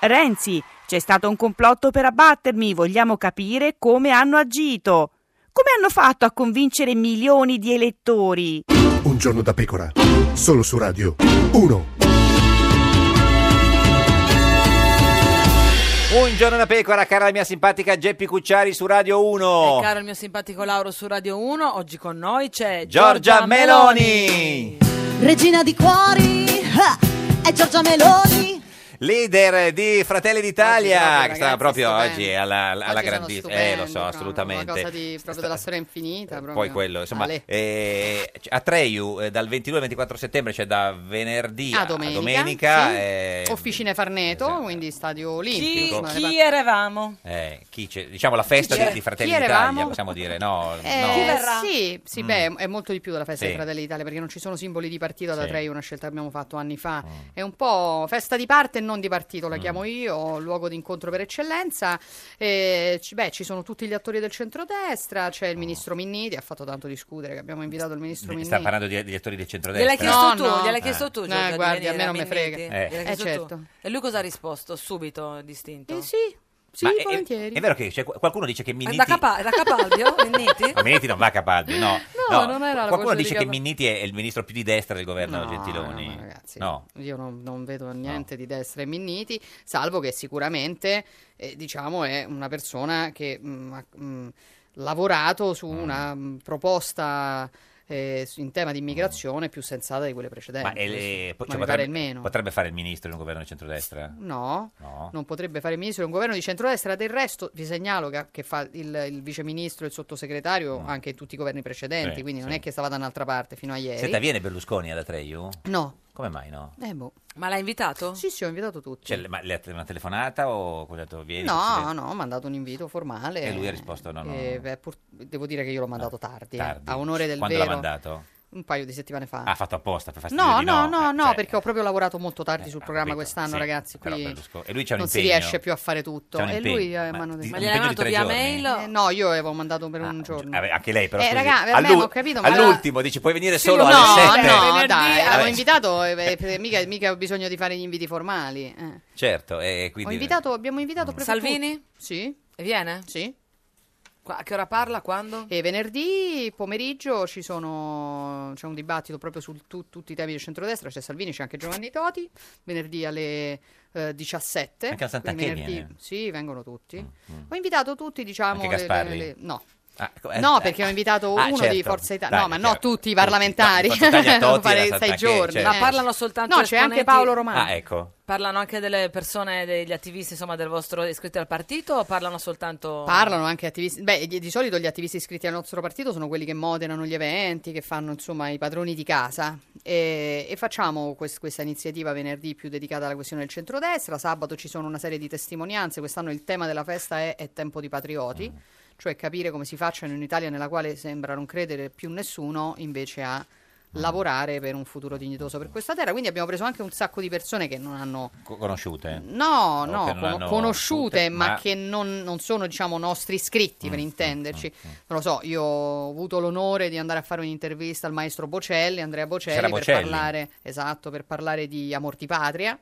[SPEAKER 10] Renzi, c'è stato un complotto per abbattermi, vogliamo capire come hanno agito. Come hanno fatto a convincere milioni di elettori?
[SPEAKER 9] Un giorno da pecora, solo su Radio 1.
[SPEAKER 2] Un giorno da Pecora, cara la mia simpatica Geppi Cucciari su Radio 1.
[SPEAKER 15] E caro il mio simpatico Lauro su Radio 1, oggi con noi c'è
[SPEAKER 2] Giorgia
[SPEAKER 15] Meloni.
[SPEAKER 2] Meloni,
[SPEAKER 8] Regina di cuori, ah, è Giorgia Meloni.
[SPEAKER 2] leader di Fratelli d'Italia, che stava proprio
[SPEAKER 12] stupendi.
[SPEAKER 2] oggi alla, alla
[SPEAKER 12] Oggi sono
[SPEAKER 2] grandissima. Eh,
[SPEAKER 12] stupendi,
[SPEAKER 2] lo so,
[SPEAKER 12] proprio,
[SPEAKER 2] assolutamente.
[SPEAKER 12] Una cosa di, proprio della storia infinita. Proprio.
[SPEAKER 2] eh, Poi quello, insomma,
[SPEAKER 12] Ale.
[SPEAKER 2] eh, c- a Treiu eh, dal 22 al 24 settembre, cioè da venerdì
[SPEAKER 12] Ah, domenica,
[SPEAKER 2] domenica, Esatto.
[SPEAKER 12] sì.
[SPEAKER 2] eh,
[SPEAKER 12] Officine Farneto, quindi Stadio Olimpico.
[SPEAKER 2] Chi-
[SPEAKER 12] insomma,
[SPEAKER 2] chi
[SPEAKER 15] eravamo?
[SPEAKER 2] eh, chi c'è- diciamo la festa
[SPEAKER 12] c'è?
[SPEAKER 2] di, di Fratelli
[SPEAKER 12] Chi
[SPEAKER 2] d'Italia,
[SPEAKER 12] eravamo?
[SPEAKER 2] possiamo dire, no? no.
[SPEAKER 12] Eh, Sì, sì, beh, è molto di più della festa
[SPEAKER 2] Mm. Sì.
[SPEAKER 12] dei Fratelli d'Italia perché non ci sono simboli di partito da
[SPEAKER 2] Sì.
[SPEAKER 12] tre, è una scelta che abbiamo fatto anni fa. È un po' festa di parte e non di partito, la
[SPEAKER 2] Mm.
[SPEAKER 12] chiamo io, luogo di incontro per eccellenza. Eh, ci- beh, ci sono tutti gli attori del centrodestra, c'è il ministro Minniti, ha fatto tanto discutere che abbiamo invitato il ministro Minniti.
[SPEAKER 2] Mm. Sta parlando di, degli attori del
[SPEAKER 15] Gliel'hai
[SPEAKER 2] centrodestra.
[SPEAKER 15] chiesto tu, gliel'hai
[SPEAKER 2] Eh.
[SPEAKER 15] chiesto tu,
[SPEAKER 12] No,
[SPEAKER 15] Giorgia, di
[SPEAKER 12] guardi,
[SPEAKER 15] venire
[SPEAKER 12] a me non
[SPEAKER 15] da
[SPEAKER 12] mi
[SPEAKER 15] Minniti?
[SPEAKER 12] frega.
[SPEAKER 2] Eh.
[SPEAKER 15] Gliel'hai
[SPEAKER 12] Eh,
[SPEAKER 15] chiesto tu?
[SPEAKER 12] certo.
[SPEAKER 15] E lui cosa ha risposto? Subito, distinto?
[SPEAKER 12] sì, Sì,
[SPEAKER 2] Ma è- è-
[SPEAKER 12] volentieri.
[SPEAKER 2] È vero che c'è qu- qualcuno dice che Minniti...
[SPEAKER 15] Eh, Da, capa- da Capalbio, Minniti?
[SPEAKER 2] Ma Minniti non va a Capaldi, no.
[SPEAKER 15] No, non era la
[SPEAKER 2] Qualcuno
[SPEAKER 15] voce di
[SPEAKER 2] dice che
[SPEAKER 15] Capaldi.
[SPEAKER 2] Minniti è il ministro più di destra del governo
[SPEAKER 12] No,
[SPEAKER 2] Gentiloni.
[SPEAKER 12] no, ragazzi.
[SPEAKER 2] No.
[SPEAKER 12] Io non, non vedo niente di destra e minniti, salvo che sicuramente eh, diciamo è una persona che mm, ha mm, lavorato su una mm, proposta eh, su- in tema di immigrazione più sensata di quelle precedenti.
[SPEAKER 2] Mm. Ma, è- è-
[SPEAKER 12] Questo-
[SPEAKER 2] cioè,
[SPEAKER 12] eh, ma mi pare
[SPEAKER 2] potrebbe,
[SPEAKER 12] il meno.
[SPEAKER 2] potrebbe fare il ministro in un governo di centrodestra?
[SPEAKER 12] No,
[SPEAKER 2] No.
[SPEAKER 12] non potrebbe fare il ministro di un governo di centrodestra. Del resto, vi segnalo che, che fa il, il viceministro, il sottosegretario anche in tutti i governi precedenti.
[SPEAKER 2] Mm. Sì,
[SPEAKER 12] quindi non
[SPEAKER 2] sì.
[SPEAKER 12] è che stava da un'altra parte fino a ieri.
[SPEAKER 2] Senta, viene Berlusconi alla Treyu?
[SPEAKER 12] Eh. No.
[SPEAKER 2] Come mai no?
[SPEAKER 12] Ma l'ha invitato? Sì, sì, ho invitato tutti.
[SPEAKER 2] Cioè, le- ma le ha te- una telefonata o quello ha detto vieni? ci
[SPEAKER 12] No,
[SPEAKER 2] sedi-
[SPEAKER 12] no, ho mandato un invito formale.
[SPEAKER 2] E lui ha risposto no, no.
[SPEAKER 12] Eh, beh, pur- devo dire che io l'ho mandato tardi, eh,
[SPEAKER 2] tardi.
[SPEAKER 12] a onore del
[SPEAKER 2] Quando l'ha
[SPEAKER 12] vero,
[SPEAKER 2] mandato?
[SPEAKER 12] un paio di settimane fa.
[SPEAKER 2] Ha fatto apposta per farsi
[SPEAKER 12] no,
[SPEAKER 2] di
[SPEAKER 12] no,
[SPEAKER 2] no. Eh, cioè,
[SPEAKER 12] no, no, perché ho proprio lavorato molto tardi sul programma
[SPEAKER 2] capito,
[SPEAKER 12] quest'anno,
[SPEAKER 2] sì,
[SPEAKER 12] ragazzi.
[SPEAKER 2] però
[SPEAKER 12] Qui
[SPEAKER 2] Berlusconi- e lui c'ha un
[SPEAKER 12] non si
[SPEAKER 2] impegno.
[SPEAKER 12] riesce più a fare tutto.
[SPEAKER 2] C'ha un
[SPEAKER 12] E lui
[SPEAKER 2] impegno,
[SPEAKER 12] eh,
[SPEAKER 2] ma
[SPEAKER 12] m'hanno
[SPEAKER 2] di-
[SPEAKER 12] detto-
[SPEAKER 2] Ma gliel'hai impegno di mandato tre via giorni?
[SPEAKER 12] Eh, no, io avevo mandato per un giorno.
[SPEAKER 2] Eh, Anche lei però
[SPEAKER 12] Eh,
[SPEAKER 2] scusi,
[SPEAKER 12] raga, vabbè, ma ho capito, ma la-
[SPEAKER 2] all'ultimo dici puoi venire solo
[SPEAKER 12] no,
[SPEAKER 2] alle 7.
[SPEAKER 12] no, dai, avevo
[SPEAKER 2] Vabbè,
[SPEAKER 12] invitato, eh, eh, mica, mica ho bisogno di fare gli inviti formali. eh.
[SPEAKER 2] Certo, e
[SPEAKER 12] Ho
[SPEAKER 2] quindi
[SPEAKER 12] invitato, abbiamo invitato proprio
[SPEAKER 15] Salvini?
[SPEAKER 12] tutti. Sì.
[SPEAKER 15] E viene?
[SPEAKER 12] Sì.
[SPEAKER 15] A che ora parla? Quando?
[SPEAKER 12] E venerdì pomeriggio ci sono, c'è un dibattito proprio su tu- tutti i temi del centrodestra, c'è Salvini, c'è anche Giovanni Toti, venerdì alle eh, 17.
[SPEAKER 2] Anche al Sant'Anchè
[SPEAKER 12] quindi venerdì-
[SPEAKER 2] viene? Mm,
[SPEAKER 12] Sì, vengono tutti. Ho invitato tutti, diciamo...
[SPEAKER 2] Anche Gasparri?
[SPEAKER 12] no.
[SPEAKER 2] Ah, ecco, eh,
[SPEAKER 12] No,
[SPEAKER 2] eh,
[SPEAKER 12] perché ho invitato
[SPEAKER 2] ah,
[SPEAKER 12] uno
[SPEAKER 2] certo.
[SPEAKER 12] di Forza Italia,
[SPEAKER 2] Dai,
[SPEAKER 12] no, ma
[SPEAKER 2] chiaro.
[SPEAKER 12] no tutti i parlamentari,
[SPEAKER 2] no, di Forza Italia,
[SPEAKER 12] Devo
[SPEAKER 2] Totti
[SPEAKER 12] fare
[SPEAKER 2] era
[SPEAKER 12] sei
[SPEAKER 2] Sant'Anchè,
[SPEAKER 12] giorni.
[SPEAKER 2] certo.
[SPEAKER 12] eh.
[SPEAKER 2] Ma
[SPEAKER 15] parlano soltanto
[SPEAKER 12] No, c'è anche
[SPEAKER 15] esponenti-
[SPEAKER 12] Paolo Romano.
[SPEAKER 2] Ah, ecco.
[SPEAKER 15] Parlano anche delle persone, degli attivisti insomma del vostro iscritti al partito o parlano soltanto...
[SPEAKER 12] Parlano anche attivisti. Beh, di, di solito gli attivisti iscritti al nostro partito sono quelli che moderano gli eventi, che fanno insomma i padroni di casa. E, e facciamo quest- questa iniziativa venerdì più dedicata alla questione del centrodestra. Sabato ci sono una serie di testimonianze. Quest'anno il tema della festa è, è tempo di patrioti, cioè capire come si faccia in un'Italia nella quale sembra non credere più nessuno, invece a lavorare per un futuro dignitoso per questa terra. Quindi abbiamo preso anche un sacco di persone che non hanno
[SPEAKER 2] co- conosciute.
[SPEAKER 12] No,
[SPEAKER 2] O
[SPEAKER 12] no,
[SPEAKER 2] che non
[SPEAKER 12] con-
[SPEAKER 2] hanno
[SPEAKER 12] conosciute,
[SPEAKER 2] tutte,
[SPEAKER 12] ma,
[SPEAKER 2] ma- Mm,
[SPEAKER 12] che non, non sono, diciamo, nostri iscritti, per intenderci. Non lo so, io ho avuto l'onore di andare a fare un'intervista al maestro Bocelli, Andrea Bocelli,
[SPEAKER 2] C'era
[SPEAKER 12] per
[SPEAKER 2] Bocelli.
[SPEAKER 12] parlare, esatto, per parlare di Amorti Patria.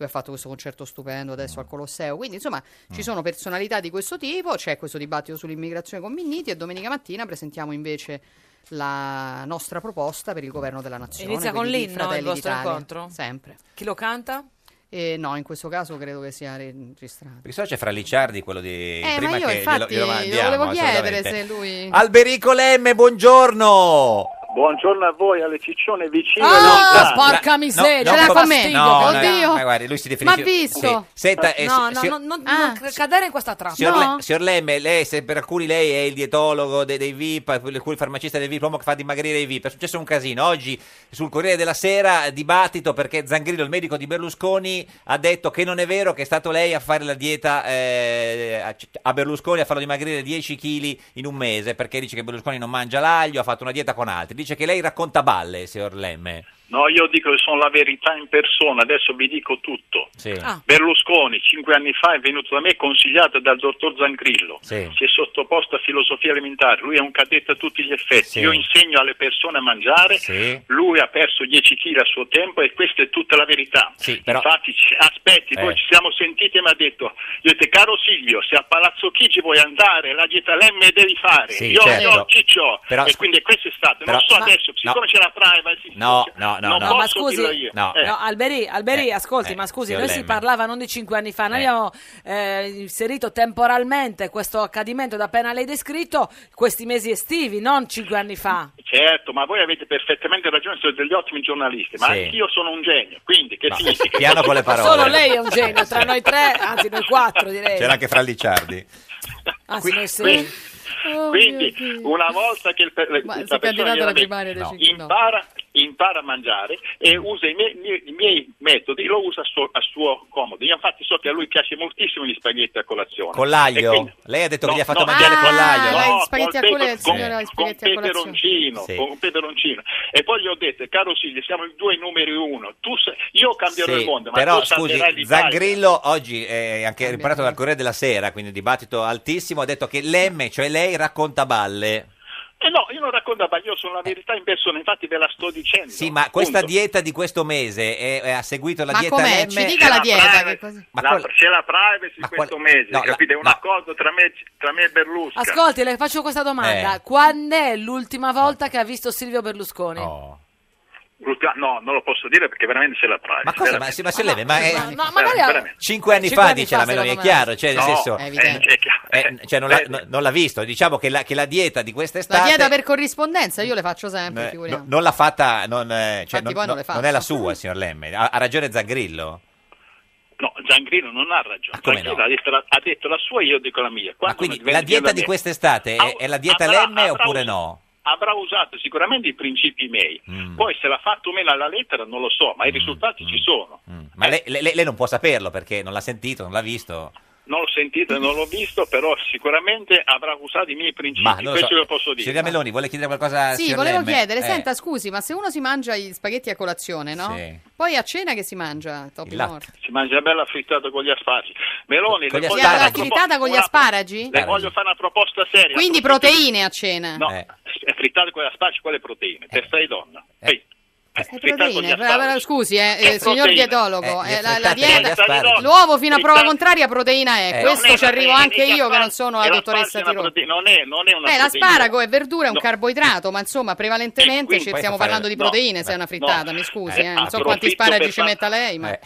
[SPEAKER 12] Lui ha fatto questo concerto stupendo adesso
[SPEAKER 2] Mm.
[SPEAKER 12] al Colosseo. Quindi, insomma, ci sono personalità di questo tipo. C'è questo dibattito sull'immigrazione con Minniti e domenica mattina presentiamo invece la nostra proposta per il governo della nazione.
[SPEAKER 15] Inizia con
[SPEAKER 12] quindi di
[SPEAKER 15] l'inno il
[SPEAKER 12] Fratelli
[SPEAKER 15] vostro
[SPEAKER 12] d'Italia.
[SPEAKER 15] incontro?
[SPEAKER 12] Sempre.
[SPEAKER 15] Chi lo canta?
[SPEAKER 12] Eh, no, in questo caso credo che sia registrato.
[SPEAKER 2] Perché se no c'è fra Licciardi quello di
[SPEAKER 12] Eh,
[SPEAKER 2] prima
[SPEAKER 12] ma io
[SPEAKER 2] che glielo-
[SPEAKER 12] infatti
[SPEAKER 2] glielo mandiamo,
[SPEAKER 12] lo volevo chiedere
[SPEAKER 2] assolutamente.
[SPEAKER 12] se lui...
[SPEAKER 2] Alberico Lemme, buongiorno.
[SPEAKER 17] Buongiorno a voi, alle ciccione vicino
[SPEAKER 12] Ah,
[SPEAKER 17] e lontane.
[SPEAKER 12] porca
[SPEAKER 2] no,
[SPEAKER 12] miseria, Eh, ce l'ha
[SPEAKER 2] no,
[SPEAKER 12] con me.
[SPEAKER 2] No, no,
[SPEAKER 12] Oddio.
[SPEAKER 2] ma guardi, lui si definisce...
[SPEAKER 12] Ma visto.
[SPEAKER 2] Sì. Senta, eh,
[SPEAKER 15] no,
[SPEAKER 2] si-
[SPEAKER 15] no,
[SPEAKER 2] si-
[SPEAKER 15] no, non,
[SPEAKER 12] Ah.
[SPEAKER 15] non cre- cadere in questa trappola.
[SPEAKER 2] Signor, Le- signor Lemme, lei, se per alcuni lei è il dietologo de- dei, VIP, per cui il farmacista dei VIP, l'uomo che fa dimagrire i VIP, è successo un casino. Oggi sul Corriere della Sera dibattito perché Zangrillo, il medico di Berlusconi, ha detto che non è vero che è stato lei a fare la dieta eh, a, a Berlusconi, a farlo dimagrire 10 kg in un mese, perché dice che Berlusconi non mangia l'aglio, ha fatto una dieta con altri. Dice che lei racconta balle, signor Lemme.
[SPEAKER 17] No, io dico che sono la verità in persona, adesso vi dico tutto.
[SPEAKER 2] Sì.
[SPEAKER 12] Ah.
[SPEAKER 17] Berlusconi, cinque anni fa, è venuto da me consigliato dal dottor Zangrillo.
[SPEAKER 2] Sì.
[SPEAKER 17] Si è sottoposto a filosofia alimentare, lui è un cadetto a tutti gli effetti.
[SPEAKER 2] Sì.
[SPEAKER 17] Io insegno alle persone a mangiare,
[SPEAKER 2] Sì.
[SPEAKER 17] lui ha perso 10 kg a suo tempo e questa è tutta la verità.
[SPEAKER 2] Sì, però-
[SPEAKER 17] Infatti, ci- aspetti,
[SPEAKER 2] Eh.
[SPEAKER 17] voi ci siamo sentiti e mi ha detto, io ho detto, caro Silvio, se a Palazzo Chigi vuoi andare, la dieta Lemme devi fare.
[SPEAKER 2] Sì,
[SPEAKER 17] io,
[SPEAKER 2] certo.
[SPEAKER 17] io, Ciccio.
[SPEAKER 2] Però-
[SPEAKER 17] e quindi questo è stato.
[SPEAKER 2] però-
[SPEAKER 17] non so
[SPEAKER 2] Ma-
[SPEAKER 17] adesso, siccome c'è la privacy,
[SPEAKER 2] No, no, no, no.
[SPEAKER 17] Non posso
[SPEAKER 15] ma scusi,
[SPEAKER 17] dirlo io.
[SPEAKER 2] No,
[SPEAKER 17] Eh.
[SPEAKER 15] no, Alberi, Alberi,
[SPEAKER 2] Eh,
[SPEAKER 15] ascolti,
[SPEAKER 2] eh,
[SPEAKER 15] ma scusi,
[SPEAKER 2] signor
[SPEAKER 15] noi si
[SPEAKER 2] Lemmi.
[SPEAKER 15] parlava non di cinque anni fa,
[SPEAKER 2] Eh.
[SPEAKER 15] noi abbiamo eh, inserito temporalmente questo accadimento da appena lei descritto questi mesi estivi, non cinque anni fa.
[SPEAKER 17] Certo, ma voi avete perfettamente ragione, siete degli ottimi giornalisti, ma
[SPEAKER 2] Sì.
[SPEAKER 17] anch'io sono un genio, quindi che
[SPEAKER 2] Ma-
[SPEAKER 17] significa?
[SPEAKER 2] Piano con le
[SPEAKER 15] Ma
[SPEAKER 2] parole.
[SPEAKER 15] solo lei è un genio, tra noi tre, anzi noi quattro direi.
[SPEAKER 2] C'era anche fra Licciardi.
[SPEAKER 15] Anzi, noi sei.
[SPEAKER 17] Quindi,
[SPEAKER 15] Oh,
[SPEAKER 17] quindi
[SPEAKER 15] mio Dio.
[SPEAKER 17] una volta che il per-
[SPEAKER 12] Ma
[SPEAKER 17] la
[SPEAKER 12] si è
[SPEAKER 17] persona
[SPEAKER 12] candidato alla
[SPEAKER 17] gliel'avete-
[SPEAKER 12] primaria del
[SPEAKER 17] no,
[SPEAKER 12] Cinque- no. Mm.
[SPEAKER 17] impara, impara a mangiare e usa i, miei- miei- i miei metodi, lo usa a suo, a suo comodo. Io infatti so che a lui piace moltissimo gli spaghetti a colazione.
[SPEAKER 2] Con l'aglio?
[SPEAKER 17] E quindi-
[SPEAKER 2] Lei ha detto che
[SPEAKER 17] No,
[SPEAKER 2] gli ha fatto
[SPEAKER 17] no,
[SPEAKER 2] mangiare
[SPEAKER 17] ah,
[SPEAKER 2] con l'aglio, no?
[SPEAKER 17] no,
[SPEAKER 12] gli spaghetti
[SPEAKER 17] col
[SPEAKER 12] a
[SPEAKER 17] pepe-
[SPEAKER 12] colazione,
[SPEAKER 17] con-
[SPEAKER 12] signora, gli
[SPEAKER 17] con
[SPEAKER 12] spaghetti a colazione.
[SPEAKER 17] peperoncino,
[SPEAKER 2] Sì.
[SPEAKER 17] con peperoncino. E poi gli ho detto, caro Silvio, siamo i due numeri uno. Tu se- io cambierò
[SPEAKER 2] Sì,
[SPEAKER 17] il mondo, ma
[SPEAKER 2] però
[SPEAKER 17] tu
[SPEAKER 2] scusi,
[SPEAKER 17] salverai l'Italia.
[SPEAKER 2] Zangrillo oggi è anche riparato dal Corriere della Sera, quindi dibattito altissimo, ha detto che l'emme, cioè lei, racconta balle.
[SPEAKER 17] Eh no, io non racconto a Baglio, sono la verità in persona, infatti ve la sto dicendo.
[SPEAKER 2] Sì, ma questa
[SPEAKER 17] Punto.
[SPEAKER 2] dieta di questo mese è- è- ha seguito la
[SPEAKER 17] Ma
[SPEAKER 2] dieta
[SPEAKER 17] com'è?
[SPEAKER 2] Lecce?
[SPEAKER 17] Ci dica la La dieta, privacy. che
[SPEAKER 2] cosa-
[SPEAKER 17] La- c'è la privacy questo mese,
[SPEAKER 2] no, la-
[SPEAKER 17] capite? È un
[SPEAKER 2] no.
[SPEAKER 17] accordo tra me, tra me e Berlusca.
[SPEAKER 1] Ascolti, le faccio questa domanda.
[SPEAKER 17] Eh.
[SPEAKER 1] Quando è l'ultima volta che ha visto Silvio Berlusconi?
[SPEAKER 2] Oh.
[SPEAKER 17] Brusca- no, non lo posso dire perché veramente c'è la privacy.
[SPEAKER 2] Ma cosa? Ma, si- ma se leva, ma è-
[SPEAKER 1] no, ma magari-
[SPEAKER 17] veramente.
[SPEAKER 2] Cinque anni
[SPEAKER 17] Cinque
[SPEAKER 2] fa
[SPEAKER 17] anni
[SPEAKER 2] dice
[SPEAKER 17] fa,
[SPEAKER 2] la Meloni, è
[SPEAKER 17] secondo me.
[SPEAKER 2] chiaro, cioè nel
[SPEAKER 17] No,
[SPEAKER 2] senso,
[SPEAKER 17] è evidente.
[SPEAKER 2] eh, eh, cioè, non, l'ha, no- non l'ha visto, diciamo che la, che la dieta di
[SPEAKER 12] La
[SPEAKER 2] quest'estate
[SPEAKER 12] dieta per corrispondenza io le faccio sempre,
[SPEAKER 2] eh,
[SPEAKER 12] figuriamo.
[SPEAKER 2] no- non l'ha fatta, non, eh, cioè,
[SPEAKER 12] Infatti
[SPEAKER 2] non,
[SPEAKER 12] poi non
[SPEAKER 2] no-
[SPEAKER 12] le faccio.
[SPEAKER 2] non è la sua, signor Lemme, ha, ha ragione Zangrillo.
[SPEAKER 17] No, Giangrino non ha ragione.
[SPEAKER 2] come
[SPEAKER 17] Giangrino
[SPEAKER 2] no?
[SPEAKER 17] ha, detto la, ha detto la sua, io dico la mia. Quando
[SPEAKER 2] Quindi
[SPEAKER 17] non
[SPEAKER 2] la
[SPEAKER 17] diventi
[SPEAKER 2] dieta di
[SPEAKER 17] mia,
[SPEAKER 2] quest'estate è, è la dieta
[SPEAKER 17] avrà-
[SPEAKER 2] Lemme
[SPEAKER 17] avrà
[SPEAKER 2] oppure
[SPEAKER 17] un-
[SPEAKER 2] no?
[SPEAKER 17] Avrà usato sicuramente i principi miei.
[SPEAKER 2] Mm.
[SPEAKER 17] Poi se l'ha fatto o meno alla lettera non lo so, ma i risultati ci sono.
[SPEAKER 2] Ma lei, lei- lei non può saperlo perché non l'ha sentito, non l'ha visto.
[SPEAKER 17] Non l'ho sentito, non l'ho visto, però sicuramente avrà usato i miei principi.
[SPEAKER 2] Ma non lo
[SPEAKER 17] Questo
[SPEAKER 2] so.
[SPEAKER 17] lo posso dire.
[SPEAKER 2] Signoria Meloni, vuole chiedere qualcosa?
[SPEAKER 12] Sì,
[SPEAKER 2] signor
[SPEAKER 12] volevo
[SPEAKER 2] Lemme?
[SPEAKER 12] chiedere,
[SPEAKER 2] Eh,
[SPEAKER 12] senta, scusi, ma se uno si mangia gli spaghetti a colazione, no?
[SPEAKER 17] Sì.
[SPEAKER 12] Poi a cena che si mangia? Topi morti.
[SPEAKER 17] Si mangia una bella frittata con gli asparagi. Meloni,
[SPEAKER 2] Con
[SPEAKER 17] le
[SPEAKER 2] gli
[SPEAKER 17] voglio
[SPEAKER 12] Sì,
[SPEAKER 17] fare
[SPEAKER 12] la
[SPEAKER 17] una
[SPEAKER 12] frittata
[SPEAKER 17] proposta-
[SPEAKER 12] con gli asparagi?
[SPEAKER 17] le voglio fare una proposta seria.
[SPEAKER 12] Quindi proteine a cena.
[SPEAKER 17] No, eh, frittata con gli asparagi, quale proteine?
[SPEAKER 2] Eh.
[SPEAKER 17] Testa di donna. Ehi, eh,
[SPEAKER 12] Le
[SPEAKER 17] frittata con gli
[SPEAKER 12] proteine, però-
[SPEAKER 17] asparagi.
[SPEAKER 12] però scusi, eh, eh,
[SPEAKER 17] Eh,
[SPEAKER 12] signor
[SPEAKER 17] proteine.
[SPEAKER 12] dietologo,
[SPEAKER 17] Eh,
[SPEAKER 12] eh, la,
[SPEAKER 17] gli
[SPEAKER 12] la
[SPEAKER 17] affettati
[SPEAKER 12] dieta,
[SPEAKER 17] con gli asparagi.
[SPEAKER 12] l'uovo fino a prova
[SPEAKER 17] Frittati-
[SPEAKER 12] contraria proteina è,
[SPEAKER 17] Eh, non
[SPEAKER 12] questo
[SPEAKER 17] è
[SPEAKER 12] ci arrivo anche
[SPEAKER 17] proteine,
[SPEAKER 12] io che
[SPEAKER 17] gli
[SPEAKER 12] non sono la
[SPEAKER 17] E
[SPEAKER 12] dottoressa
[SPEAKER 17] l'aspargo è una
[SPEAKER 12] Tirone.
[SPEAKER 17] prote- Non è, non è una
[SPEAKER 12] Beh,
[SPEAKER 17] proteina.
[SPEAKER 12] l'asparago Eh, è verdura, è un
[SPEAKER 17] No.
[SPEAKER 12] carboidrato, ma insomma, prevalentemente
[SPEAKER 17] Eh,
[SPEAKER 12] ci
[SPEAKER 17] quindi-
[SPEAKER 12] stiamo
[SPEAKER 17] fai-
[SPEAKER 12] parlando di
[SPEAKER 17] no,
[SPEAKER 12] proteine,
[SPEAKER 17] no,
[SPEAKER 12] se è una
[SPEAKER 17] no.
[SPEAKER 12] frittata, mi scusi,
[SPEAKER 17] Eh,
[SPEAKER 12] eh, non so
[SPEAKER 17] approfitto
[SPEAKER 12] quanti asparagi
[SPEAKER 17] per Eh.
[SPEAKER 12] ci
[SPEAKER 17] far- Ah,
[SPEAKER 12] metta lei,
[SPEAKER 2] Eh.
[SPEAKER 12] ma...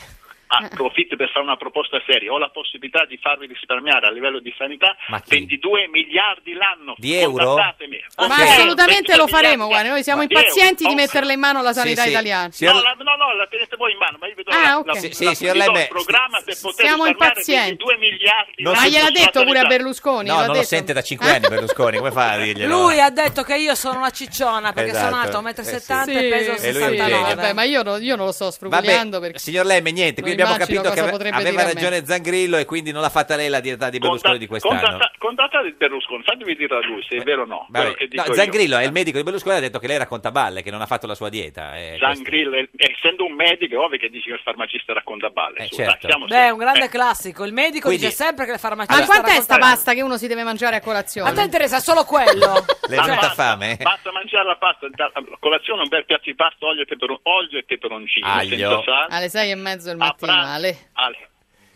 [SPEAKER 17] Approfitto per fare una proposta seria. Ho la possibilità di farvi risparmiare a livello di sanità 22 miliardi l'anno.
[SPEAKER 2] Di euro?
[SPEAKER 17] Contattatemi.
[SPEAKER 12] Ma
[SPEAKER 17] Ok.
[SPEAKER 12] assolutamente lo
[SPEAKER 17] 22
[SPEAKER 12] faremo,
[SPEAKER 17] miliardi.
[SPEAKER 12] guarda, noi siamo
[SPEAKER 17] Ma
[SPEAKER 12] impazienti
[SPEAKER 17] io-
[SPEAKER 12] di
[SPEAKER 17] oh,
[SPEAKER 12] metterla in mano alla sanità
[SPEAKER 2] sì.
[SPEAKER 12] italiana.
[SPEAKER 2] Signor-
[SPEAKER 17] No, la- no, no, la tenete voi in mano, ma io vedo
[SPEAKER 12] Ah,
[SPEAKER 17] la,
[SPEAKER 12] ok.
[SPEAKER 17] la,
[SPEAKER 12] Sì,
[SPEAKER 2] sì,
[SPEAKER 17] la-
[SPEAKER 2] signor
[SPEAKER 17] vi do
[SPEAKER 2] Lemme,
[SPEAKER 17] il programma per poter
[SPEAKER 12] siamo
[SPEAKER 17] risparmiare
[SPEAKER 12] impazienti.
[SPEAKER 17] 22 miliardi
[SPEAKER 2] Non
[SPEAKER 12] Ma
[SPEAKER 2] si-
[SPEAKER 12] gliel'ha detto pure a Berlusconi,
[SPEAKER 2] No,
[SPEAKER 12] l'ha
[SPEAKER 2] non lo
[SPEAKER 12] detto.
[SPEAKER 2] sente da 5 anni Berlusconi, come fa a dirglielo?
[SPEAKER 1] Lui ha detto che io sono una cicciona perché
[SPEAKER 2] Esatto.
[SPEAKER 1] sono alto 1,70
[SPEAKER 2] Eh, sì.
[SPEAKER 1] m e peso
[SPEAKER 2] E lui è un
[SPEAKER 1] 69.
[SPEAKER 2] genio.
[SPEAKER 12] Vabbè, Eh, ma io, non- io non lo sto
[SPEAKER 2] Vabbè,
[SPEAKER 12] sfrugliando perché...
[SPEAKER 2] signor Lemme, niente,
[SPEAKER 12] non
[SPEAKER 2] quindi abbiamo
[SPEAKER 12] immagino
[SPEAKER 2] capito che
[SPEAKER 12] cosa
[SPEAKER 2] ave-
[SPEAKER 12] potrebbe
[SPEAKER 2] aveva
[SPEAKER 12] dire a me.
[SPEAKER 2] ragione Zangrillo e quindi non l'ha fatta lei la dieta di Berlusconi di quest'anno.
[SPEAKER 17] Contatta- Contattate il Berlusconi, fatemi dire a lui se è vero o no.
[SPEAKER 2] Vabbè,
[SPEAKER 17] quello che
[SPEAKER 2] no,
[SPEAKER 17] dico io.
[SPEAKER 2] Zangrillo è il medico di Berlusconi, ha detto che lei racconta balle, che non ha fatto la sua dieta. eh, questo-
[SPEAKER 17] Zangrillo, eh, essendo un medico, è ovvio che dici che il farmacista racconta balle. su, dai,
[SPEAKER 2] certo.
[SPEAKER 17] siamo
[SPEAKER 1] Beh, è
[SPEAKER 17] seri.
[SPEAKER 1] un grande
[SPEAKER 17] Eh,
[SPEAKER 1] classico. Il medico
[SPEAKER 17] Quindi-
[SPEAKER 1] dice sempre che le farmaciste.
[SPEAKER 12] Ma quant'è sta
[SPEAKER 1] raccontano-
[SPEAKER 12] pasta che uno si deve mangiare a colazione?
[SPEAKER 1] A te interessa solo quello.
[SPEAKER 2] Le è venuta fame? eh.
[SPEAKER 17] Basta mangiare la pasta, da- a colazione un bel piatto di pasta, olio e, peperon- olio e peperoncino,
[SPEAKER 2] Aglio.
[SPEAKER 17] senza sale.
[SPEAKER 12] Alle sei e mezzo del mattino, Ale.
[SPEAKER 17] Ale.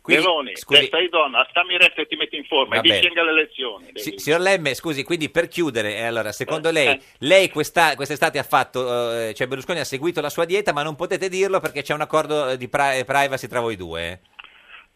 [SPEAKER 2] Quindi,
[SPEAKER 17] Meloni,
[SPEAKER 2] scusi-
[SPEAKER 17] testa di donna, stammi retto e ti metti in forma
[SPEAKER 2] Va
[SPEAKER 17] e
[SPEAKER 2] bene.
[SPEAKER 17] vincenga le elezioni.
[SPEAKER 2] Si- signor Lemme, scusi, quindi per chiudere, eh, allora, secondo lei, lei questa, quest'estate ha fatto, eh, cioè Berlusconi ha seguito la sua dieta, ma non potete dirlo perché c'è un accordo eh, di pri- privacy tra voi due? eh.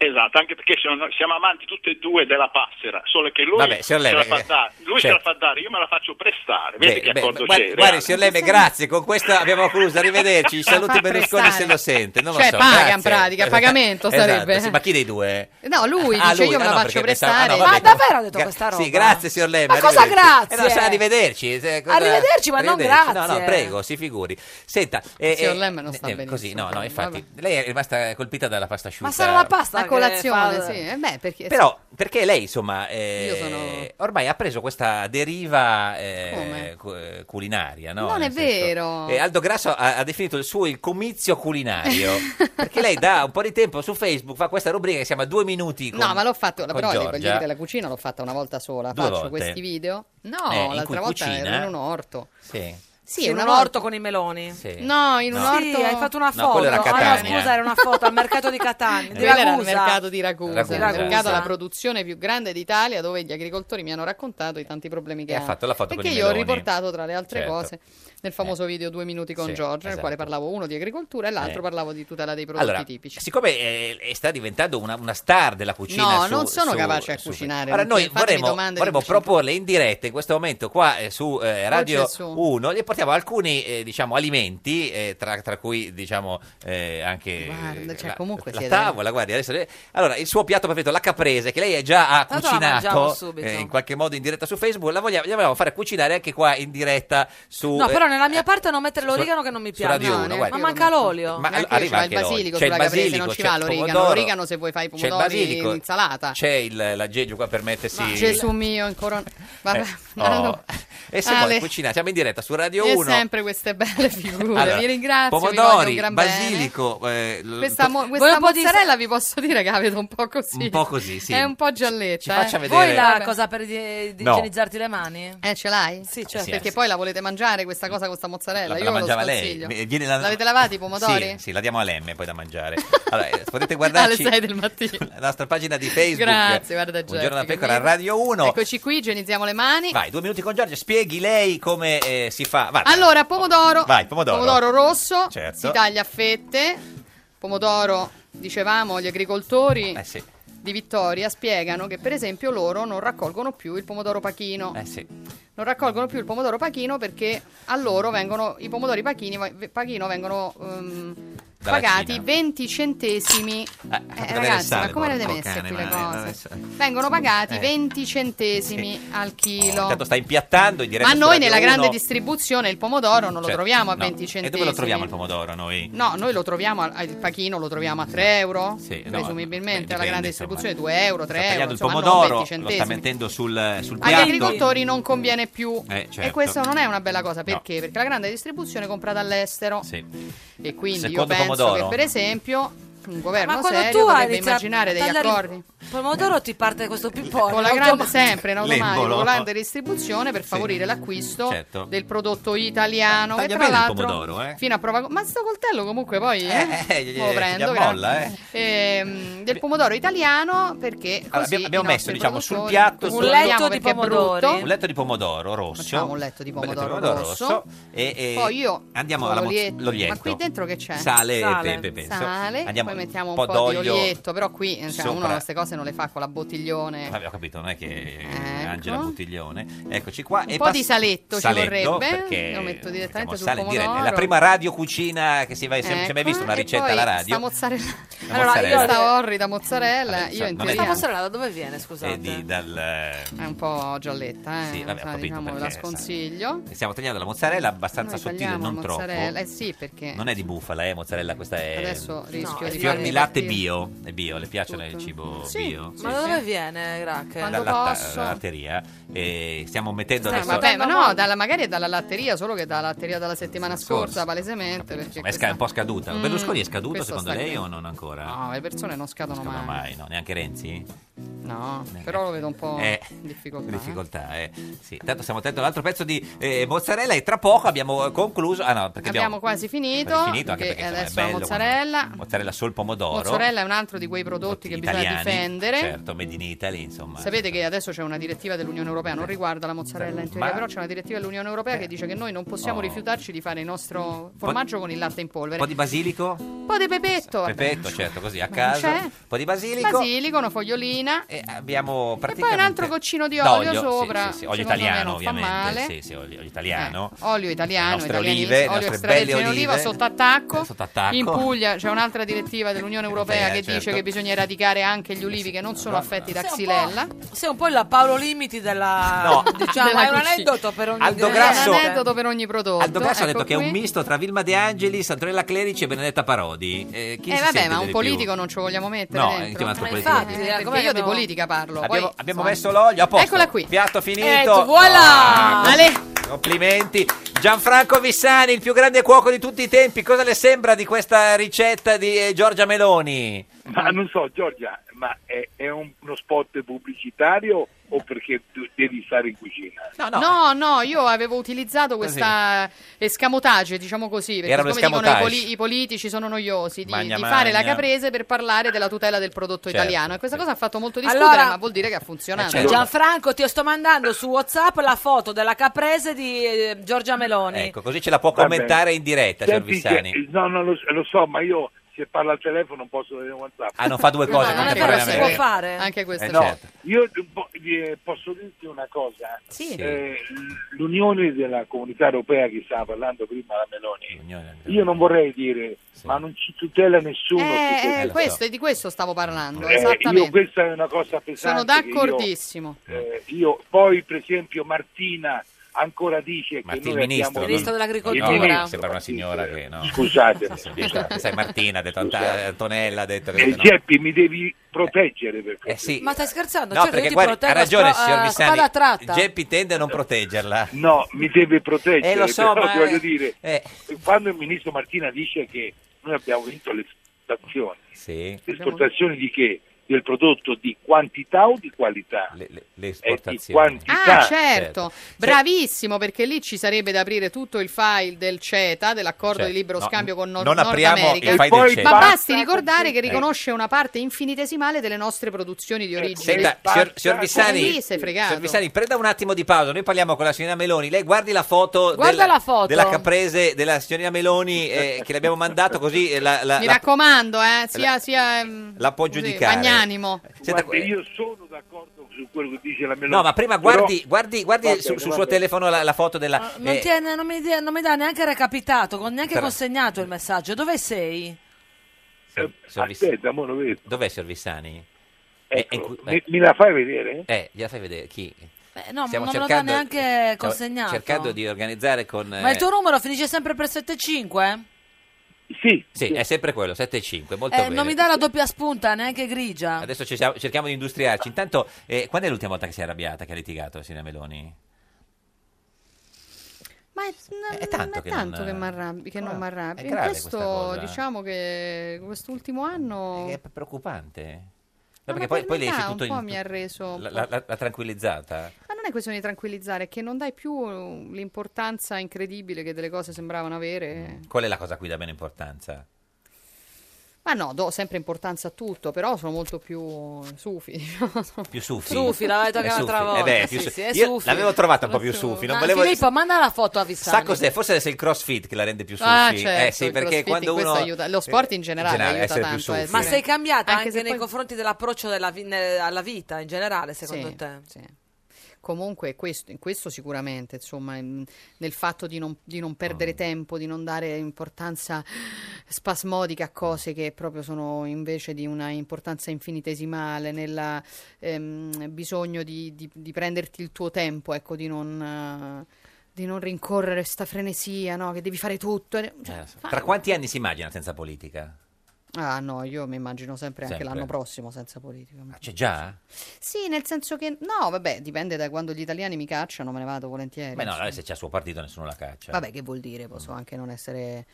[SPEAKER 17] Esatto, anche perché siamo, siamo amanti tutti e due della passera, solo che lui,
[SPEAKER 2] Vabbè,
[SPEAKER 17] se
[SPEAKER 2] signor Lemme,
[SPEAKER 17] la fa
[SPEAKER 2] eh,
[SPEAKER 17] dare, lui
[SPEAKER 2] certo.
[SPEAKER 17] se la fa dare, io me la faccio prestare. Eh, Vedi
[SPEAKER 2] Beh,
[SPEAKER 17] che
[SPEAKER 2] beh,
[SPEAKER 17] accordo
[SPEAKER 2] guarda,
[SPEAKER 17] c'è.
[SPEAKER 2] guarda, signor Lemme, grazie, con questo abbiamo concluso, arrivederci, saluti
[SPEAKER 12] Fa
[SPEAKER 2] Berlusconi se
[SPEAKER 12] prestare.
[SPEAKER 2] lo sente, non lo
[SPEAKER 12] Cioè,
[SPEAKER 2] so,
[SPEAKER 12] paga,
[SPEAKER 2] grazie.
[SPEAKER 12] in pratica, pagamento
[SPEAKER 2] Esatto,
[SPEAKER 12] sarebbe.
[SPEAKER 2] sì, ma chi dei due?
[SPEAKER 12] No, lui
[SPEAKER 2] Ah,
[SPEAKER 12] dice
[SPEAKER 2] lui,
[SPEAKER 12] io me
[SPEAKER 2] ah,
[SPEAKER 12] la
[SPEAKER 2] no,
[SPEAKER 12] faccio
[SPEAKER 2] perché pensavo- ah,
[SPEAKER 12] prestare.
[SPEAKER 2] no, vabbè,
[SPEAKER 1] Ma davvero ha detto questa roba?
[SPEAKER 2] Sì, grazie signor Lemme.
[SPEAKER 1] Ma cosa
[SPEAKER 2] arrivederci. Eh,
[SPEAKER 1] grazie?
[SPEAKER 2] no, arrivederci. eh, cosa-
[SPEAKER 1] Arrivederci, ma non
[SPEAKER 2] arrivederci. No,
[SPEAKER 1] grazie.
[SPEAKER 2] no, prego, si figuri. Senta, eh,
[SPEAKER 12] Signor
[SPEAKER 2] eh,
[SPEAKER 12] Lemme non sta
[SPEAKER 2] eh,
[SPEAKER 12] benissimo.
[SPEAKER 2] Così, no, no, infatti, lei è rimasta colpita dalla pasta asciutta.
[SPEAKER 12] Ma sarà la pasta
[SPEAKER 1] La
[SPEAKER 12] che
[SPEAKER 1] colazione,
[SPEAKER 12] fa-
[SPEAKER 1] sì.
[SPEAKER 12] eh, beh, perché
[SPEAKER 2] Però, perché lei, insomma, eh,
[SPEAKER 12] Io sono-
[SPEAKER 2] ormai ha preso questa deriva eh,
[SPEAKER 12] Come?
[SPEAKER 2] cu- eh, culinaria, no?
[SPEAKER 12] non
[SPEAKER 2] Nel
[SPEAKER 12] è
[SPEAKER 2] senso-
[SPEAKER 12] vero.
[SPEAKER 2] Eh, Aldo Grasso ha, ha definito il suo il comizio culinario perché lei da un po' di tempo su Facebook fa questa rubrica che si chiama Due minuti. Con,
[SPEAKER 12] No, ma l'ho fatto,
[SPEAKER 2] con
[SPEAKER 12] però
[SPEAKER 2] Giorgia.
[SPEAKER 12] voglio dire, la cucina l'ho fatta una volta sola,
[SPEAKER 2] Due
[SPEAKER 12] faccio
[SPEAKER 2] volte.
[SPEAKER 12] questi video. No,
[SPEAKER 2] Eh, in cui
[SPEAKER 12] l'altra volta
[SPEAKER 2] cucina?
[SPEAKER 12] ero in un orto.
[SPEAKER 2] Sì.
[SPEAKER 12] Sì,
[SPEAKER 1] in
[SPEAKER 12] una
[SPEAKER 1] un
[SPEAKER 12] volta-
[SPEAKER 1] orto con i meloni.
[SPEAKER 2] Sì.
[SPEAKER 12] No, in un
[SPEAKER 1] Sì,
[SPEAKER 12] orto-
[SPEAKER 1] hai fatto una
[SPEAKER 2] No,
[SPEAKER 1] foto.
[SPEAKER 2] quello era
[SPEAKER 1] Ah, no,
[SPEAKER 2] Catania.
[SPEAKER 1] scusa, era una foto al mercato di Catania, di
[SPEAKER 12] Quello era il
[SPEAKER 1] Ragusa.
[SPEAKER 12] mercato di Ragusa,
[SPEAKER 2] Ragusa,
[SPEAKER 12] il mercato
[SPEAKER 2] Ragusa.
[SPEAKER 12] alla produzione più grande d'Italia dove gli agricoltori mi hanno raccontato i tanti problemi che
[SPEAKER 2] E ha
[SPEAKER 12] hanno.
[SPEAKER 2] fatto la foto con
[SPEAKER 12] Perché
[SPEAKER 2] i
[SPEAKER 12] io ho
[SPEAKER 2] meloni.
[SPEAKER 12] riportato tra le altre
[SPEAKER 2] Certo. Eh.
[SPEAKER 12] cose nel famoso video Due minuti con
[SPEAKER 2] Sì,
[SPEAKER 12] Giorgio, nel
[SPEAKER 2] esatto.
[SPEAKER 12] quale parlavo uno di agricoltura e l'altro
[SPEAKER 2] Eh.
[SPEAKER 12] parlavo di tutela dei prodotti
[SPEAKER 2] Allora,
[SPEAKER 12] tipici.
[SPEAKER 2] siccome eh, eh, sta diventando una, una star della cucina,
[SPEAKER 12] No,
[SPEAKER 2] su-
[SPEAKER 12] non sono
[SPEAKER 2] su-
[SPEAKER 12] capace a
[SPEAKER 2] su-
[SPEAKER 12] cucinare,
[SPEAKER 2] Allora,
[SPEAKER 12] non
[SPEAKER 2] noi
[SPEAKER 12] chied- fatemi
[SPEAKER 2] vorremmo,
[SPEAKER 12] domande di
[SPEAKER 2] vorremmo
[SPEAKER 12] cucina.
[SPEAKER 2] proporle in diretta in questo momento qua eh, su eh, Radio
[SPEAKER 12] Oggi è su.
[SPEAKER 2] 1 e portiamo alcuni eh, diciamo, alimenti, eh, tra, tra cui diciamo eh, anche eh,
[SPEAKER 12] Guarda, cioè,
[SPEAKER 2] la,
[SPEAKER 12] comunque
[SPEAKER 2] la
[SPEAKER 12] siete-
[SPEAKER 2] tavola. Guardi, adesso le- allora il suo piatto preferito, la caprese, che lei già ha
[SPEAKER 1] Tanto la mangiamo
[SPEAKER 2] cucinato
[SPEAKER 1] subito.
[SPEAKER 2] eh, in qualche modo in diretta su Facebook, la vogliamo, la vogliamo fare cucinare anche qua in diretta su
[SPEAKER 1] No,
[SPEAKER 2] eh,
[SPEAKER 1] però nella mia parte non mettere l'origano che non mi
[SPEAKER 2] su
[SPEAKER 1] piace.
[SPEAKER 2] Radio Uno,
[SPEAKER 1] ma
[SPEAKER 2] guarda.
[SPEAKER 1] manca l'olio.
[SPEAKER 2] Ma
[SPEAKER 12] Neanche
[SPEAKER 2] arriva
[SPEAKER 12] c'è il
[SPEAKER 2] anche l'olio.
[SPEAKER 12] basilico
[SPEAKER 2] C'è il
[SPEAKER 12] sulla caprese,
[SPEAKER 2] basilico,
[SPEAKER 12] non ci
[SPEAKER 2] c'è
[SPEAKER 12] va
[SPEAKER 2] il
[SPEAKER 12] l'origano.
[SPEAKER 2] pomodoro,
[SPEAKER 12] L'origano se vuoi fai i
[SPEAKER 2] C'è il
[SPEAKER 12] pomodori in
[SPEAKER 2] basilico,
[SPEAKER 12] insalata.
[SPEAKER 2] C'è il, l'aggeggio qua per mettersi.
[SPEAKER 12] Gesù mio, ancora. Vabbè,
[SPEAKER 2] Eh,
[SPEAKER 12] Nando.
[SPEAKER 2] oh. E se
[SPEAKER 12] Ale,
[SPEAKER 2] vuoi cucinare, siamo in diretta su Radio
[SPEAKER 12] io
[SPEAKER 2] 1.
[SPEAKER 12] sempre queste belle figure.
[SPEAKER 2] Allora,
[SPEAKER 12] vi ringrazio, vi voglio un
[SPEAKER 2] pomodori,
[SPEAKER 12] gran bene.
[SPEAKER 2] basilico, eh, l-
[SPEAKER 12] Questa, mo- questa
[SPEAKER 1] Volevo un po' di-
[SPEAKER 12] mozzarella vi posso dire che la vedo un po' così.
[SPEAKER 2] un po' così, sì.
[SPEAKER 12] È un po' gialletta.
[SPEAKER 2] Ci faccia
[SPEAKER 12] eh.
[SPEAKER 2] vedere. Vuoi la
[SPEAKER 1] cosa per di- di
[SPEAKER 2] No.
[SPEAKER 1] igienizzarti le mani?
[SPEAKER 12] Eh, ce l'hai? Sì,
[SPEAKER 2] certo. Sì,
[SPEAKER 12] Perché
[SPEAKER 2] eh.
[SPEAKER 12] poi la volete mangiare questa cosa con sta mozzarella?
[SPEAKER 2] La,
[SPEAKER 12] Io
[SPEAKER 2] la
[SPEAKER 12] ve lo
[SPEAKER 2] mangiava lei.
[SPEAKER 12] sconsiglio.
[SPEAKER 2] Mi- viene la-
[SPEAKER 12] L'avete lavati i pomodori?
[SPEAKER 2] Sì, sì, la diamo a Lemme poi da mangiare. Allora, eh, potete
[SPEAKER 12] Alle
[SPEAKER 2] guardarci
[SPEAKER 12] 6 del mattino.
[SPEAKER 2] la nostra pagina di Facebook.
[SPEAKER 12] Grazie, guarda,
[SPEAKER 2] Un
[SPEAKER 12] Giorgio,
[SPEAKER 2] giorno da
[SPEAKER 12] che
[SPEAKER 2] pecora,
[SPEAKER 12] bello.
[SPEAKER 2] Radio 1.
[SPEAKER 12] Eccoci qui, igienizziamo le mani.
[SPEAKER 2] Vai, due minuti con Giorgio, spieghi lei come eh, si fa. Vai,
[SPEAKER 12] Allora, pomodoro,
[SPEAKER 2] Vai, pomodoro.
[SPEAKER 12] rosso,
[SPEAKER 2] Certo.
[SPEAKER 12] si taglia a fette. Pomodoro, dicevamo, gli agricoltori
[SPEAKER 2] Eh sì,
[SPEAKER 12] di Vittoria spiegano che per esempio loro non raccolgono più il pomodoro pachino.
[SPEAKER 2] eh sì.
[SPEAKER 12] Non raccolgono più il pomodoro pachino perché a loro vengono i pomodori pachini, pachino vengono ehm,
[SPEAKER 2] Dalla
[SPEAKER 12] pagati
[SPEAKER 2] Cina.
[SPEAKER 12] 20 centesimi.
[SPEAKER 2] Eh,
[SPEAKER 12] Eh, ragazzi, ma come le avete messe qui le cose? Vengono pagati
[SPEAKER 2] Eh.
[SPEAKER 12] 20 centesimi al chilo.
[SPEAKER 2] Intanto sta impiattando in diretta
[SPEAKER 12] Ma
[SPEAKER 2] su
[SPEAKER 12] noi
[SPEAKER 2] Radio
[SPEAKER 12] nella
[SPEAKER 2] 1.
[SPEAKER 12] grande distribuzione il pomodoro non lo
[SPEAKER 2] Cioè,
[SPEAKER 12] troviamo a
[SPEAKER 2] no.
[SPEAKER 12] 20 centesimi.
[SPEAKER 2] E dove lo troviamo il pomodoro noi?
[SPEAKER 12] No, noi lo troviamo, al- il pachino lo troviamo a 3 euro,
[SPEAKER 2] Sì, no,
[SPEAKER 12] presumibilmente,
[SPEAKER 2] beh,
[SPEAKER 12] alla
[SPEAKER 2] dipende,
[SPEAKER 12] grande distribuzione 2 euro,
[SPEAKER 2] Sta
[SPEAKER 12] 3 euro,
[SPEAKER 2] tagliando il
[SPEAKER 12] eh, insomma non
[SPEAKER 2] pomodoro,
[SPEAKER 12] 20
[SPEAKER 2] lo sta
[SPEAKER 12] centesimi.
[SPEAKER 2] mettendo sul, eh, sul
[SPEAKER 12] Agli
[SPEAKER 2] piatto.
[SPEAKER 12] agricoltori non conviene più
[SPEAKER 2] Eh,
[SPEAKER 12] e
[SPEAKER 2] certo.
[SPEAKER 12] questa non è una bella cosa
[SPEAKER 2] No.
[SPEAKER 12] perché? Perché la grande distribuzione è comprata all'estero
[SPEAKER 2] Sì.
[SPEAKER 12] e quindi io
[SPEAKER 2] Secondo
[SPEAKER 12] penso
[SPEAKER 2] pomodoro.
[SPEAKER 12] che per esempio un governo
[SPEAKER 1] Ma quando
[SPEAKER 12] serio
[SPEAKER 1] tu hai
[SPEAKER 12] dovrebbe
[SPEAKER 1] iniziato
[SPEAKER 12] immaginare
[SPEAKER 1] a
[SPEAKER 12] degli
[SPEAKER 1] tagliare il
[SPEAKER 12] accordi
[SPEAKER 1] pomodoro ti parte questo pippone.
[SPEAKER 12] con la grande, sempre in automatico
[SPEAKER 2] L'embolo.
[SPEAKER 12] con la grande distribuzione per favorire l'acquisto
[SPEAKER 2] Certo.
[SPEAKER 12] del prodotto italiano
[SPEAKER 2] Taglia
[SPEAKER 12] e tra
[SPEAKER 2] bene il
[SPEAKER 12] l'altro
[SPEAKER 2] pomodoro, eh.
[SPEAKER 12] fino a prova ma sto coltello comunque poi eh,
[SPEAKER 2] Eh, gli-
[SPEAKER 12] lo
[SPEAKER 2] gli
[SPEAKER 12] prendo
[SPEAKER 2] ammolla, eh.
[SPEAKER 12] grazie. Ehm, del pomodoro italiano perché così
[SPEAKER 2] Allora, abbiamo, abbiamo
[SPEAKER 12] i
[SPEAKER 2] messo
[SPEAKER 12] nostri
[SPEAKER 2] diciamo sul
[SPEAKER 12] produttori-
[SPEAKER 2] piatto
[SPEAKER 12] questo
[SPEAKER 2] sul-
[SPEAKER 12] lo vediamo perché è eh. brutto.
[SPEAKER 2] un letto di pomodoro rosso
[SPEAKER 12] Facciamo un letto di pomodoro rosso.
[SPEAKER 2] e, e
[SPEAKER 12] Poi io
[SPEAKER 2] andiamo
[SPEAKER 12] con
[SPEAKER 2] alla
[SPEAKER 12] l'olietto.
[SPEAKER 2] mozz- l'olietto
[SPEAKER 12] Ma qui dentro che c'è?
[SPEAKER 2] sale, e pepe penso.
[SPEAKER 12] Sale,
[SPEAKER 2] Andiamo
[SPEAKER 12] poi mettiamo un po', di
[SPEAKER 2] d'olio
[SPEAKER 12] olietto, però qui eh, cioè, uno
[SPEAKER 2] sopra. Eh,
[SPEAKER 12] queste cose non le fa con la bottiglione.
[SPEAKER 2] Vabbè, ho capito, non è che Angela Bottiglione. Eccoci qua.
[SPEAKER 12] Ecco. Un po' di saletto ci vorrebbe,
[SPEAKER 2] Perché
[SPEAKER 12] lo metto direttamente
[SPEAKER 2] mettiamo
[SPEAKER 12] sul
[SPEAKER 2] sale in diretta. È la
[SPEAKER 12] pomodoro.
[SPEAKER 2] prima radio cucina che si va, si è- si è mai
[SPEAKER 12] Ecco,
[SPEAKER 2] vista una
[SPEAKER 12] e
[SPEAKER 2] ricetta
[SPEAKER 12] poi
[SPEAKER 2] alla
[SPEAKER 12] Sta
[SPEAKER 2] radio.
[SPEAKER 12] mozzarella.
[SPEAKER 2] La
[SPEAKER 12] Allora,
[SPEAKER 2] mozzarella.
[SPEAKER 12] io sta orrida mozzarella, io in
[SPEAKER 2] non è
[SPEAKER 12] teoria
[SPEAKER 2] Questa
[SPEAKER 1] mozzarella da dove viene, scusate?
[SPEAKER 2] E Eh, di- dal- eh,
[SPEAKER 12] È un po' gialletta, eh.
[SPEAKER 2] Sì, vabbè, ho
[SPEAKER 12] insomma,
[SPEAKER 2] capito
[SPEAKER 12] diciamo, ve la
[SPEAKER 2] perché,
[SPEAKER 12] sconsiglio.
[SPEAKER 2] Stiamo tagliando la mozzarella abbastanza
[SPEAKER 12] Noi
[SPEAKER 2] sottile,
[SPEAKER 12] tagliamo
[SPEAKER 2] non
[SPEAKER 12] la
[SPEAKER 2] troppo.
[SPEAKER 12] mozzarella, eh sì, perché
[SPEAKER 2] Non è di bufala, eh, mozzarella, questa è
[SPEAKER 12] Adesso rischio
[SPEAKER 2] è
[SPEAKER 12] di
[SPEAKER 2] fior
[SPEAKER 12] farmi
[SPEAKER 2] di latte
[SPEAKER 12] partire.
[SPEAKER 2] bio, è bio, le piacciono il cibo
[SPEAKER 1] Sì,
[SPEAKER 2] bio?
[SPEAKER 1] ma da dove viene, Grac?
[SPEAKER 2] Dalla latta- dalla latteria e stiamo mettendo
[SPEAKER 12] Eh,
[SPEAKER 2] adesso
[SPEAKER 12] vabbè, ma no, dalla- magari è dalla latteria, solo che dalla latteria della settimana
[SPEAKER 2] Scorsa.
[SPEAKER 12] scorsa, palesemente. Perché
[SPEAKER 2] Ma è sca- un po' scaduta.
[SPEAKER 12] Mm,
[SPEAKER 2] Berlusconi è scaduto
[SPEAKER 12] questo
[SPEAKER 2] secondo
[SPEAKER 12] sta
[SPEAKER 2] lei
[SPEAKER 12] qui.
[SPEAKER 2] o non ancora?
[SPEAKER 12] No, le persone non scadono
[SPEAKER 2] Secondo
[SPEAKER 12] mai.
[SPEAKER 2] mai, no, neanche Renzi?
[SPEAKER 12] No, però lo vedo un po'
[SPEAKER 2] Eh,
[SPEAKER 12] in difficoltà.
[SPEAKER 2] difficoltà, eh. Sì, tanto stiamo attenti all'altro pezzo di eh, mozzarella e tra poco abbiamo concluso. Ah no, perché abbiamo,
[SPEAKER 12] Abbiamo quasi finito.
[SPEAKER 2] È finito anche
[SPEAKER 12] che
[SPEAKER 2] perché, insomma,
[SPEAKER 12] adesso
[SPEAKER 2] è
[SPEAKER 12] la
[SPEAKER 2] bello
[SPEAKER 12] mozzarella.
[SPEAKER 2] mozzarella sul pomodoro.
[SPEAKER 12] Mozzarella è un altro di quei prodotti che bisogna
[SPEAKER 2] mm, italiani,
[SPEAKER 12] difendere.
[SPEAKER 2] Certo, made in Italy, insomma.
[SPEAKER 12] Sapete che adesso c'è una direttiva dell'Unione Europea, non riguarda la mozzarella in teoria,
[SPEAKER 2] Ma-
[SPEAKER 12] però c'è una direttiva dell'Unione Europea che dice che noi non possiamo
[SPEAKER 2] Oh.
[SPEAKER 12] rifiutarci di fare il nostro formaggio con il latte in
[SPEAKER 2] Un
[SPEAKER 12] polvere.
[SPEAKER 2] po' di basilico,
[SPEAKER 12] Un po' di pepetto. vabbè.
[SPEAKER 2] pepetto, certo, così a
[SPEAKER 12] Ma
[SPEAKER 2] caso.
[SPEAKER 12] c'è?
[SPEAKER 2] Un po' di basilico.
[SPEAKER 12] Basilico, una fogliolina.
[SPEAKER 2] Abbiamo
[SPEAKER 12] E poi un
[SPEAKER 2] praticamente
[SPEAKER 12] altro goccino di
[SPEAKER 2] d'olio,
[SPEAKER 12] olio, sopra.
[SPEAKER 2] Sì, sì, sì, olio
[SPEAKER 12] Secondo me
[SPEAKER 2] italiano,
[SPEAKER 12] non fa
[SPEAKER 2] ovviamente.
[SPEAKER 12] male. Eh,
[SPEAKER 2] Sì, sì, olio, olio italiano.
[SPEAKER 12] Olio
[SPEAKER 2] Le
[SPEAKER 12] italiano,
[SPEAKER 2] nostre
[SPEAKER 12] italianissimo,
[SPEAKER 2] olive, le
[SPEAKER 12] olio
[SPEAKER 2] nostre
[SPEAKER 12] extravergine
[SPEAKER 2] belle
[SPEAKER 12] oliva
[SPEAKER 2] olive.
[SPEAKER 12] sotto attacco.
[SPEAKER 2] Eh, sotto attacco.
[SPEAKER 12] In Puglia c'è un'altra direttiva dell'Unione Europea
[SPEAKER 2] Europea,
[SPEAKER 12] che
[SPEAKER 2] certo.
[SPEAKER 12] dice che bisogna eradicare anche gli ulivi che non sono affetti da
[SPEAKER 1] Sei un
[SPEAKER 12] xylella.
[SPEAKER 1] Sei un po' la Paolo Limiti della...
[SPEAKER 2] No.
[SPEAKER 1] Diciamo,
[SPEAKER 12] Della
[SPEAKER 1] è un
[SPEAKER 12] cucina.
[SPEAKER 1] aneddoto per ogni...
[SPEAKER 2] Aldo
[SPEAKER 1] Eh,
[SPEAKER 2] Grasso-
[SPEAKER 1] un
[SPEAKER 12] Un aneddoto per ogni prodotto.
[SPEAKER 2] Aldo Grasso ha
[SPEAKER 12] Ecco
[SPEAKER 2] detto che è un
[SPEAKER 12] qui.
[SPEAKER 2] misto tra Vilma De Angeli, Santorella Clerici e Benedetta Parodi. Eh, chi
[SPEAKER 12] Eh
[SPEAKER 2] si
[SPEAKER 12] vabbè,
[SPEAKER 2] sente
[SPEAKER 12] ma un
[SPEAKER 2] di
[SPEAKER 12] politico
[SPEAKER 2] più?
[SPEAKER 12] non ci vogliamo mettere
[SPEAKER 2] No,
[SPEAKER 12] dentro.
[SPEAKER 2] insieme a altro
[SPEAKER 12] Eh,
[SPEAKER 2] politico.
[SPEAKER 12] infatti,
[SPEAKER 2] Eh,
[SPEAKER 12] perché
[SPEAKER 1] come
[SPEAKER 12] io di
[SPEAKER 1] abbiamo-
[SPEAKER 12] politica parlo.
[SPEAKER 2] Abbiamo,
[SPEAKER 12] poi,
[SPEAKER 2] abbiamo
[SPEAKER 12] insomma.
[SPEAKER 2] messo l'olio a posto.
[SPEAKER 12] Eccola qui.
[SPEAKER 2] Piatto finito.
[SPEAKER 12] Ecco, voilà!
[SPEAKER 2] Ah,
[SPEAKER 12] Ale.
[SPEAKER 2] Complimenti. Gianfranco Vissani, il più grande cuoco di tutti i tempi. Cosa le sembra di questa ricetta di eh, Giorgia Meloni?
[SPEAKER 18] Ma Ah, non so, Giorgia, ma è, è un- uno spot pubblicitario o perché tu devi stare in cucina?
[SPEAKER 12] No no. io avevo utilizzato questa escamotage, diciamo così, perché
[SPEAKER 2] Era un
[SPEAKER 12] come dicono i,
[SPEAKER 2] escamotage.
[SPEAKER 12] poli- i politici sono noiosi, di,
[SPEAKER 2] Magna,
[SPEAKER 12] di fare la
[SPEAKER 2] magna.
[SPEAKER 12] caprese per parlare della tutela del prodotto
[SPEAKER 2] Certo,
[SPEAKER 12] italiano. E questa cosa ha fatto molto discutere,
[SPEAKER 1] Allora-
[SPEAKER 12] ma vuol dire che ha funzionato.
[SPEAKER 1] Allora, Cioè, Gianfranco, ti sto mandando su WhatsApp la foto della caprese di eh, Giorgia Meloni.
[SPEAKER 2] Ecco, così ce la può commentare in diretta, signor
[SPEAKER 18] Senti
[SPEAKER 2] Vissani.
[SPEAKER 18] che- no, no, lo, lo so, ma io se parlo al telefono non posso vedere WhatsApp.
[SPEAKER 2] Ah, non fa due cose
[SPEAKER 12] non è vero, si può
[SPEAKER 2] contemporaneamente.
[SPEAKER 12] fare anche questo.
[SPEAKER 2] Eh,
[SPEAKER 12] è
[SPEAKER 2] no.
[SPEAKER 12] vero.
[SPEAKER 18] Io po- eh, posso dirti una cosa.
[SPEAKER 12] Sì.
[SPEAKER 18] Eh, l'unione della comunità europea che stava parlando prima la Meloni, io non vorrei dire, ma non ci tutela nessuno. su
[SPEAKER 12] Eh, eh,
[SPEAKER 18] questo.
[SPEAKER 12] questo, di questo stavo parlando,
[SPEAKER 18] Eh, io esatto,
[SPEAKER 12] esattamente.
[SPEAKER 18] questa è una cosa pesante.
[SPEAKER 12] Sono
[SPEAKER 18] che io-
[SPEAKER 12] d'accordissimo.
[SPEAKER 18] Eh, io poi, per esempio, Martina ancora dice che
[SPEAKER 2] Marti, il
[SPEAKER 18] noi
[SPEAKER 2] ministro.
[SPEAKER 18] abbiamo...
[SPEAKER 1] Ministro dell'agricoltura.
[SPEAKER 18] Il ministro.
[SPEAKER 2] Sembra una signora che... No.
[SPEAKER 18] Scusate,
[SPEAKER 2] Sì, sì.
[SPEAKER 18] scusate.
[SPEAKER 2] Sai, Martina ha detto,
[SPEAKER 18] Scusate.
[SPEAKER 2] Antonella ha detto... che
[SPEAKER 18] Eh,
[SPEAKER 2] no.
[SPEAKER 18] Geppi, mi devi proteggere per
[SPEAKER 2] Eh sì.
[SPEAKER 1] Ma stai scherzando?
[SPEAKER 2] No,
[SPEAKER 1] Certo, io
[SPEAKER 2] perché
[SPEAKER 1] ti
[SPEAKER 2] guarda, ha
[SPEAKER 1] proteggo a
[SPEAKER 2] ragione,
[SPEAKER 1] spa-
[SPEAKER 2] signor
[SPEAKER 1] a
[SPEAKER 2] Missani.
[SPEAKER 1] spada eh, tratta.
[SPEAKER 2] Geppi tende a non proteggerla.
[SPEAKER 18] No, mi deve proteggere.
[SPEAKER 2] Eh, lo so,
[SPEAKER 18] però
[SPEAKER 2] ma-
[SPEAKER 18] ti voglio dire,
[SPEAKER 2] eh.
[SPEAKER 18] quando il ministro Martina dice che noi abbiamo vinto le esportazioni, le esportazioni di che? Del prodotto di quantità o di qualità? Le, esportazioni. di quantità.
[SPEAKER 12] Ah, certo. bravissimo, perché lì ci sarebbe da aprire tutto il file del CETA, dell'accordo
[SPEAKER 2] Certo.
[SPEAKER 12] di libero
[SPEAKER 2] No,
[SPEAKER 12] scambio con Nord,
[SPEAKER 2] non
[SPEAKER 12] Nord
[SPEAKER 2] apriamo il
[SPEAKER 12] America.
[SPEAKER 2] file del E poi CETA.
[SPEAKER 12] Ma
[SPEAKER 2] basta
[SPEAKER 12] basti ricordare che
[SPEAKER 2] con-
[SPEAKER 12] riconosce una parte infinitesimale delle nostre produzioni di
[SPEAKER 18] eh,
[SPEAKER 12] origine.
[SPEAKER 2] Eh, Senta, signor, signor
[SPEAKER 12] Lì
[SPEAKER 2] Vissani,
[SPEAKER 12] sei fregato.
[SPEAKER 2] signor Vissani, prenda un attimo di pausa. Noi parliamo con la signorina Meloni. Lei guardi la foto,
[SPEAKER 12] Guarda
[SPEAKER 2] della,
[SPEAKER 12] la foto.
[SPEAKER 2] della caprese della signorina Meloni eh, che le abbiamo mandato così eh, la, la-
[SPEAKER 12] Mi
[SPEAKER 2] la-
[SPEAKER 12] raccomando, eh, sia,
[SPEAKER 2] la-
[SPEAKER 12] sia ehm,
[SPEAKER 2] la può
[SPEAKER 12] così,
[SPEAKER 2] giudicare.
[SPEAKER 12] magnanimo.
[SPEAKER 2] Senta,
[SPEAKER 18] Guarda, io sono d'accordo su quello che dice la Meloni.
[SPEAKER 2] No, ma prima
[SPEAKER 18] però-
[SPEAKER 2] guardi, guardi, guardi
[SPEAKER 18] Va bene,
[SPEAKER 2] sul, sul
[SPEAKER 18] va
[SPEAKER 2] suo
[SPEAKER 18] bene.
[SPEAKER 2] telefono la, la foto della...
[SPEAKER 1] Ah, Non,
[SPEAKER 2] eh,
[SPEAKER 1] tiene- non mi, dia- non mi dà neanche recapitato, con- neanche
[SPEAKER 2] Però-
[SPEAKER 1] consegnato il messaggio. Dove sei?
[SPEAKER 18] Eh,
[SPEAKER 2] signor Viss- Dov'è signor Vissani? Eh, è in cu-
[SPEAKER 18] Ecco, mi-
[SPEAKER 2] eh.
[SPEAKER 18] mi la fai vedere?
[SPEAKER 2] Eh, gliela fai vedere chi?
[SPEAKER 1] Beh, no, ma non me lo dà neanche
[SPEAKER 2] stiamo
[SPEAKER 1] consegnato.
[SPEAKER 2] Cercando di organizzare con...
[SPEAKER 1] Ma il
[SPEAKER 2] eh,
[SPEAKER 1] tuo numero finisce sempre per 75?
[SPEAKER 18] Sì,
[SPEAKER 2] è sempre quello, 7-5, molto
[SPEAKER 1] Eh,
[SPEAKER 2] bene.
[SPEAKER 1] non mi dà la doppia spunta, neanche grigia.
[SPEAKER 2] Adesso ci siamo- cerchiamo di industriarci. Intanto, eh, quando è l'ultima volta che si è arrabbiata, che ha litigato la signora Meloni?
[SPEAKER 12] Ma è,
[SPEAKER 2] è tanto
[SPEAKER 12] non Ah, è
[SPEAKER 2] che
[SPEAKER 12] tanto
[SPEAKER 2] non-
[SPEAKER 12] che, m'arrabbi- che non mi arrabbio.
[SPEAKER 2] è
[SPEAKER 12] In
[SPEAKER 2] grave questa
[SPEAKER 12] questo,
[SPEAKER 2] cosa.
[SPEAKER 12] diciamo che quest'ultimo anno...
[SPEAKER 2] È preoccupante.
[SPEAKER 12] Eh, Ma
[SPEAKER 2] No, perché
[SPEAKER 12] per
[SPEAKER 2] poi, poi le
[SPEAKER 12] metà
[SPEAKER 2] esce
[SPEAKER 12] un
[SPEAKER 2] tutto
[SPEAKER 12] po'
[SPEAKER 2] in-
[SPEAKER 12] mi ha reso un
[SPEAKER 2] la-
[SPEAKER 12] po'.
[SPEAKER 2] la- la- l'ha tranquillizzata?
[SPEAKER 12] Ma non è questione di tranquillizzare, è che non dai più eh, l'importanza incredibile che delle cose sembravano avere.
[SPEAKER 2] Qual è la cosa a cui dà meno importanza?
[SPEAKER 12] Ma no, do sempre importanza a tutto, però sono molto più sufi. diciamo.
[SPEAKER 2] Più sufi?
[SPEAKER 1] Sufi, l'aveva detto
[SPEAKER 2] È
[SPEAKER 1] anche l'altra
[SPEAKER 2] sufi.
[SPEAKER 1] volta,
[SPEAKER 2] Eh beh, più
[SPEAKER 1] sì,
[SPEAKER 2] su-
[SPEAKER 1] sì, è
[SPEAKER 2] Io
[SPEAKER 1] sufi.
[SPEAKER 2] l'avevo trovata un po' più
[SPEAKER 1] Sono
[SPEAKER 2] sufi.
[SPEAKER 1] Ah,
[SPEAKER 2] Non volevo...
[SPEAKER 1] Filippo, manda la foto a Vissani.
[SPEAKER 2] Sa cos'è? Forse è il crossfit che la rende più sufi.
[SPEAKER 12] Ah, certo,
[SPEAKER 2] eh sì,
[SPEAKER 12] il
[SPEAKER 2] perché
[SPEAKER 12] crossfit
[SPEAKER 2] quando
[SPEAKER 12] in
[SPEAKER 2] uno... Eh,
[SPEAKER 12] questo aiuta. Lo sport in generale aiuta
[SPEAKER 2] essere
[SPEAKER 12] tanto eh,
[SPEAKER 2] più
[SPEAKER 12] a
[SPEAKER 2] sufi.
[SPEAKER 12] essere-
[SPEAKER 1] Ma sei cambiata anche,
[SPEAKER 12] Anche se
[SPEAKER 1] nei
[SPEAKER 12] poi-
[SPEAKER 1] confronti dell'approccio della vi- ne- alla vita in generale, secondo
[SPEAKER 12] Sì,
[SPEAKER 1] te?
[SPEAKER 12] Comunque, questo, in questo sicuramente, insomma, in- nel fatto di non, di non
[SPEAKER 2] Ah.
[SPEAKER 12] perdere tempo, di non dare importanza spasmodica a
[SPEAKER 2] Mm.
[SPEAKER 12] cose che proprio sono invece di una importanza infinitesimale, nel ehm, bisogno di, di- di prenderti il tuo tempo, ecco, di non, eh, di non rincorrere sta frenesia, no? Che devi fare tutto. e-
[SPEAKER 2] Eh, lo so. Tra quanti anni si immagina senza politica?
[SPEAKER 12] Ah no, io mi immagino sempre anche
[SPEAKER 2] Sempre.
[SPEAKER 12] l'anno prossimo senza politica. ma-
[SPEAKER 2] C'è già?
[SPEAKER 12] Eh, Sì, nel senso che no, vabbè, dipende da quando gli italiani mi cacciano, me ne vado
[SPEAKER 2] Beh
[SPEAKER 12] volentieri.
[SPEAKER 2] no,
[SPEAKER 12] insomma.
[SPEAKER 2] allora se c'è il suo partito nessuno la caccia.
[SPEAKER 12] Vabbè, che vuol dire?
[SPEAKER 2] Mm.
[SPEAKER 12] Posso anche non essere.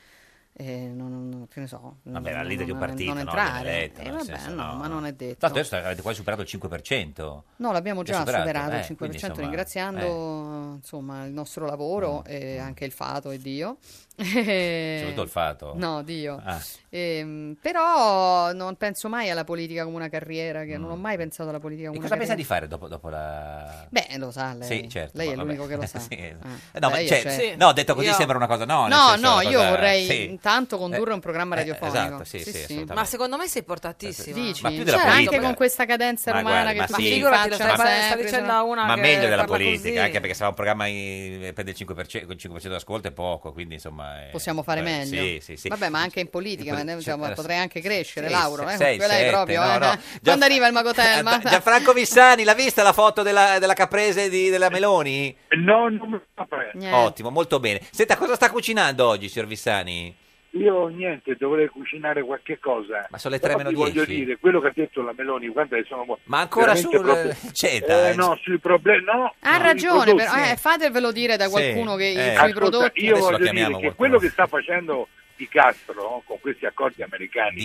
[SPEAKER 12] eh, non, non- che ne so.
[SPEAKER 2] Vabbè,
[SPEAKER 12] non-
[SPEAKER 2] la leader di un
[SPEAKER 12] non-
[SPEAKER 2] partito,
[SPEAKER 12] non
[SPEAKER 2] no?
[SPEAKER 12] entrare.
[SPEAKER 2] Viene eletta,
[SPEAKER 12] Eh,
[SPEAKER 2] nel
[SPEAKER 12] vabbè,
[SPEAKER 2] senso,
[SPEAKER 12] no,
[SPEAKER 2] no.
[SPEAKER 12] ma non è detto.
[SPEAKER 2] Tanto adesso avete quasi superato il 5%.
[SPEAKER 12] No, l'abbiamo
[SPEAKER 2] Già
[SPEAKER 12] già
[SPEAKER 2] superato,
[SPEAKER 12] superato,
[SPEAKER 2] eh,
[SPEAKER 12] il
[SPEAKER 2] quindi,
[SPEAKER 12] 5%,
[SPEAKER 2] insomma, eh. Mm.
[SPEAKER 12] ringraziando insomma, il nostro lavoro e anche il fato e Dio. Soprattutto
[SPEAKER 2] Soprattutto il fato.
[SPEAKER 12] No, Dio.
[SPEAKER 2] Ah.
[SPEAKER 12] Ehm, però non penso mai alla politica come una carriera, che non ho mai pensato alla politica
[SPEAKER 2] Mm. E
[SPEAKER 12] come
[SPEAKER 2] cosa
[SPEAKER 12] una
[SPEAKER 2] pensa
[SPEAKER 12] carriera.
[SPEAKER 2] di fare dopo, dopo la...
[SPEAKER 12] Beh, lo sa lei.
[SPEAKER 2] Sì, certo.
[SPEAKER 12] Lei è
[SPEAKER 2] ma vabbè.
[SPEAKER 12] l'unico che lo sa.
[SPEAKER 2] Sì. Eh,
[SPEAKER 12] Ah,
[SPEAKER 2] no, ma
[SPEAKER 12] lei,
[SPEAKER 2] cioè,
[SPEAKER 12] cioè-
[SPEAKER 2] no, detto così
[SPEAKER 12] Io-
[SPEAKER 2] sembra una cosa... No, nel
[SPEAKER 12] No,
[SPEAKER 2] senso,
[SPEAKER 12] no,
[SPEAKER 2] una
[SPEAKER 12] io
[SPEAKER 2] cosa-
[SPEAKER 12] vorrei
[SPEAKER 2] sì.
[SPEAKER 12] intanto condurre
[SPEAKER 2] Eh,
[SPEAKER 12] un programma
[SPEAKER 2] eh,
[SPEAKER 12] radiofonico.
[SPEAKER 2] esatto, sì, sì, assolutamente.
[SPEAKER 1] Ma secondo me sei portatissimo.
[SPEAKER 12] Dici?
[SPEAKER 2] Ma più della
[SPEAKER 12] Cioè, anche
[SPEAKER 2] politica.
[SPEAKER 12] con questa cadenza
[SPEAKER 2] Ma
[SPEAKER 12] romana
[SPEAKER 2] guarda,
[SPEAKER 12] che
[SPEAKER 2] ma
[SPEAKER 1] Ah,
[SPEAKER 12] tutti
[SPEAKER 2] sì.
[SPEAKER 12] si
[SPEAKER 2] Figurati,
[SPEAKER 1] lo
[SPEAKER 12] facciano Cioè,
[SPEAKER 1] stai- stai
[SPEAKER 12] sempre,
[SPEAKER 1] dicendo
[SPEAKER 12] sono-
[SPEAKER 1] a una
[SPEAKER 2] Ma
[SPEAKER 1] che
[SPEAKER 2] meglio della
[SPEAKER 1] parla
[SPEAKER 2] politica, eh,
[SPEAKER 1] così.
[SPEAKER 2] anche perché se fa un programma in- prende il 5%, con il 5% d'ascolto è poco, quindi insomma... è-
[SPEAKER 12] Possiamo fare
[SPEAKER 2] eh,
[SPEAKER 12] meglio.
[SPEAKER 2] Sì, sì, sì.
[SPEAKER 12] Vabbè, ma anche in politica,
[SPEAKER 2] Sì,
[SPEAKER 12] ma,
[SPEAKER 2] sì,
[SPEAKER 12] diciamo,
[SPEAKER 2] sì,
[SPEAKER 12] potrei anche crescere,
[SPEAKER 2] sì,
[SPEAKER 12] Lauro.
[SPEAKER 2] sì,
[SPEAKER 12] eh,
[SPEAKER 2] sei,
[SPEAKER 12] quella è
[SPEAKER 2] sette,
[SPEAKER 12] proprio.
[SPEAKER 2] no,
[SPEAKER 12] eh.
[SPEAKER 2] no.
[SPEAKER 12] Quando arriva il Magotelma?
[SPEAKER 2] Eh, Gianfranco Vissani, l'ha vista la foto della, della caprese di- della Meloni?
[SPEAKER 18] No, non mi saprei.
[SPEAKER 2] Ottimo, molto bene. Senta, cosa sta cucinando oggi, signor Vissani?
[SPEAKER 18] Io niente, dovrei cucinare qualche cosa.
[SPEAKER 2] Ma sono le tre
[SPEAKER 18] Però
[SPEAKER 2] meno
[SPEAKER 18] ti voglio
[SPEAKER 2] 10.
[SPEAKER 18] dire, quello che ha detto la Meloni, guarda che sono mo-
[SPEAKER 2] Ma ancora
[SPEAKER 18] veramente
[SPEAKER 2] sul
[SPEAKER 18] proprio-
[SPEAKER 2] CETA?
[SPEAKER 18] Eh, no, sui problemi, no.
[SPEAKER 12] Ha
[SPEAKER 18] sui
[SPEAKER 12] ragione,
[SPEAKER 18] prodotti.
[SPEAKER 12] però, eh, fatevelo dire da qualcuno che i
[SPEAKER 18] Eh,
[SPEAKER 12] sui
[SPEAKER 18] ascolta,
[SPEAKER 12] prodotti.
[SPEAKER 18] Io
[SPEAKER 2] Adesso lo
[SPEAKER 18] voglio dire
[SPEAKER 2] chiamiamo
[SPEAKER 18] che
[SPEAKER 2] qualcuno.
[SPEAKER 18] quello che sta facendo Di Castro con questi accordi americani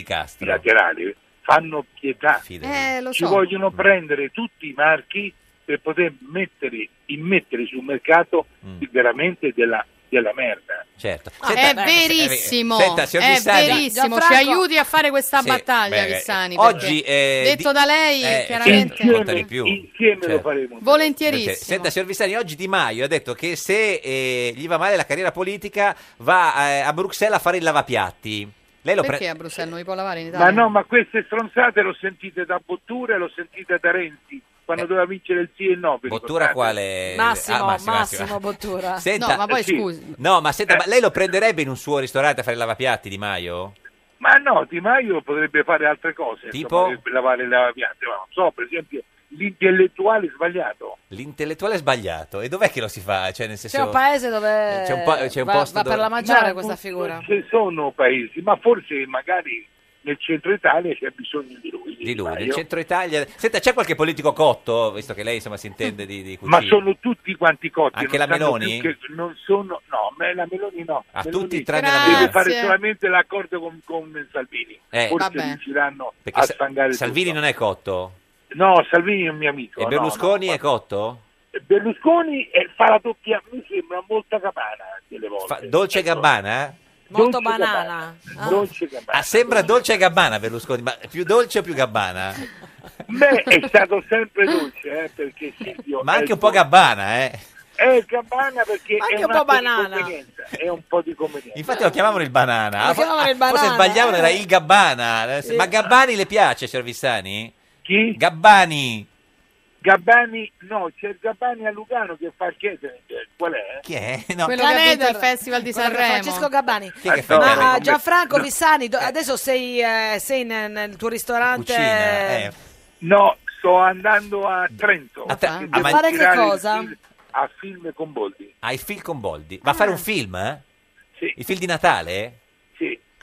[SPEAKER 18] bilaterali fanno pietà.
[SPEAKER 12] Eh, lo
[SPEAKER 18] Ci
[SPEAKER 12] so.
[SPEAKER 18] vogliono prendere tutti i marchi per poter mettere, immettere sul mercato
[SPEAKER 2] Mm.
[SPEAKER 18] veramente della, della merda.
[SPEAKER 2] Certo.
[SPEAKER 12] Ah, è verissimo, Eh,
[SPEAKER 2] Senta, signor
[SPEAKER 12] è
[SPEAKER 2] Vissani-
[SPEAKER 12] verissimo. Ci
[SPEAKER 1] Gianfranco-
[SPEAKER 12] aiuti a fare questa
[SPEAKER 2] Sì,
[SPEAKER 12] battaglia,
[SPEAKER 2] beh, beh,
[SPEAKER 12] Vissani.
[SPEAKER 2] oggi,
[SPEAKER 12] perché
[SPEAKER 2] eh,
[SPEAKER 12] detto
[SPEAKER 2] di-
[SPEAKER 12] da lei,
[SPEAKER 2] eh,
[SPEAKER 12] chiaramente
[SPEAKER 2] certo, conta di più. Certo.
[SPEAKER 12] volentierissimo.
[SPEAKER 2] Perché- Senta, signor Vissani, oggi Di Maio ha detto che se eh, gli va male la carriera politica va eh, a Bruxelles a fare il lavapiatti. Lei lo
[SPEAKER 12] Perché
[SPEAKER 2] pre-
[SPEAKER 12] a Bruxelles non li può lavare in
[SPEAKER 18] Ma
[SPEAKER 12] Italia?
[SPEAKER 18] no, ma queste stronzate lo sentite da Bottura e lo sentite da Renzi quando doveva vincere il sì e il no. vi
[SPEAKER 2] Eh. Bottura
[SPEAKER 18] ricordate?
[SPEAKER 2] quale?
[SPEAKER 1] Massimo,
[SPEAKER 2] Ah,
[SPEAKER 1] Massimo, Bottura.
[SPEAKER 2] Senta-
[SPEAKER 12] No, ma
[SPEAKER 18] Eh,
[SPEAKER 12] poi
[SPEAKER 2] Sì.
[SPEAKER 12] scusi.
[SPEAKER 2] No, ma senta, ma lei lo prenderebbe in un suo ristorante a fare il lavapiatti Di Maio?
[SPEAKER 18] Ma no, Di Maio potrebbe fare altre cose,
[SPEAKER 2] Tipo?
[SPEAKER 18] insomma, potrebbe lavare la piante, ma non so, per esempio l'intellettuale sbagliato.
[SPEAKER 2] L'intellettuale è sbagliato. E dov'è che lo si fa? Cioè, nel senso...
[SPEAKER 1] C'è un paese dove
[SPEAKER 2] Eh, C'è un pa- c'è un
[SPEAKER 1] va,
[SPEAKER 2] posto
[SPEAKER 1] va
[SPEAKER 2] dove-
[SPEAKER 1] per la maggiore
[SPEAKER 18] Ma
[SPEAKER 1] questa
[SPEAKER 18] non-
[SPEAKER 1] figura.
[SPEAKER 18] non Ci sono paesi, ma forse magari nel centro Italia c'è bisogno di lui.
[SPEAKER 2] Di lui, del
[SPEAKER 18] Mario.
[SPEAKER 2] centro Italia. Senta, c'è qualche politico cotto, visto che lei insomma si intende di, di cucina?
[SPEAKER 18] Ma sono tutti quanti cotti.
[SPEAKER 2] Anche
[SPEAKER 18] non
[SPEAKER 2] la
[SPEAKER 18] sanno
[SPEAKER 2] Meloni?
[SPEAKER 18] più che- non sono, no, ma la Meloni no.
[SPEAKER 2] Ah,
[SPEAKER 18] Meloni
[SPEAKER 2] tutti tranne la Meloni.
[SPEAKER 18] Deve fare
[SPEAKER 2] Grazie.
[SPEAKER 18] solamente l'accordo con, con Salvini.
[SPEAKER 2] Eh.
[SPEAKER 18] Forse
[SPEAKER 2] Vabbè.
[SPEAKER 18] riusciranno
[SPEAKER 2] Perché
[SPEAKER 18] a
[SPEAKER 2] Sa-
[SPEAKER 18] sfangare
[SPEAKER 2] Salvini non è cotto?
[SPEAKER 18] tutto. No, Salvini è un mio amico.
[SPEAKER 2] E
[SPEAKER 18] no,
[SPEAKER 2] Berlusconi è cotto?
[SPEAKER 18] no. Berlusconi eh, fa la doppia, mi sembra, molta capana delle volte.
[SPEAKER 2] Fa- Dolce e Gabbana?
[SPEAKER 1] Molto
[SPEAKER 18] Dolce
[SPEAKER 1] banana. Ah.
[SPEAKER 18] Dolce Gabbana.
[SPEAKER 2] Ah, sembra Dolce e Gabbana Berlusconi, ma più dolce o più Gabbana?
[SPEAKER 18] Beh, è stato sempre dolce, eh, perché Silvio...
[SPEAKER 2] Ma
[SPEAKER 18] è
[SPEAKER 2] anche un po' Gabbana, eh?
[SPEAKER 18] È Gabbana perché
[SPEAKER 1] Ma anche
[SPEAKER 18] è
[SPEAKER 1] un po'
[SPEAKER 18] atto di
[SPEAKER 1] banana.
[SPEAKER 18] convenienza, È un po' di convenienza.
[SPEAKER 2] Infatti lo chiamavano il banana.
[SPEAKER 1] Lo
[SPEAKER 2] Ah, fo-
[SPEAKER 1] chiamavano il
[SPEAKER 2] ah, Forse
[SPEAKER 1] banana,
[SPEAKER 2] sbagliavano,
[SPEAKER 1] eh.
[SPEAKER 2] era il Gabbana. Eh,
[SPEAKER 18] Sì.
[SPEAKER 2] Ma Gabbani le piace, Cervissani?
[SPEAKER 18] Chi?
[SPEAKER 2] Gabbani.
[SPEAKER 18] Gabbani, no, c'è il Gabbani a Lugano che fa il catering, qual è?
[SPEAKER 2] Chi è? No.
[SPEAKER 12] Quello che ha vinto il
[SPEAKER 1] Caneder.
[SPEAKER 12] Festival di
[SPEAKER 1] Quello che-
[SPEAKER 12] Sanremo.
[SPEAKER 1] Francesco Gabbani.
[SPEAKER 2] Chi è che fa il
[SPEAKER 1] Ma
[SPEAKER 2] catering?
[SPEAKER 1] ah, Gianfranco
[SPEAKER 2] No.
[SPEAKER 1] Vissani, do- adesso sei, eh, sei nel, nel tuo ristorante.
[SPEAKER 2] Cucina, eh.
[SPEAKER 18] No, sto andando a Trento.
[SPEAKER 2] A, Tre-
[SPEAKER 18] Devo
[SPEAKER 2] a fare che
[SPEAKER 18] girare il
[SPEAKER 1] cosa?
[SPEAKER 18] film- A film con Boldi.
[SPEAKER 2] Hai film Ah, con Boldi. Va a fare un film? eh?
[SPEAKER 18] Sì.
[SPEAKER 2] Il film di Natale?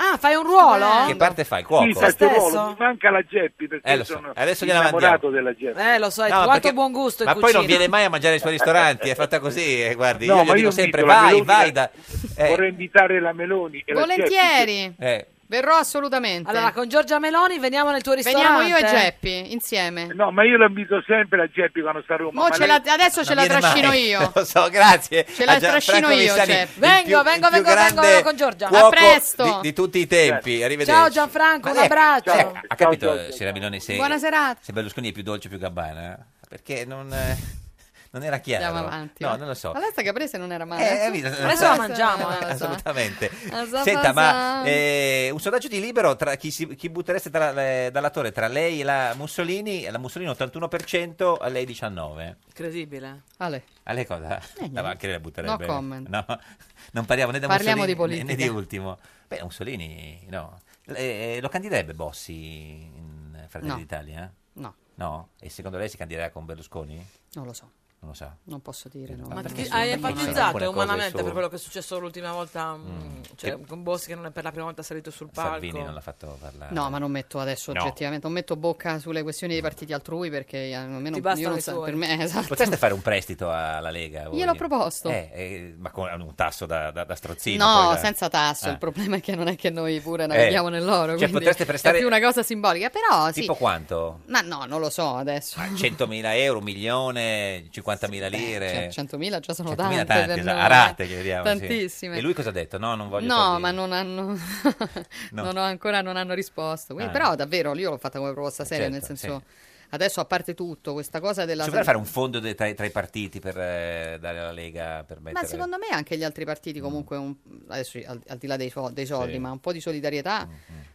[SPEAKER 1] Ah, fai un ruolo?
[SPEAKER 2] Che parte fa? Il
[SPEAKER 18] Sì,
[SPEAKER 2] cuoco?
[SPEAKER 18] faccio il
[SPEAKER 1] Stesso?
[SPEAKER 18] ruolo, mi manca la Geppi perché
[SPEAKER 2] Eh, lo so.
[SPEAKER 18] sono
[SPEAKER 2] Adesso gliela
[SPEAKER 18] innamorato della Geppi.
[SPEAKER 1] Eh, lo so, è
[SPEAKER 2] No, ma
[SPEAKER 1] quanto
[SPEAKER 2] perché-
[SPEAKER 1] buon gusto in
[SPEAKER 2] Ma poi non
[SPEAKER 1] cucina.
[SPEAKER 2] viene mai a mangiare ai suoi ristoranti, è fatta così, eh, guardi.
[SPEAKER 18] No,
[SPEAKER 2] io
[SPEAKER 18] ma
[SPEAKER 2] glielo dico
[SPEAKER 18] io
[SPEAKER 2] sempre,
[SPEAKER 18] invito la
[SPEAKER 2] vai,
[SPEAKER 18] Meloni
[SPEAKER 2] vai. Da...
[SPEAKER 18] da- Vorrei invitare la Meloni. e la Geppi.
[SPEAKER 12] Volentieri.
[SPEAKER 2] Eh,
[SPEAKER 12] Verrò assolutamente.
[SPEAKER 1] Allora, con Giorgia Meloni veniamo nel tuo ristorante.
[SPEAKER 12] Veniamo io e Geppi insieme.
[SPEAKER 18] Eh, No, ma io la invito sempre la Geppi quando sta a Roma.
[SPEAKER 12] Mo
[SPEAKER 18] ma
[SPEAKER 12] ce
[SPEAKER 18] lei-
[SPEAKER 12] la- adesso ce la
[SPEAKER 2] viene
[SPEAKER 12] trascino
[SPEAKER 2] mai.
[SPEAKER 12] io.
[SPEAKER 2] Lo so, grazie.
[SPEAKER 12] Ce la
[SPEAKER 2] A Ah, Gianfranco
[SPEAKER 12] trascino io,
[SPEAKER 2] Vissani,
[SPEAKER 12] Jeff.
[SPEAKER 2] il
[SPEAKER 1] cioè. Vengo,
[SPEAKER 2] più- il
[SPEAKER 1] vengo,
[SPEAKER 2] più
[SPEAKER 1] vengo,
[SPEAKER 2] grande
[SPEAKER 1] vengo con Giorgia. A
[SPEAKER 2] cuoco
[SPEAKER 12] presto.
[SPEAKER 2] Di, di tutti i tempi, arrivederci.
[SPEAKER 1] Ciao Gianfranco,
[SPEAKER 2] Ma cioè,
[SPEAKER 1] un
[SPEAKER 2] lei-
[SPEAKER 1] abbraccio.
[SPEAKER 2] lei ha- Ha capito, signora Meloni, se,
[SPEAKER 12] Buona serata.
[SPEAKER 2] se Berlusconi è più dolce o più gabbana? Perché non, eh, non era chiaro.
[SPEAKER 12] Andiamo avanti. eh.
[SPEAKER 2] No,
[SPEAKER 12] va.
[SPEAKER 2] non lo so.
[SPEAKER 12] Ma la caprese non era
[SPEAKER 2] Eh,
[SPEAKER 12] male.
[SPEAKER 2] hai visto?
[SPEAKER 1] Adesso la mangiamo, eh,
[SPEAKER 2] Assolutamente.
[SPEAKER 12] Ah, sa,
[SPEAKER 2] Senta,
[SPEAKER 12] sa,
[SPEAKER 2] ma
[SPEAKER 12] sa.
[SPEAKER 2] eh, un sondaggio di libero tra chi, si, chi buttereste tra le- dalla torre tra lei e la Mussolini, la Mussolini 81%, a lei 19%.
[SPEAKER 1] Incredibile.
[SPEAKER 12] Ale.
[SPEAKER 2] A lei cosa? No, ma anche lei la butterebbe.
[SPEAKER 12] Eh, No comment.
[SPEAKER 2] No, non parliamo né da
[SPEAKER 12] Parliamo
[SPEAKER 2] Mussolini
[SPEAKER 12] di
[SPEAKER 2] né- né
[SPEAKER 12] politica.
[SPEAKER 2] di ultimo. Beh, Mussolini no. Eh, lo candiderebbe Bossi in Fratelli
[SPEAKER 12] No.
[SPEAKER 2] d'Italia?
[SPEAKER 12] No,
[SPEAKER 2] No? E secondo lei si candiderà con Berlusconi? Non
[SPEAKER 12] non lo so.
[SPEAKER 2] lo sa.
[SPEAKER 12] Non posso dire. no.
[SPEAKER 1] Ma
[SPEAKER 2] perché
[SPEAKER 1] ti-
[SPEAKER 2] sono-
[SPEAKER 1] hai
[SPEAKER 2] perché sono alcune
[SPEAKER 1] empatizzato
[SPEAKER 2] cose
[SPEAKER 1] umanamente
[SPEAKER 2] su-
[SPEAKER 1] per quello che è successo l'ultima volta, mm, cioè
[SPEAKER 2] Che-
[SPEAKER 1] con Bossi che non è per la prima volta salito sul palco.
[SPEAKER 2] Salvini non l'ha fatto parlare.
[SPEAKER 12] No, ma non metto adesso
[SPEAKER 2] No.
[SPEAKER 12] oggettivamente, non metto bocca sulle questioni dei partiti altrui perché eh, almeno
[SPEAKER 1] Ti bastano
[SPEAKER 12] io non
[SPEAKER 1] i
[SPEAKER 12] so,
[SPEAKER 1] tuoi.
[SPEAKER 12] per me esatto.
[SPEAKER 2] Potreste fare un prestito alla Lega? voi?
[SPEAKER 12] Gliel'ho proposto.
[SPEAKER 2] Eh, eh, ma con un tasso da, da, da strozzino.
[SPEAKER 12] No,
[SPEAKER 2] poi da-
[SPEAKER 12] senza tasso.
[SPEAKER 2] Ah.
[SPEAKER 12] Il problema è che non è che noi pure
[SPEAKER 2] Eh.
[SPEAKER 12] navighiamo nell'oro.
[SPEAKER 2] Cioè,
[SPEAKER 12] quindi
[SPEAKER 2] potreste prestare-
[SPEAKER 12] È più una cosa simbolica, però sì.
[SPEAKER 2] Tipo quanto?
[SPEAKER 12] Ma no, non lo so adesso.
[SPEAKER 2] 100.000 euro, un milione, 50.000 lire.
[SPEAKER 12] Cioè, 100.000 già sono
[SPEAKER 2] 100.000
[SPEAKER 12] tante.
[SPEAKER 2] eh, tanti,
[SPEAKER 12] per
[SPEAKER 2] esatto,
[SPEAKER 12] noi,
[SPEAKER 2] a rate
[SPEAKER 12] eh.
[SPEAKER 2] chiediamo. sì.
[SPEAKER 12] Tantissime.
[SPEAKER 2] E lui cosa ha detto? No, non voglio
[SPEAKER 12] No,
[SPEAKER 2] soldi.
[SPEAKER 12] ma non hanno,
[SPEAKER 2] No.
[SPEAKER 12] non ho ancora non hanno risposto. Quindi,
[SPEAKER 2] Ah.
[SPEAKER 12] Però davvero io l'ho fatta come proposta seria,
[SPEAKER 2] certo,
[SPEAKER 12] nel senso adesso a parte tutto, questa cosa della
[SPEAKER 2] Si potrebbe fare un fondo de- tra, i- tra i partiti per eh, dare alla Lega per mettere... Mm.
[SPEAKER 12] Ma secondo me anche gli altri partiti comunque, un- adesso al, al di là dei, fo- dei soldi,
[SPEAKER 2] Sì. Mm,
[SPEAKER 12] ma un po' di solidarietà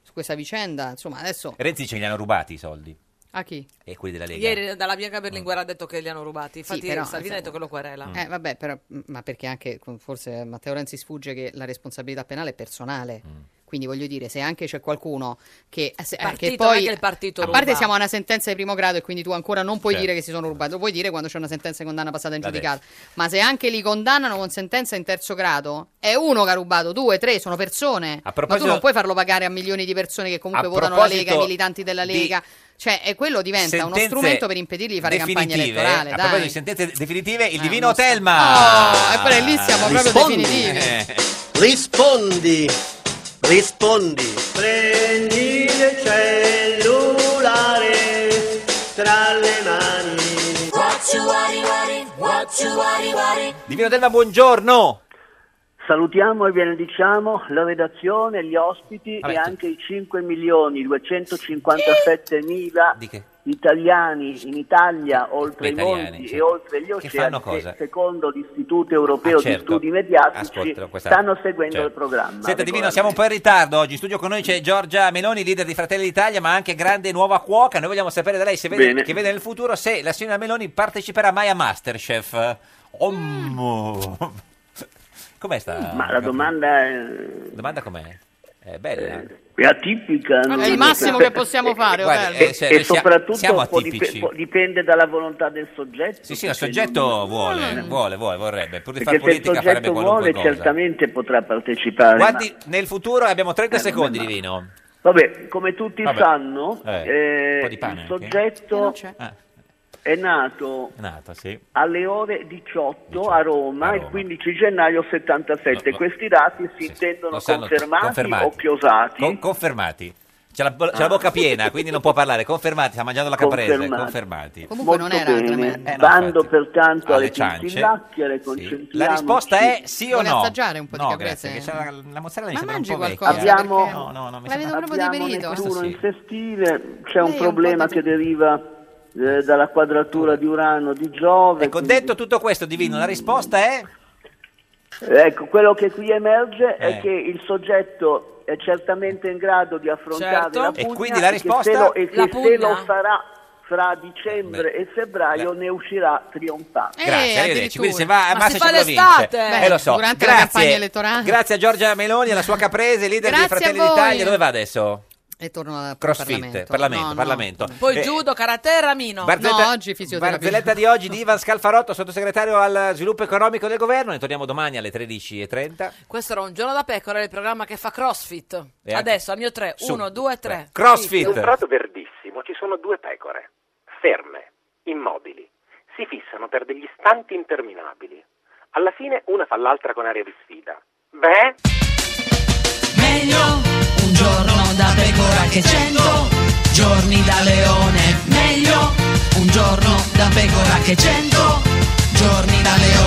[SPEAKER 12] su questa vicenda, insomma adesso
[SPEAKER 2] Renzi dice che gli hanno rubati i soldi
[SPEAKER 12] a chi?
[SPEAKER 2] e quelli della Lega.
[SPEAKER 1] Ieri dalla Bianca
[SPEAKER 2] Mm.
[SPEAKER 1] Berlinguer ha detto che li hanno rubati, infatti
[SPEAKER 12] però,
[SPEAKER 1] Salvini ha
[SPEAKER 12] insomma-
[SPEAKER 1] detto che lo querela.
[SPEAKER 12] Eh, vabbè, però, ma perché anche con- forse eh, Matteo Renzi sfugge che la responsabilità penale è personale.
[SPEAKER 2] Mm.
[SPEAKER 12] Quindi voglio dire, se anche c'è qualcuno che, eh, se- eh,
[SPEAKER 1] Partito,
[SPEAKER 12] che poi...
[SPEAKER 1] non è che il partito
[SPEAKER 12] a parte
[SPEAKER 1] ruba.
[SPEAKER 12] siamo a una sentenza di primo grado e quindi tu ancora non puoi
[SPEAKER 2] Certo.
[SPEAKER 12] dire che si sono rubati, lo puoi dire quando c'è una sentenza di condanna passata in
[SPEAKER 2] L'ha
[SPEAKER 12] giudicato. Ma se anche li condannano con sentenza in terzo grado, è uno che ha rubato, due, tre, sono persone.
[SPEAKER 2] A
[SPEAKER 12] Ma tu
[SPEAKER 2] proposito-
[SPEAKER 12] non puoi farlo pagare a milioni di persone che comunque
[SPEAKER 2] A
[SPEAKER 12] votano la Lega,
[SPEAKER 2] proposito
[SPEAKER 12] i militanti della
[SPEAKER 2] di
[SPEAKER 12] Lega. Cioè, e quello diventa uno
[SPEAKER 2] Sentenze
[SPEAKER 12] strumento per impedirgli di fare campagna
[SPEAKER 2] definitive, eh, A
[SPEAKER 12] elettorale. dai.
[SPEAKER 2] proposito di sentenze definitive, il
[SPEAKER 12] Eh,
[SPEAKER 2] divino
[SPEAKER 12] uno sta-
[SPEAKER 2] Telma!
[SPEAKER 12] Oh, e poi lì siamo proprio
[SPEAKER 2] Rispondi.
[SPEAKER 12] definitivi.
[SPEAKER 2] Eh,
[SPEAKER 19] Rispondi, rispondi. Prendi il cellulare tra le mani.
[SPEAKER 2] Divino Telma, buongiorno!
[SPEAKER 19] Salutiamo e benediciamo la redazione, gli ospiti
[SPEAKER 2] Vabbè,
[SPEAKER 19] e
[SPEAKER 2] tu-
[SPEAKER 19] anche i 5 milioni 257 mila
[SPEAKER 2] Di che?
[SPEAKER 19] italiani in Italia, oltre i
[SPEAKER 2] Italiani,
[SPEAKER 19] monti
[SPEAKER 2] certo.
[SPEAKER 19] e oltre gli
[SPEAKER 2] Che fanno
[SPEAKER 19] oceani,
[SPEAKER 2] cosa?
[SPEAKER 19] che secondo l'Istituto Europeo
[SPEAKER 2] Ah, certo.
[SPEAKER 19] di Studi Mediatici
[SPEAKER 2] Ascoltalo, questa-
[SPEAKER 19] stanno seguendo
[SPEAKER 2] certo.
[SPEAKER 19] il programma. Ecco.
[SPEAKER 2] Senta Divino,
[SPEAKER 19] Regolare.
[SPEAKER 2] siamo un po' in ritardo oggi. In studio con noi c'è Giorgia Meloni, leader di Fratelli d'Italia, ma anche grande nuova cuoca. Noi vogliamo sapere da lei se vede,
[SPEAKER 19] Bene.
[SPEAKER 2] che vede nel futuro se la signora Meloni parteciperà mai a Masterchef. Om. Com'è sta?
[SPEAKER 19] Mm. Ma la domanda è... Eh,
[SPEAKER 2] Domanda com'è? È bella.
[SPEAKER 19] è atipica.
[SPEAKER 12] È
[SPEAKER 19] non-
[SPEAKER 12] il massimo che possiamo fare,
[SPEAKER 2] Guarda,
[SPEAKER 12] Otello.
[SPEAKER 2] eh,
[SPEAKER 19] E,
[SPEAKER 2] se-
[SPEAKER 19] e
[SPEAKER 2] sia-
[SPEAKER 19] soprattutto
[SPEAKER 2] siamo
[SPEAKER 19] un po' dip-
[SPEAKER 2] atipici.
[SPEAKER 19] po- dipende dalla volontà del soggetto.
[SPEAKER 2] Sì, sì, il
[SPEAKER 19] perché
[SPEAKER 2] soggetto
[SPEAKER 19] non-
[SPEAKER 12] Eh.
[SPEAKER 2] vuole, vuole, vuole, vorrebbe. Pur di fare
[SPEAKER 19] Perché se il
[SPEAKER 2] politica farebbe
[SPEAKER 19] soggetto
[SPEAKER 2] qualunque
[SPEAKER 19] vuole,
[SPEAKER 2] cosa.
[SPEAKER 19] certamente potrà partecipare. ma- Eh,
[SPEAKER 2] Guardi, nel futuro abbiamo 30 secondi di vino.
[SPEAKER 19] Vabbè, come tutti
[SPEAKER 2] Vabbè.
[SPEAKER 19] sanno,
[SPEAKER 2] Eh,
[SPEAKER 19] eh,
[SPEAKER 2] un po' di pane
[SPEAKER 19] il
[SPEAKER 2] anche.
[SPEAKER 12] Eh,
[SPEAKER 19] soggetto
[SPEAKER 2] Ah,
[SPEAKER 19] è nato
[SPEAKER 2] è nata, sì.
[SPEAKER 19] alle ore 18, a, Roma, il 15 gennaio 77. Questi dati si intendono
[SPEAKER 2] Lo sanno-
[SPEAKER 19] confermati,
[SPEAKER 2] confermati.
[SPEAKER 19] o chiosati?
[SPEAKER 2] Con- confermati. C'è la, bo- c'è la bocca piena, quindi non può parlare. Confermati, sta mangiando la caprese.
[SPEAKER 19] Confermati.
[SPEAKER 2] Confermati.
[SPEAKER 19] Molto bene.
[SPEAKER 12] eh,
[SPEAKER 19] Bando pertanto alle,
[SPEAKER 2] Alle ciance.
[SPEAKER 19] pintillacchiere, concentriamoci.
[SPEAKER 2] La risposta è sì o
[SPEAKER 19] Vuole
[SPEAKER 2] no?
[SPEAKER 19] assaggiare un po' di
[SPEAKER 2] no,
[SPEAKER 19] caprese?
[SPEAKER 2] grazie, che c'è la, la mozzarella mi sembra
[SPEAKER 19] Ma
[SPEAKER 2] un
[SPEAKER 19] mangi
[SPEAKER 2] po' vecchia.
[SPEAKER 19] qualcosa, Abbiamo- perché-
[SPEAKER 2] No, no, no, mi
[SPEAKER 12] La vedo
[SPEAKER 2] sembra...
[SPEAKER 12] proprio
[SPEAKER 19] Abbiamo
[SPEAKER 12] deperito.
[SPEAKER 19] Nettuno
[SPEAKER 12] Questo sì.
[SPEAKER 19] in sestile,
[SPEAKER 12] Lei
[SPEAKER 19] c'è
[SPEAKER 12] è
[SPEAKER 19] un
[SPEAKER 12] un
[SPEAKER 19] problema che deriva eh, dalla quadratura di Urano di Giove.
[SPEAKER 2] Ecco, detto tutto questo, Divino, la risposta è...
[SPEAKER 19] Ecco, quello che qui emerge
[SPEAKER 2] Eh.
[SPEAKER 19] è che il soggetto è certamente in grado di affrontare
[SPEAKER 2] Certo.
[SPEAKER 19] la
[SPEAKER 2] E
[SPEAKER 19] pugna
[SPEAKER 2] quindi la
[SPEAKER 19] che se
[SPEAKER 2] risposta-
[SPEAKER 19] lo- e che
[SPEAKER 2] La
[SPEAKER 19] se
[SPEAKER 2] pugna.
[SPEAKER 19] lo farà fra dicembre e febbraio ne uscirà trionfante.
[SPEAKER 2] Grazie, arrivederci. Quindi Eh, se va a
[SPEAKER 19] Ma
[SPEAKER 2] Massa
[SPEAKER 19] si fa
[SPEAKER 2] ce lo vince.
[SPEAKER 19] l'estate.
[SPEAKER 2] Eh,
[SPEAKER 19] Beh,
[SPEAKER 2] lo so.
[SPEAKER 19] durante la
[SPEAKER 2] grazie.
[SPEAKER 12] campagna elettorale.
[SPEAKER 2] Grazie a Giorgia Meloni, alla sua caprese, leader
[SPEAKER 12] Ah. Grazie
[SPEAKER 2] dei
[SPEAKER 12] a
[SPEAKER 2] Fratelli
[SPEAKER 12] voi.
[SPEAKER 2] d'Italia. Dove va adesso?
[SPEAKER 12] E torno al
[SPEAKER 2] Crossfit, Parlamento,
[SPEAKER 12] No, no.
[SPEAKER 2] Parlamento.
[SPEAKER 20] Poi
[SPEAKER 2] Eh,
[SPEAKER 20] judo, karate e ramino.
[SPEAKER 2] Barzelletta- Barzelletta di oggi di Ivan Scalfarotto, sottosegretario al sviluppo economico del governo. Ne torniamo domani alle 13.30.
[SPEAKER 20] Questo era un giorno da pecora, il programma che fa crossfit.
[SPEAKER 2] E
[SPEAKER 20] Adesso al mio 3,
[SPEAKER 2] Su.
[SPEAKER 20] 1, 2, 3.
[SPEAKER 2] Crossfit.
[SPEAKER 16] In un prato verdissimo ci sono due pecore, ferme, immobili. Si fissano per degli istanti interminabili. Alla fine una fa l'altra con aria di sfida. Beh,
[SPEAKER 1] Meglio un giorno da pecora che cento giorni da leone. Meglio un giorno da pecora che cento giorni da leone.